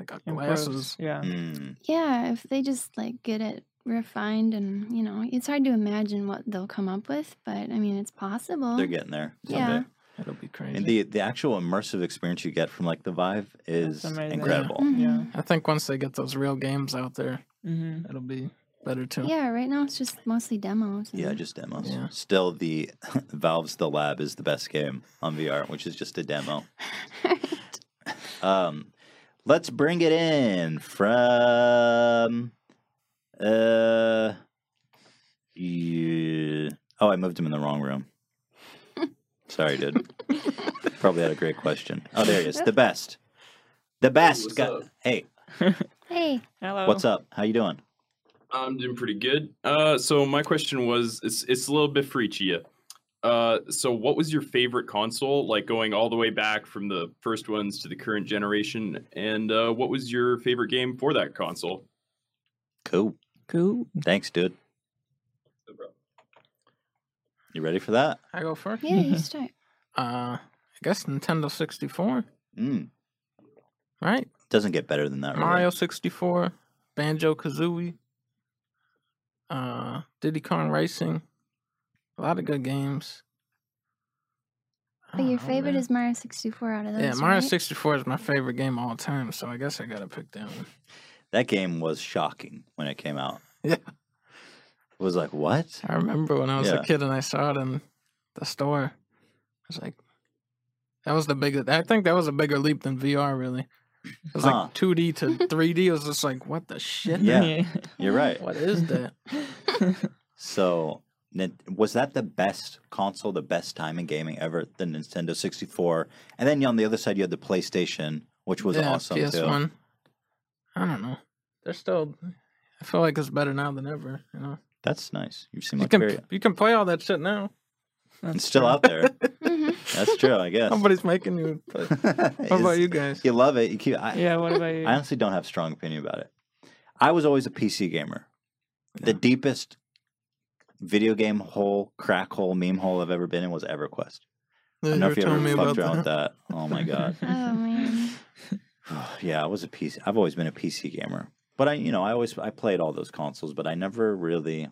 Speaker 3: like a
Speaker 2: Improves.
Speaker 3: glasses.
Speaker 2: Yeah.
Speaker 1: Mm,
Speaker 4: Yeah, if they just like get it refined, and you know, it's hard to imagine what they'll come up with, but I mean, it's possible.
Speaker 1: they're getting there.
Speaker 4: Yeah.
Speaker 1: someday.
Speaker 3: It'll be crazy.
Speaker 1: And the the actual immersive experience you get from like the vibe is
Speaker 2: amazing.
Speaker 1: incredible.
Speaker 4: Mhm.
Speaker 2: Yeah.
Speaker 3: I think once they get those real games out there,
Speaker 2: Mm-hmm.
Speaker 3: it'll be better too.
Speaker 4: Yeah, right now it's just mostly demos.
Speaker 1: Yeah,
Speaker 4: and-
Speaker 1: just demos.
Speaker 3: Yeah.
Speaker 1: Still, the Valve's The Lab is the best game on VR, which is just a demo. um, let's bring it in from. Uh, yeah. Oh, I moved him in the wrong room. Sorry, dude. Probably had a great question. Oh, there it is. The best. The best.
Speaker 9: what's
Speaker 1: guy-
Speaker 9: up? Oh.
Speaker 1: Hey,
Speaker 4: hey,
Speaker 2: Hello.
Speaker 1: what's up? How you doing?
Speaker 9: I'm doing pretty good. Uh, so my question was, it's it's a little bit for each of you. Uh, so what was your favorite console, like going all the way back from the first ones to the current generation, and uh, what was your favorite game for that console?
Speaker 1: Cool.
Speaker 2: Cool.
Speaker 1: Thanks, dude. You ready for that?
Speaker 3: I go first.
Speaker 4: yeah, you start.
Speaker 3: Uh I guess Nintendo sixty four,
Speaker 1: Mm.
Speaker 3: right?
Speaker 1: Doesn't get better than that, really.
Speaker 3: Mario 64, Banjo Kazooie, uh, Diddy Kong Racing. A lot of good games. I
Speaker 4: But
Speaker 3: don't
Speaker 4: your
Speaker 3: know,
Speaker 4: favorite
Speaker 3: Oh, man.
Speaker 4: is Mario 64 out of those.
Speaker 3: Yeah, Mario
Speaker 4: right?
Speaker 3: 64 is my favorite game all time, so I guess I gotta pick that one.
Speaker 1: That game was shocking when it came out.
Speaker 3: Yeah.
Speaker 1: It was like, what?
Speaker 3: I remember when I was
Speaker 1: Yeah.
Speaker 3: a kid and I saw it in the store. I was like, that was the biggest. I think that was a bigger leap than VR, really. It was
Speaker 1: Huh.
Speaker 3: like 2D to 3D. It was just like, what the shit?
Speaker 1: Yeah. You're right.
Speaker 3: What is that?
Speaker 1: So, Nin- was that the best console, the best time in gaming ever? The Nintendo 64. And then on the other side, you had the PlayStation, which was awesome, too.
Speaker 3: PS1. I don't know. They're still. I feel like it's better now than ever. You know,
Speaker 1: That's nice. You seem
Speaker 3: you
Speaker 1: like
Speaker 3: can
Speaker 1: very.
Speaker 3: you can play all that shit now.
Speaker 1: It's still out there.
Speaker 4: Mhm.
Speaker 1: That's true, I guess.
Speaker 3: Nobody's making you. Play. What about
Speaker 1: It's-
Speaker 3: you guys?
Speaker 1: You love it. You keep. I,
Speaker 2: Yeah. What about you?
Speaker 1: I honestly don't have a strong opinion about it. I was always a PC gamer. The
Speaker 3: Yeah.
Speaker 1: deepest video game hole, crack hole, meme hole I've ever been in was EverQuest. I
Speaker 3: Yeah,
Speaker 1: don't
Speaker 3: you
Speaker 1: know
Speaker 3: were
Speaker 1: if you ever
Speaker 3: telling me
Speaker 1: fucked
Speaker 3: about
Speaker 1: around with that. Oh my god.
Speaker 4: Oh man.
Speaker 1: yeah, I was a PC. I've always been a PC gamer, but I, you know, I always I played all those consoles, but I never really.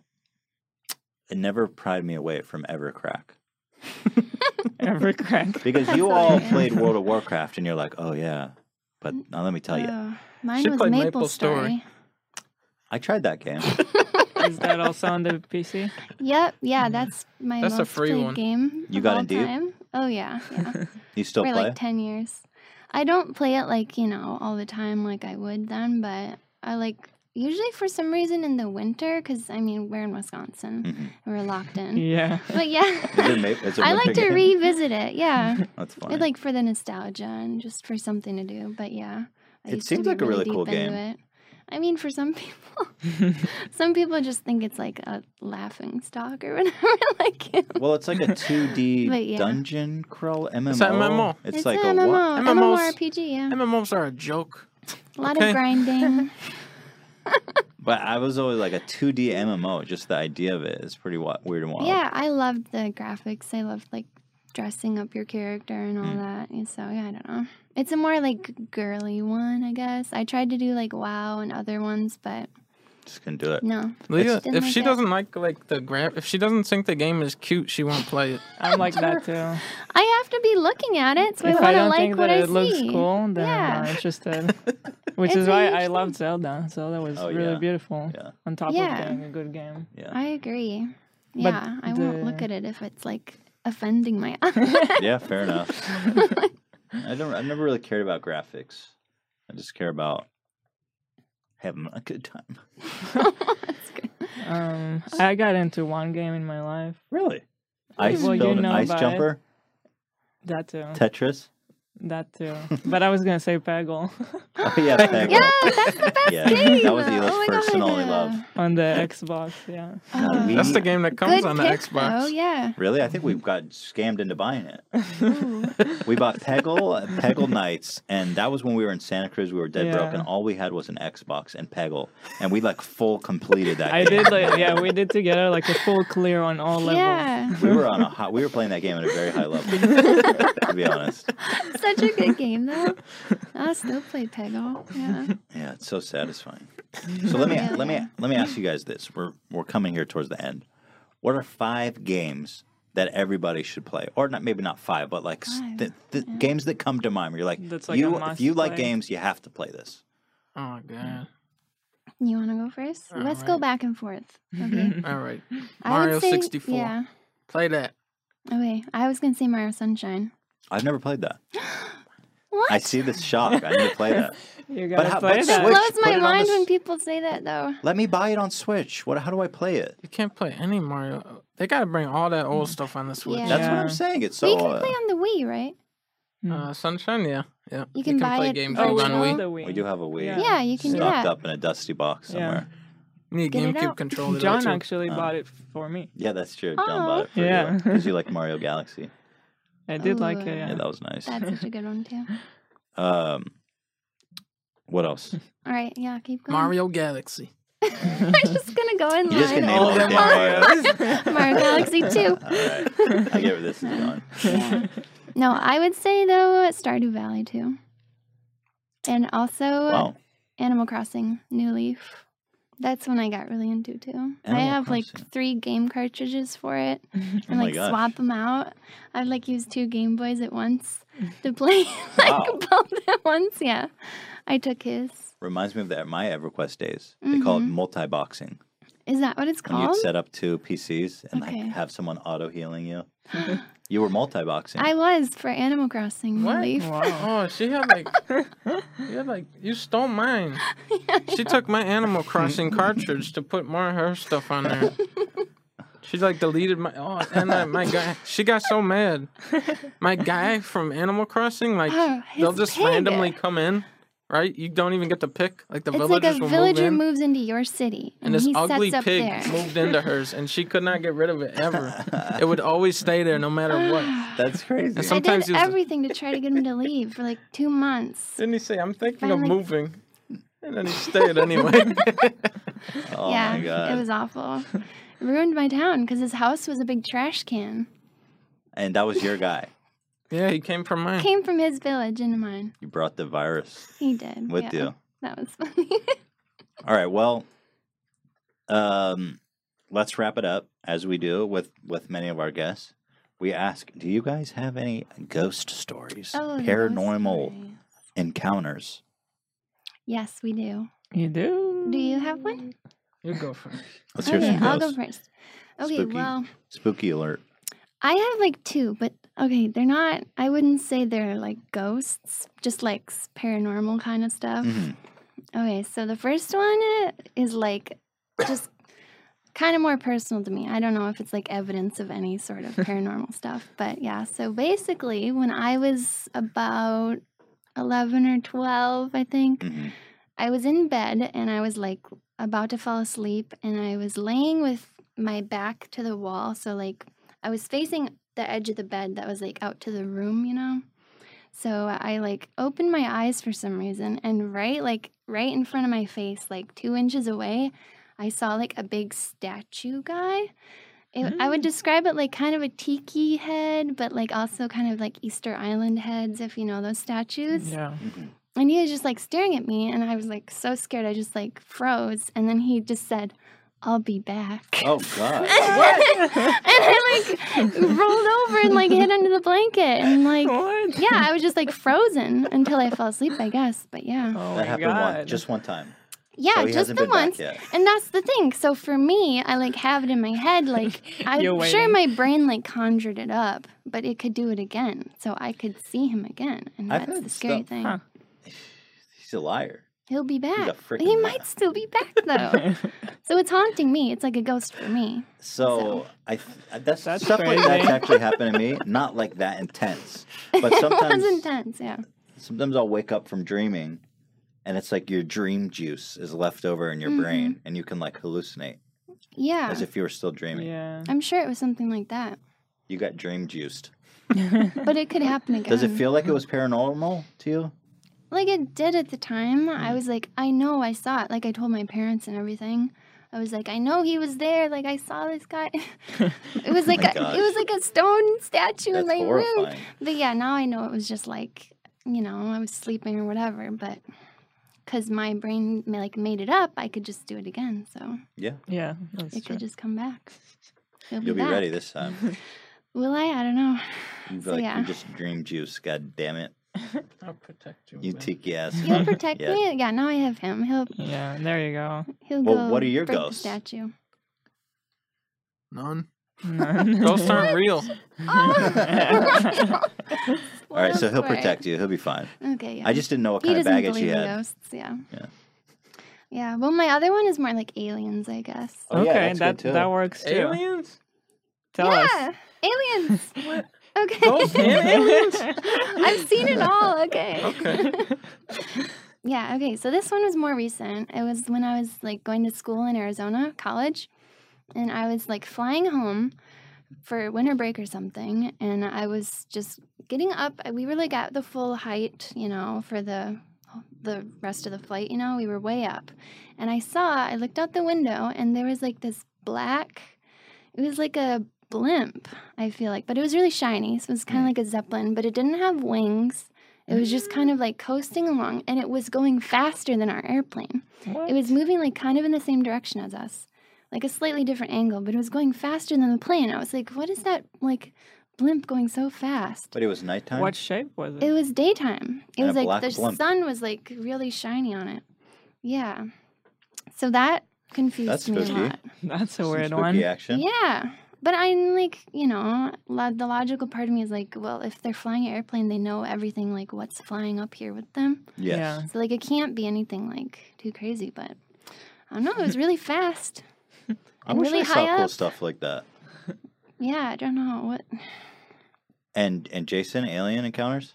Speaker 1: It never pried me away from EverCrack
Speaker 2: Ever crack?
Speaker 1: because you
Speaker 4: That's
Speaker 1: all
Speaker 4: hilarious.
Speaker 1: played World of Warcraft and you're like, oh yeah, but now let me tell you,
Speaker 4: Oh, mine
Speaker 3: Should
Speaker 4: was
Speaker 3: play
Speaker 4: Maple,
Speaker 3: Maple Story.
Speaker 4: Story.
Speaker 1: I tried that game.
Speaker 2: Is that also on the PC?
Speaker 4: Yep, yeah, that's my
Speaker 3: Mm-hmm. That's a
Speaker 4: most
Speaker 3: free
Speaker 4: played
Speaker 3: one.
Speaker 4: game.
Speaker 1: You
Speaker 4: of
Speaker 1: got
Speaker 4: all
Speaker 1: in deep?
Speaker 4: time. Oh yeah, yeah.
Speaker 1: You still
Speaker 4: for
Speaker 1: play?
Speaker 4: like ten years. I don't play it like you know all the time like I would then, but I like usually for some reason in the winter because I mean we're in Wisconsin,
Speaker 1: Mhm.
Speaker 4: and we're locked in.
Speaker 2: Yeah.
Speaker 4: But
Speaker 1: Is it
Speaker 4: yeah,
Speaker 1: ma- it's a
Speaker 4: I
Speaker 1: winter
Speaker 4: like to
Speaker 1: game?
Speaker 4: revisit it. Yeah,
Speaker 1: That's funny.
Speaker 4: It, like for the nostalgia and just for something to do. But yeah, I
Speaker 1: It
Speaker 4: used to
Speaker 1: seems
Speaker 4: be
Speaker 1: like a really
Speaker 4: deep
Speaker 1: cool
Speaker 4: into
Speaker 1: game.
Speaker 4: It. I mean, for some people, some people just think it's like a laughing stock or whatever. like,
Speaker 1: Well, it's like a 2D
Speaker 4: But yeah.
Speaker 1: dungeon crawl MMO.
Speaker 3: It's a MMO.
Speaker 1: It's,
Speaker 4: it's
Speaker 1: like
Speaker 4: an
Speaker 1: a what?
Speaker 4: MMO,
Speaker 3: MMOs.
Speaker 4: MMORPG. Yeah,
Speaker 3: MMOs are a joke.
Speaker 4: a lot
Speaker 3: okay.
Speaker 4: of grinding.
Speaker 1: But I was always like a 2D MMO. Just the idea of it is pretty wa- weird and wild.
Speaker 4: yeah, I loved the graphics. I loved like dressing up your character and all
Speaker 1: Mm.
Speaker 4: that. And so yeah, I don't know. It's a more like girly one, I guess. I tried to do like WoW and other ones, but
Speaker 1: Just couldn't do it.
Speaker 4: No.
Speaker 3: Leah,
Speaker 4: Didn't
Speaker 3: if
Speaker 4: like
Speaker 3: she
Speaker 4: it.
Speaker 3: doesn't like like the gra- if she doesn't think the game is cute, she won't play it.
Speaker 2: I'm like that too.
Speaker 4: I have to be looking at it, so
Speaker 2: if
Speaker 4: I
Speaker 2: I
Speaker 4: want to
Speaker 2: don't
Speaker 4: like
Speaker 2: think
Speaker 4: what
Speaker 2: that
Speaker 4: I
Speaker 2: it looks
Speaker 4: see.
Speaker 2: cool, then I'm
Speaker 4: Yeah.
Speaker 2: not interested. Which
Speaker 4: It's
Speaker 2: is why
Speaker 4: a
Speaker 2: I
Speaker 4: huge
Speaker 2: love Zelda. Zelda was
Speaker 1: Oh,
Speaker 2: really
Speaker 1: yeah.
Speaker 2: beautiful.
Speaker 1: Yeah.
Speaker 2: On top
Speaker 4: Yeah.
Speaker 2: of being a good game.
Speaker 1: Yeah.
Speaker 4: I agree. Yeah, I won't look
Speaker 2: the-
Speaker 4: at it if it's like offending my eye.
Speaker 1: Yeah, fair enough. I don't. I never really cared about graphics. I just care about having a good time.
Speaker 4: That's good.
Speaker 2: Um, I got into one game in my life.
Speaker 1: Really? Ice
Speaker 2: Well, you
Speaker 1: building,
Speaker 2: know
Speaker 1: ice
Speaker 2: about it.
Speaker 1: jumper,
Speaker 2: That too.
Speaker 1: Tetris.
Speaker 2: That too. But I was gonna say Peggle
Speaker 1: Oh yeah, Peggle.
Speaker 4: Yeah, that's the best
Speaker 1: Yeah,
Speaker 4: game.
Speaker 1: that was the
Speaker 4: oh my
Speaker 1: first and
Speaker 4: God.
Speaker 1: only love.
Speaker 2: on the Xbox. Yeah.
Speaker 1: God, we-
Speaker 3: That's the game that comes
Speaker 4: Good
Speaker 3: on the
Speaker 4: pick,
Speaker 3: Xbox.
Speaker 4: though, Oh, yeah.
Speaker 1: Really, I think we've got scammed into buying it. We bought Peggle, Peggle Nights, and that was when we were in Santa Cruz. We were dead broke,
Speaker 2: Yeah.
Speaker 1: and all we had was an Xbox and Peggle, and we like full completed that.
Speaker 2: I
Speaker 1: game.
Speaker 2: did like yeah, we did together like a full clear on all levels.
Speaker 4: Yeah,
Speaker 1: We were on a high, we were playing that game at a very high level. to be honest,
Speaker 4: such a good game though. I still play Peggle. Yeah.
Speaker 1: yeah, it's so satisfying. So let me
Speaker 4: Yeah.
Speaker 1: let me let me ask you guys this: we're we're coming here towards the end. What are five games that everybody should play, or not maybe not five, but like s-
Speaker 4: Five,
Speaker 1: the, the games that come to mind? Where you're like,
Speaker 2: That's like a
Speaker 1: you if
Speaker 2: must
Speaker 1: you like
Speaker 2: play.
Speaker 1: games, you have to play this.
Speaker 3: Oh god.
Speaker 4: You want to go first? let Let's go
Speaker 3: Alright.
Speaker 4: back and forth. Okay.
Speaker 3: All right.
Speaker 4: I would
Speaker 3: Mario
Speaker 4: say-
Speaker 3: 64.
Speaker 4: Yeah.
Speaker 3: Play that.
Speaker 4: Okay. I was gonna say Mario Sunshine.
Speaker 1: I've never played that.
Speaker 4: What?
Speaker 1: I see this shock. I need to play that.
Speaker 2: You
Speaker 1: But
Speaker 2: gotta
Speaker 1: how-
Speaker 2: play
Speaker 1: but
Speaker 4: that
Speaker 2: that.
Speaker 1: Switch,
Speaker 4: blows
Speaker 1: put it
Speaker 4: my
Speaker 1: on
Speaker 4: mind
Speaker 1: the s-
Speaker 4: when people say that though.
Speaker 1: Let me buy it on Switch. What? How do I play it?
Speaker 3: You can't play any Mario. They gotta bring all that old stuff on the Switch.
Speaker 4: Mm. Yeah.
Speaker 1: That's what
Speaker 2: Yeah.
Speaker 1: I'm saying. It's
Speaker 4: But you
Speaker 1: so.
Speaker 4: can
Speaker 1: Uh,
Speaker 4: play on the Wii, right?
Speaker 3: Uh, Sunshine, yeah, yeah.
Speaker 4: You can buy
Speaker 3: play
Speaker 4: it
Speaker 3: games
Speaker 4: Oh,
Speaker 3: GameCube
Speaker 4: we
Speaker 3: on
Speaker 4: know
Speaker 3: Wii.
Speaker 4: that-
Speaker 1: we do have a Wii.
Speaker 2: Yeah.
Speaker 4: Yeah, you can do
Speaker 1: Stocked
Speaker 4: that.
Speaker 1: up in a dusty box
Speaker 2: Yeah.
Speaker 1: somewhere.
Speaker 3: Need
Speaker 4: Get it
Speaker 3: GameCube
Speaker 4: out.
Speaker 3: controller.
Speaker 2: John
Speaker 3: too.
Speaker 2: actually
Speaker 1: Uh,
Speaker 2: bought it for me.
Speaker 1: Yeah, that's true. John
Speaker 4: Aw.
Speaker 1: bought it for
Speaker 2: Yeah.
Speaker 1: because you like Mario Galaxy.
Speaker 2: I did like it.
Speaker 4: Ooh.
Speaker 1: Yeah,
Speaker 2: Yeah.
Speaker 1: that was nice.
Speaker 4: That's such a good one too.
Speaker 1: Um, what else?
Speaker 4: All right. Yeah. Keep going.
Speaker 3: Mario Galaxy.
Speaker 4: I'm just gonna go in
Speaker 1: You just
Speaker 4: line.
Speaker 1: can name all the damn Mario's.
Speaker 4: Mario Galaxy 2.
Speaker 1: All right, I get where this is going.
Speaker 4: Yeah. No, I would say though Stardew Valley too, and also
Speaker 1: Wow,
Speaker 4: Animal Crossing New Leaf. That's when I got really into too. I
Speaker 1: Animal
Speaker 4: have
Speaker 1: Crossing.
Speaker 4: like three game cartridges for it,
Speaker 1: oh
Speaker 4: and
Speaker 1: my
Speaker 4: like
Speaker 1: gosh.
Speaker 4: swap them out. I'd like use two Game Boys at once to play like
Speaker 1: Wow.
Speaker 4: both at once. Yeah, I took his.
Speaker 1: Reminds me of that my EverQuest days. They call
Speaker 4: Mm-hmm.
Speaker 1: it multi-boxing.
Speaker 4: Is that what it's
Speaker 1: When you'd
Speaker 4: called?
Speaker 1: set up two PCs and
Speaker 4: Oh. Okay.
Speaker 1: like have someone auto healing you. you were multi-boxing.
Speaker 4: I was for Animal Crossing New
Speaker 3: What?
Speaker 4: Leaf.
Speaker 3: Oh, she had like, you had like, you stole mine. She took my Animal Crossing cartridge to put more of her stuff on there. She like deleted my oh and uh, my guy. She got so mad. My guy from Animal Crossing like
Speaker 4: Oh,
Speaker 3: they'll
Speaker 4: his
Speaker 3: just
Speaker 4: pig.
Speaker 3: randomly come in, right? You don't even get to pick. Like the
Speaker 4: It's like
Speaker 3: villagers
Speaker 4: a
Speaker 3: will move
Speaker 4: villager
Speaker 3: in.
Speaker 4: moves into your city,
Speaker 3: and
Speaker 4: and,
Speaker 3: this
Speaker 4: he
Speaker 3: ugly
Speaker 4: sets up
Speaker 3: pig
Speaker 4: there.
Speaker 3: moved into hers, and she could not get rid of it ever. it would always stay there no matter what.
Speaker 1: That's crazy.
Speaker 3: And sometimes
Speaker 4: I
Speaker 3: he
Speaker 4: did
Speaker 3: was,
Speaker 4: everything to try to get him to leave for like two months.
Speaker 3: didn't he say, "I'm thinking
Speaker 4: Finally-
Speaker 3: of moving," and then he stayed anyway.
Speaker 1: Oh
Speaker 4: yeah,
Speaker 1: my god.
Speaker 4: it was awful. It ruined my town because his house was a big trash can.
Speaker 1: And that was your guy.
Speaker 3: yeah, he came from mine.
Speaker 4: Came from his village into mine.
Speaker 1: You brought the virus
Speaker 4: He did.
Speaker 1: with
Speaker 4: yeah.
Speaker 1: you.
Speaker 4: That was funny.
Speaker 1: All right. Well, um, let's wrap it up as we do with with many of our guests. We ask, do you guys have any ghost stories,
Speaker 4: Oh, those
Speaker 1: paranormal
Speaker 4: stories.
Speaker 1: encounters?
Speaker 4: Yes, we do.
Speaker 2: You do.
Speaker 4: Do you have one?
Speaker 3: You go first.
Speaker 1: Let's hear
Speaker 4: Okay,
Speaker 1: some
Speaker 4: I'll go
Speaker 1: ghosts.
Speaker 4: first. Okay,
Speaker 1: Spooky.
Speaker 4: well,
Speaker 1: Spooky alert.
Speaker 4: I have like two, but okay, they're not. I wouldn't say they're like ghosts, just like s- paranormal kind of stuff.
Speaker 1: Mhm.
Speaker 4: Okay, so the first one uh, is like just kind of more personal to me. I don't know if it's like evidence of any sort of paranormal stuff, but yeah. So basically, when I was about 11 or 12, I think,
Speaker 1: Mhm.
Speaker 4: I was in bed and I was like about to fall asleep and I was laying with my back to the wall. So, like, I was facing the edge of the bed that was like out to the room, you know? So I like opened my eyes for some reason and right, like, right in front of my face, like two inches away, I saw like a big statue guy. It, I would describe it like kind of a tiki head, but like also kind of like Easter Island heads, if you know those statues
Speaker 2: Yeah.
Speaker 4: and he was just like staring at me, and I was like so scared. I just like froze, and then he just said, "I'll be back."
Speaker 1: Oh God.
Speaker 4: and I like rolled over and like hid under the blanket and like yeah, I was just like frozen until I fell asleep, I guess. But yeah,
Speaker 2: Oh
Speaker 1: that happened one, just one time.
Speaker 4: yeah,
Speaker 1: Oh. So he
Speaker 4: just
Speaker 1: hasn't
Speaker 4: the
Speaker 1: been back
Speaker 4: once.
Speaker 1: yet.
Speaker 4: And that's the thing. So for me, I like have it in my head. Like I'm
Speaker 2: You're
Speaker 4: sure
Speaker 2: waiting.
Speaker 4: my brain like conjured it up, but it could do it again. So I could see him again, and
Speaker 1: I've
Speaker 4: that's
Speaker 1: heard
Speaker 4: the scary
Speaker 1: stuff-
Speaker 4: thing.
Speaker 2: Huh.
Speaker 1: He's a liar.
Speaker 4: He'll be back.
Speaker 1: freaking
Speaker 4: He
Speaker 1: liar.
Speaker 4: might still be back though. so it's haunting me. It's like a ghost for me.
Speaker 1: So I th- that's,
Speaker 2: That's
Speaker 1: stuff like that's
Speaker 2: crazy.
Speaker 1: actually happened to me. Not like that intense, but
Speaker 4: it
Speaker 1: sometimes
Speaker 4: was intense. Yeah.
Speaker 1: sometimes I'll wake up from dreaming, and it's like your dream juice is left over in your
Speaker 4: Mhm.
Speaker 1: brain, and you can like hallucinate
Speaker 4: Yeah.
Speaker 1: as if you were still dreaming.
Speaker 2: Yeah.
Speaker 4: I'm sure it was something like that.
Speaker 1: You got dream juiced.
Speaker 4: But it could happen again.
Speaker 1: Does it feel like it was paranormal to you?
Speaker 4: like it did at the time?
Speaker 1: Mm.
Speaker 4: I was like, I know I saw it. Like I told my parents and everything. I was like, I know he was there. Like I saw this guy. it was like
Speaker 1: Oh my
Speaker 4: a,
Speaker 1: gosh.
Speaker 4: it was like a stone statue in
Speaker 1: That's
Speaker 4: my room.
Speaker 1: horrifying.
Speaker 4: But yeah, now I know it was just like you know I was sleeping or whatever. But because my brain ma- like made it up, I could just do it again. So
Speaker 2: Yeah. That's
Speaker 4: it
Speaker 2: true.
Speaker 4: could just come back. It'll
Speaker 1: You'll be ready
Speaker 4: back.
Speaker 1: this time.
Speaker 4: Will I? I don't know.
Speaker 1: You'd be
Speaker 4: So
Speaker 1: like,
Speaker 4: yeah.
Speaker 1: you just dream juice. God damn it,
Speaker 3: I'll protect
Speaker 1: you tiki ass.
Speaker 4: He'll protect
Speaker 1: Yeah.
Speaker 4: me. Yeah, now I have him. He'll
Speaker 2: Yeah. There you go.
Speaker 4: he'll
Speaker 1: Well,
Speaker 4: go.
Speaker 1: what are your
Speaker 4: break the
Speaker 1: ghosts?
Speaker 4: Statue.
Speaker 3: None.
Speaker 2: None.
Speaker 3: Ghosts aren't real.
Speaker 4: Oh.
Speaker 1: All right, so he'll protect you. He'll be fine.
Speaker 4: Okay. Yeah.
Speaker 1: I just didn't know what
Speaker 4: he
Speaker 1: kind of
Speaker 4: doesn't
Speaker 1: baggage
Speaker 4: believe
Speaker 1: you
Speaker 4: in
Speaker 1: had.
Speaker 4: ghosts. Yeah.
Speaker 1: Yeah.
Speaker 4: Yeah. Well, my other one is more like aliens, I guess.
Speaker 1: Oh, yeah,
Speaker 2: okay,
Speaker 1: that's good
Speaker 2: that
Speaker 1: too.
Speaker 2: that works too.
Speaker 3: Aliens?
Speaker 2: Tell
Speaker 4: yeah, aliens. okay.
Speaker 3: Ghosts and aliens?
Speaker 4: I've seen it all. Okay. Okay. yeah. Okay. So this one was more recent. It was when I was like going to school in Arizona, college, and I was like flying home for winter break or something, and I was just getting up. We were like at the full height, you know, for the the rest of the flight. You know, we were way up, and I saw. I looked out the window, and there was like this black. It was like a blimp, I feel like, but it was really shiny. So it was kind of like a zeppelin, but it didn't have wings. It was just kind of like coasting along, and it was going faster than our airplane. It was moving like kind of in the same direction as us, like a slightly different angle, but it was going faster than the plane. I was like, "What is that like blimp going so fast?"
Speaker 1: But it was nighttime.
Speaker 2: What shape was it?
Speaker 4: It was daytime. It
Speaker 1: And
Speaker 4: was
Speaker 1: a
Speaker 4: like
Speaker 1: black
Speaker 4: the
Speaker 1: blimp.
Speaker 4: sun was like really shiny on it. Yeah, so that confused
Speaker 1: That's
Speaker 4: me a
Speaker 1: spooky.
Speaker 4: lot.
Speaker 2: That's a
Speaker 1: Some
Speaker 2: weird
Speaker 1: spooky
Speaker 2: one.
Speaker 1: action.
Speaker 4: Yeah. But I'm like, you know, lo- the logical part of me is like, well, if they're flying an airplane, they know everything, like what's flying up here with them.
Speaker 1: Yes.
Speaker 2: Yeah.
Speaker 4: So, like, it can't be anything like too crazy, but I don't know. It was really fast.
Speaker 1: I
Speaker 4: And
Speaker 1: wish
Speaker 4: really
Speaker 1: I saw
Speaker 4: high
Speaker 1: cool
Speaker 4: up.
Speaker 1: stuff like that.
Speaker 4: Yeah, I don't know. What?
Speaker 1: And and Jason, alien encounters.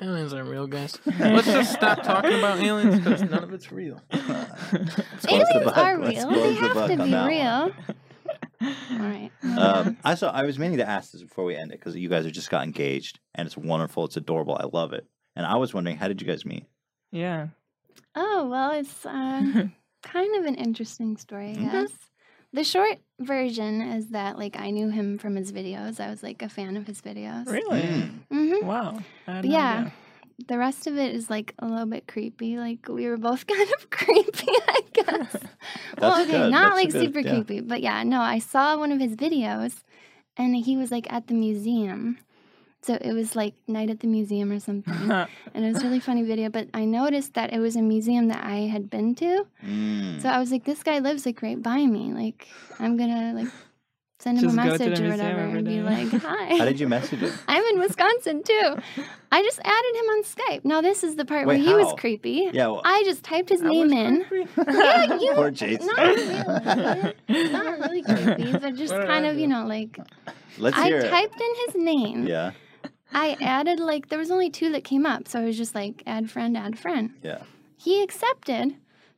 Speaker 3: Aliens aren't real, guys. Let's just stop talking about aliens because none of it's real.
Speaker 1: Let's close the
Speaker 4: Aliens
Speaker 1: book.
Speaker 4: are
Speaker 1: Let's
Speaker 4: real. They
Speaker 1: close the
Speaker 4: have
Speaker 1: book
Speaker 4: to
Speaker 1: on
Speaker 4: be
Speaker 1: that one.
Speaker 4: real. All right.
Speaker 1: Um, I saw. I was meaning to ask this before we end it because you guys have just got engaged, and it's wonderful. It's adorable. I love it. And I was wondering, how did you guys meet?
Speaker 2: Yeah.
Speaker 4: Oh, well, it's uh, kind of an interesting story, I guess. The short version is that, like, I knew him from his videos. I was, like, a fan of his videos.
Speaker 2: Really?
Speaker 4: hmm
Speaker 2: Wow. I had
Speaker 4: But
Speaker 2: no
Speaker 4: yeah,
Speaker 2: idea.
Speaker 4: the rest of it is like a little bit creepy. Like we were both kind of creepy, I guess. well,
Speaker 1: That's
Speaker 4: okay,
Speaker 1: good.
Speaker 4: not
Speaker 1: That's a
Speaker 4: like
Speaker 1: good-
Speaker 4: super
Speaker 1: yeah.
Speaker 4: creepy, but yeah, no, I saw one of his videos and he was like at the museum. So it was like night at the museum or something. and it was a really funny video, but I noticed that it was a museum that I had been to.
Speaker 1: Mm.
Speaker 2: Hmm.
Speaker 4: So I was like, this guy lives like right by me. Like I'm gonna like send him
Speaker 2: Just
Speaker 4: a
Speaker 2: go to the
Speaker 4: message or
Speaker 2: museum
Speaker 4: whatever
Speaker 2: every
Speaker 4: and be
Speaker 2: day.
Speaker 4: like, hi.
Speaker 1: How did you message him?
Speaker 4: I'm in Wisconsin too. I just added him on Skype. Now this is the part
Speaker 1: Wait,
Speaker 4: where he
Speaker 1: how?
Speaker 4: was creepy.
Speaker 1: Yeah. Well,
Speaker 4: I just typed his name in. Yeah, you
Speaker 1: poor Jason.
Speaker 4: not really, not really creepy, but just kind of, you know, like
Speaker 1: Let's
Speaker 4: I
Speaker 1: hear it.
Speaker 4: typed in his name.
Speaker 1: Yeah.
Speaker 4: I added like there was only two that came up, so I was just like add friend, add friend.
Speaker 1: Yeah.
Speaker 4: He accepted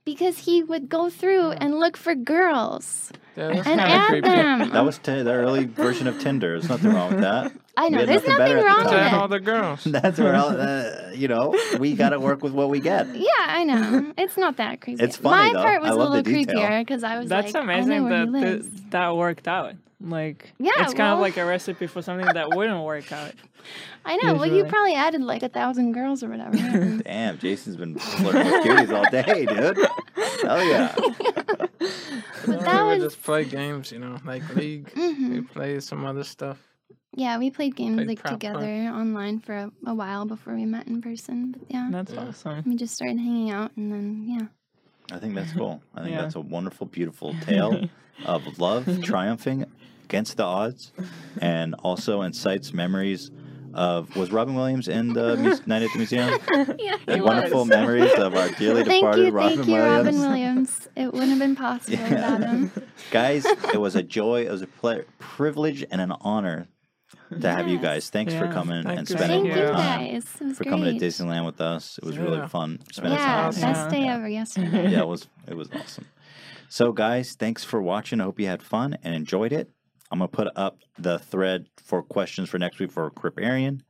Speaker 4: because he would go through and look for girls
Speaker 3: Yeah, that's kind
Speaker 4: and
Speaker 3: of
Speaker 4: add
Speaker 3: creepy.
Speaker 4: them.
Speaker 1: That was t- the early version of Tinder. There's nothing wrong with that.
Speaker 4: I
Speaker 1: we
Speaker 4: know
Speaker 1: had
Speaker 4: there's
Speaker 1: nothing
Speaker 4: nothing,
Speaker 1: better at the
Speaker 4: wrong
Speaker 1: time.
Speaker 4: with
Speaker 3: Add
Speaker 4: it.
Speaker 3: all the girls.
Speaker 1: That's where, all, uh, you know, we got to work with what we get.
Speaker 4: Yeah, I know. It's not that creepy.
Speaker 1: It's funny,
Speaker 4: My
Speaker 1: though.
Speaker 4: part was
Speaker 1: I
Speaker 4: a
Speaker 1: love the
Speaker 4: little
Speaker 1: detail.
Speaker 4: creepier because I was
Speaker 2: That's
Speaker 4: like, I know
Speaker 2: amazing
Speaker 4: where
Speaker 2: that
Speaker 4: he lives.
Speaker 2: th- that worked out. Like
Speaker 4: Yeah,
Speaker 2: it's kind of
Speaker 4: well-
Speaker 2: like a recipe for something that wouldn't work out.
Speaker 4: I know. Well, you
Speaker 2: Usually.
Speaker 4: probably added like a thousand girls or whatever.
Speaker 1: Damn, Jason's been flirting with cuties all day, dude. Oh yeah.
Speaker 4: but
Speaker 3: we
Speaker 4: that
Speaker 3: would
Speaker 4: was
Speaker 3: just play games, you know, like League.
Speaker 4: mhm.
Speaker 3: We play some other stuff.
Speaker 4: yeah. We played games
Speaker 3: Played
Speaker 4: like
Speaker 3: Prop Hunt.
Speaker 4: together online for a, a while before we met in person. But yeah,
Speaker 2: That's
Speaker 3: Yeah.
Speaker 2: awesome.
Speaker 4: we just started hanging out, and then yeah.
Speaker 1: I think that's cool. I think
Speaker 2: Yeah.
Speaker 1: that's a wonderful, beautiful tale of love triumphing against the odds, and also incites memories of was Robin Williams in the mu- night at the museum?
Speaker 4: yeah
Speaker 1: And wonderful memories of our dearly
Speaker 4: Thank
Speaker 1: departed
Speaker 4: you,
Speaker 1: Robin
Speaker 4: thank you,
Speaker 1: Williams.
Speaker 4: Robin Williams. It wouldn't have been possible
Speaker 1: Yeah.
Speaker 4: without him.
Speaker 1: guys, it was a joy, it was a ple- privilege, and an honor to have you
Speaker 4: Yes.
Speaker 1: guys. Thanks for
Speaker 2: Yeah,
Speaker 1: coming
Speaker 2: thank
Speaker 1: and
Speaker 2: you.
Speaker 1: spending
Speaker 4: Thank
Speaker 1: the
Speaker 4: you
Speaker 2: Yeah.
Speaker 1: time.
Speaker 4: guys. It was
Speaker 1: for
Speaker 4: great.
Speaker 1: coming to Disneyland with us. It was really
Speaker 3: Yeah.
Speaker 1: fun spending
Speaker 4: Yeah,
Speaker 1: time. with you.
Speaker 4: best day
Speaker 1: Yeah.
Speaker 4: ever yesterday.
Speaker 1: yeah, it was it was awesome. So guys, thanks for watching. I hope you had fun and enjoyed it. I'm gonna put up the thread for questions for next week for Criparian.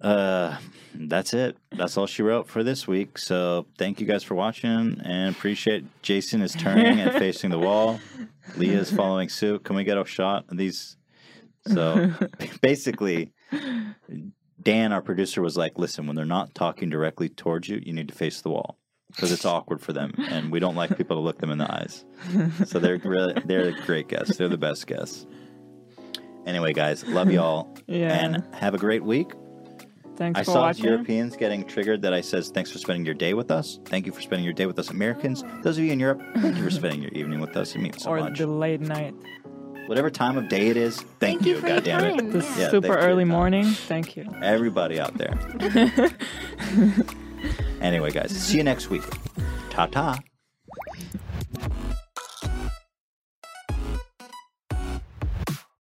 Speaker 1: Uh that's it. That's all she wrote for this week. So thank you guys for watching and appreciate Jason is turning and facing the wall. Leah's following suit. Can we get a shot of these? So basically Dan, our producer, was like, listen, when they're not talking directly towards you, you need to face the wall because it's awkward for them, and we don't like people to look them in the eyes. So they're really, they're great guests. They're the best guests. Anyway, guys, love y'all,
Speaker 2: Yeah.
Speaker 1: and have a great week.
Speaker 2: Thanks
Speaker 1: I
Speaker 2: for
Speaker 1: saw
Speaker 2: watching.
Speaker 1: Europeans getting triggered that I says thanks for spending your day with us. Thank you for spending your day with us, Americans. Those of you in Europe, thank you for spending your evening with us. It means so
Speaker 2: or
Speaker 1: much.
Speaker 2: the late night.
Speaker 1: Whatever time of day it is, thank,
Speaker 4: Thank you for your
Speaker 1: goddamn it.
Speaker 4: time.
Speaker 2: This
Speaker 4: Yeah.
Speaker 1: Yeah, thanks
Speaker 2: super
Speaker 1: for your
Speaker 2: early
Speaker 1: time.
Speaker 2: morning. Thank you.
Speaker 1: Everybody out there. anyway, guys, see you next week. Ta ta.